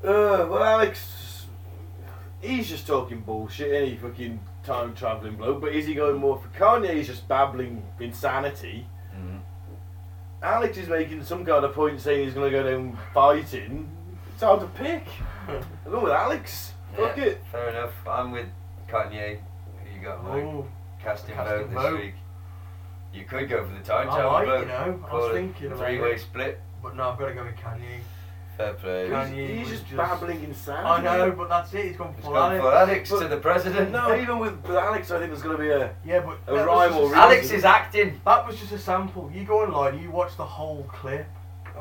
Uh, well, Alex, he's just talking bullshit, any fucking time traveling bloke. But is he going more for Kanye? He's just babbling insanity. Alex is making some kind of point saying he's going to go down fighting. It's hard to <laughs> pick. I'm going with Alex. Fuck Yeah, it. Fair enough. I'm with Kanye. Who you got, Mike? Ooh. Casting Cast vote and this vote. week. You could go for the time I travel like, vote. you know, I Call was it thinking about Three-way it. split. But no, I've got to go with Kanye. Fair play. Kanye he's was just babbling insanity. I know, but that's it. He's gone full gone Alex. full Alex But- to the president. No, even with, with Alex, I think there's going to be a Yeah, but a that was rivalry. just- Alex is acting. That was just a sample. You go online, you watch the whole clip.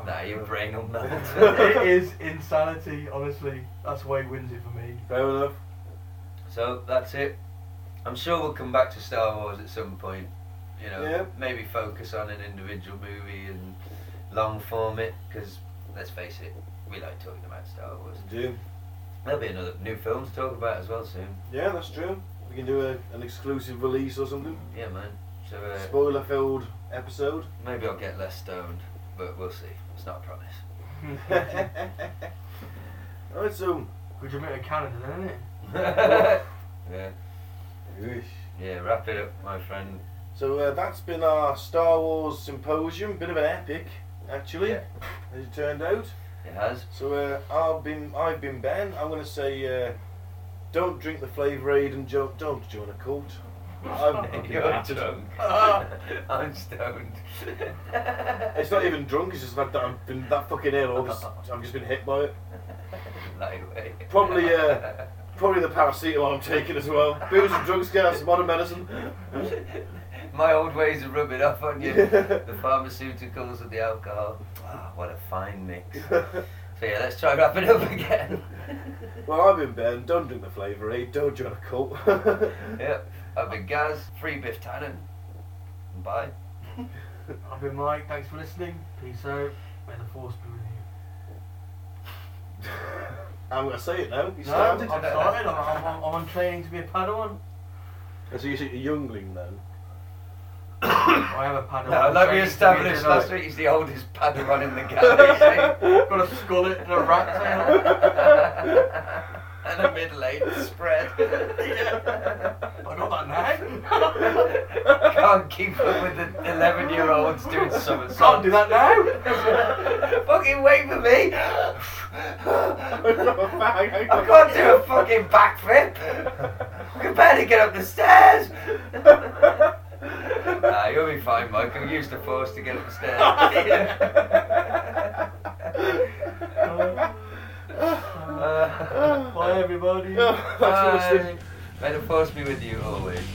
Nah, your brain will melt. Oh, <laughs> it is insanity, honestly. That's why he wins it for <laughs> me. Fair enough. So that's it. I'm sure we'll come back to Star Wars at some point. You know, Yeah. maybe focus on an individual movie and long form it because let's face it, we like talking about Star Wars. Do. There'll be another new film to talk about as well soon. Yeah, that's true. We can do a, an exclusive release or something. Yeah, man. So uh, Spoiler filled episode. maybe I'll get less stoned, but we'll see. It's not a promise. <laughs> Alright, so. Good you meet in Canada, then, isn't it? yeah. Yeesh. Yeah. Wrap it up, my friend. So uh, that's been our Star Wars symposium. Bit of an epic, actually, as it turned out. It has. So uh, I've been I've been Ben. I'm going to say, uh, don't drink the flavour aid and jo- don't join a <laughs> cult. I'm You're going to. <laughs> drunk. <laughs> I'm stoned. <laughs> It's not even drunk. It's just like that I've been that fucking ill. I've <laughs> just, I've just been hit by it. Lightweight. Probably <laughs> uh, probably the paracetamol I'm taking as well. Booze and drugs, gas, <laughs> modern medicine. My old ways of rubbing off on <laughs> you. the pharmaceuticals and the alcohol. Ah, what a fine <laughs> mix. so yeah, let's try wrapping up again. <laughs> Well, I've been Ben. Don't drink the flavour aid. Don't join a cult. yep. I've been Gaz, free Biff Tannen. <laughs> Bye. <laughs> I've been Mike. Thanks for listening. Peace out. May the force be with you. <laughs> I'm going to say it now. You No, I'm started. excited. I'm, I'm, I'm on training to be a Padawan. So you're a youngling then? I am a Padawan. Now, like we training to be a established Jedi. last week, he's the oldest Padawan in the galaxy. <laughs> Got a skullet and a rat tail. <laughs> and a middle-aged spread. I got that now. <laughs> Can't keep up with the 11-year-olds doing somersaults. Can't do that now. <laughs> Fucking wait for me! I I can't do a fucking backflip! I can barely get up the stairs! nah, you'll be fine, Mike. I'll use the force to get up the <laughs> <laughs> stairs. Bye, everybody. Thanks for listening. Uh, May the force be with you always.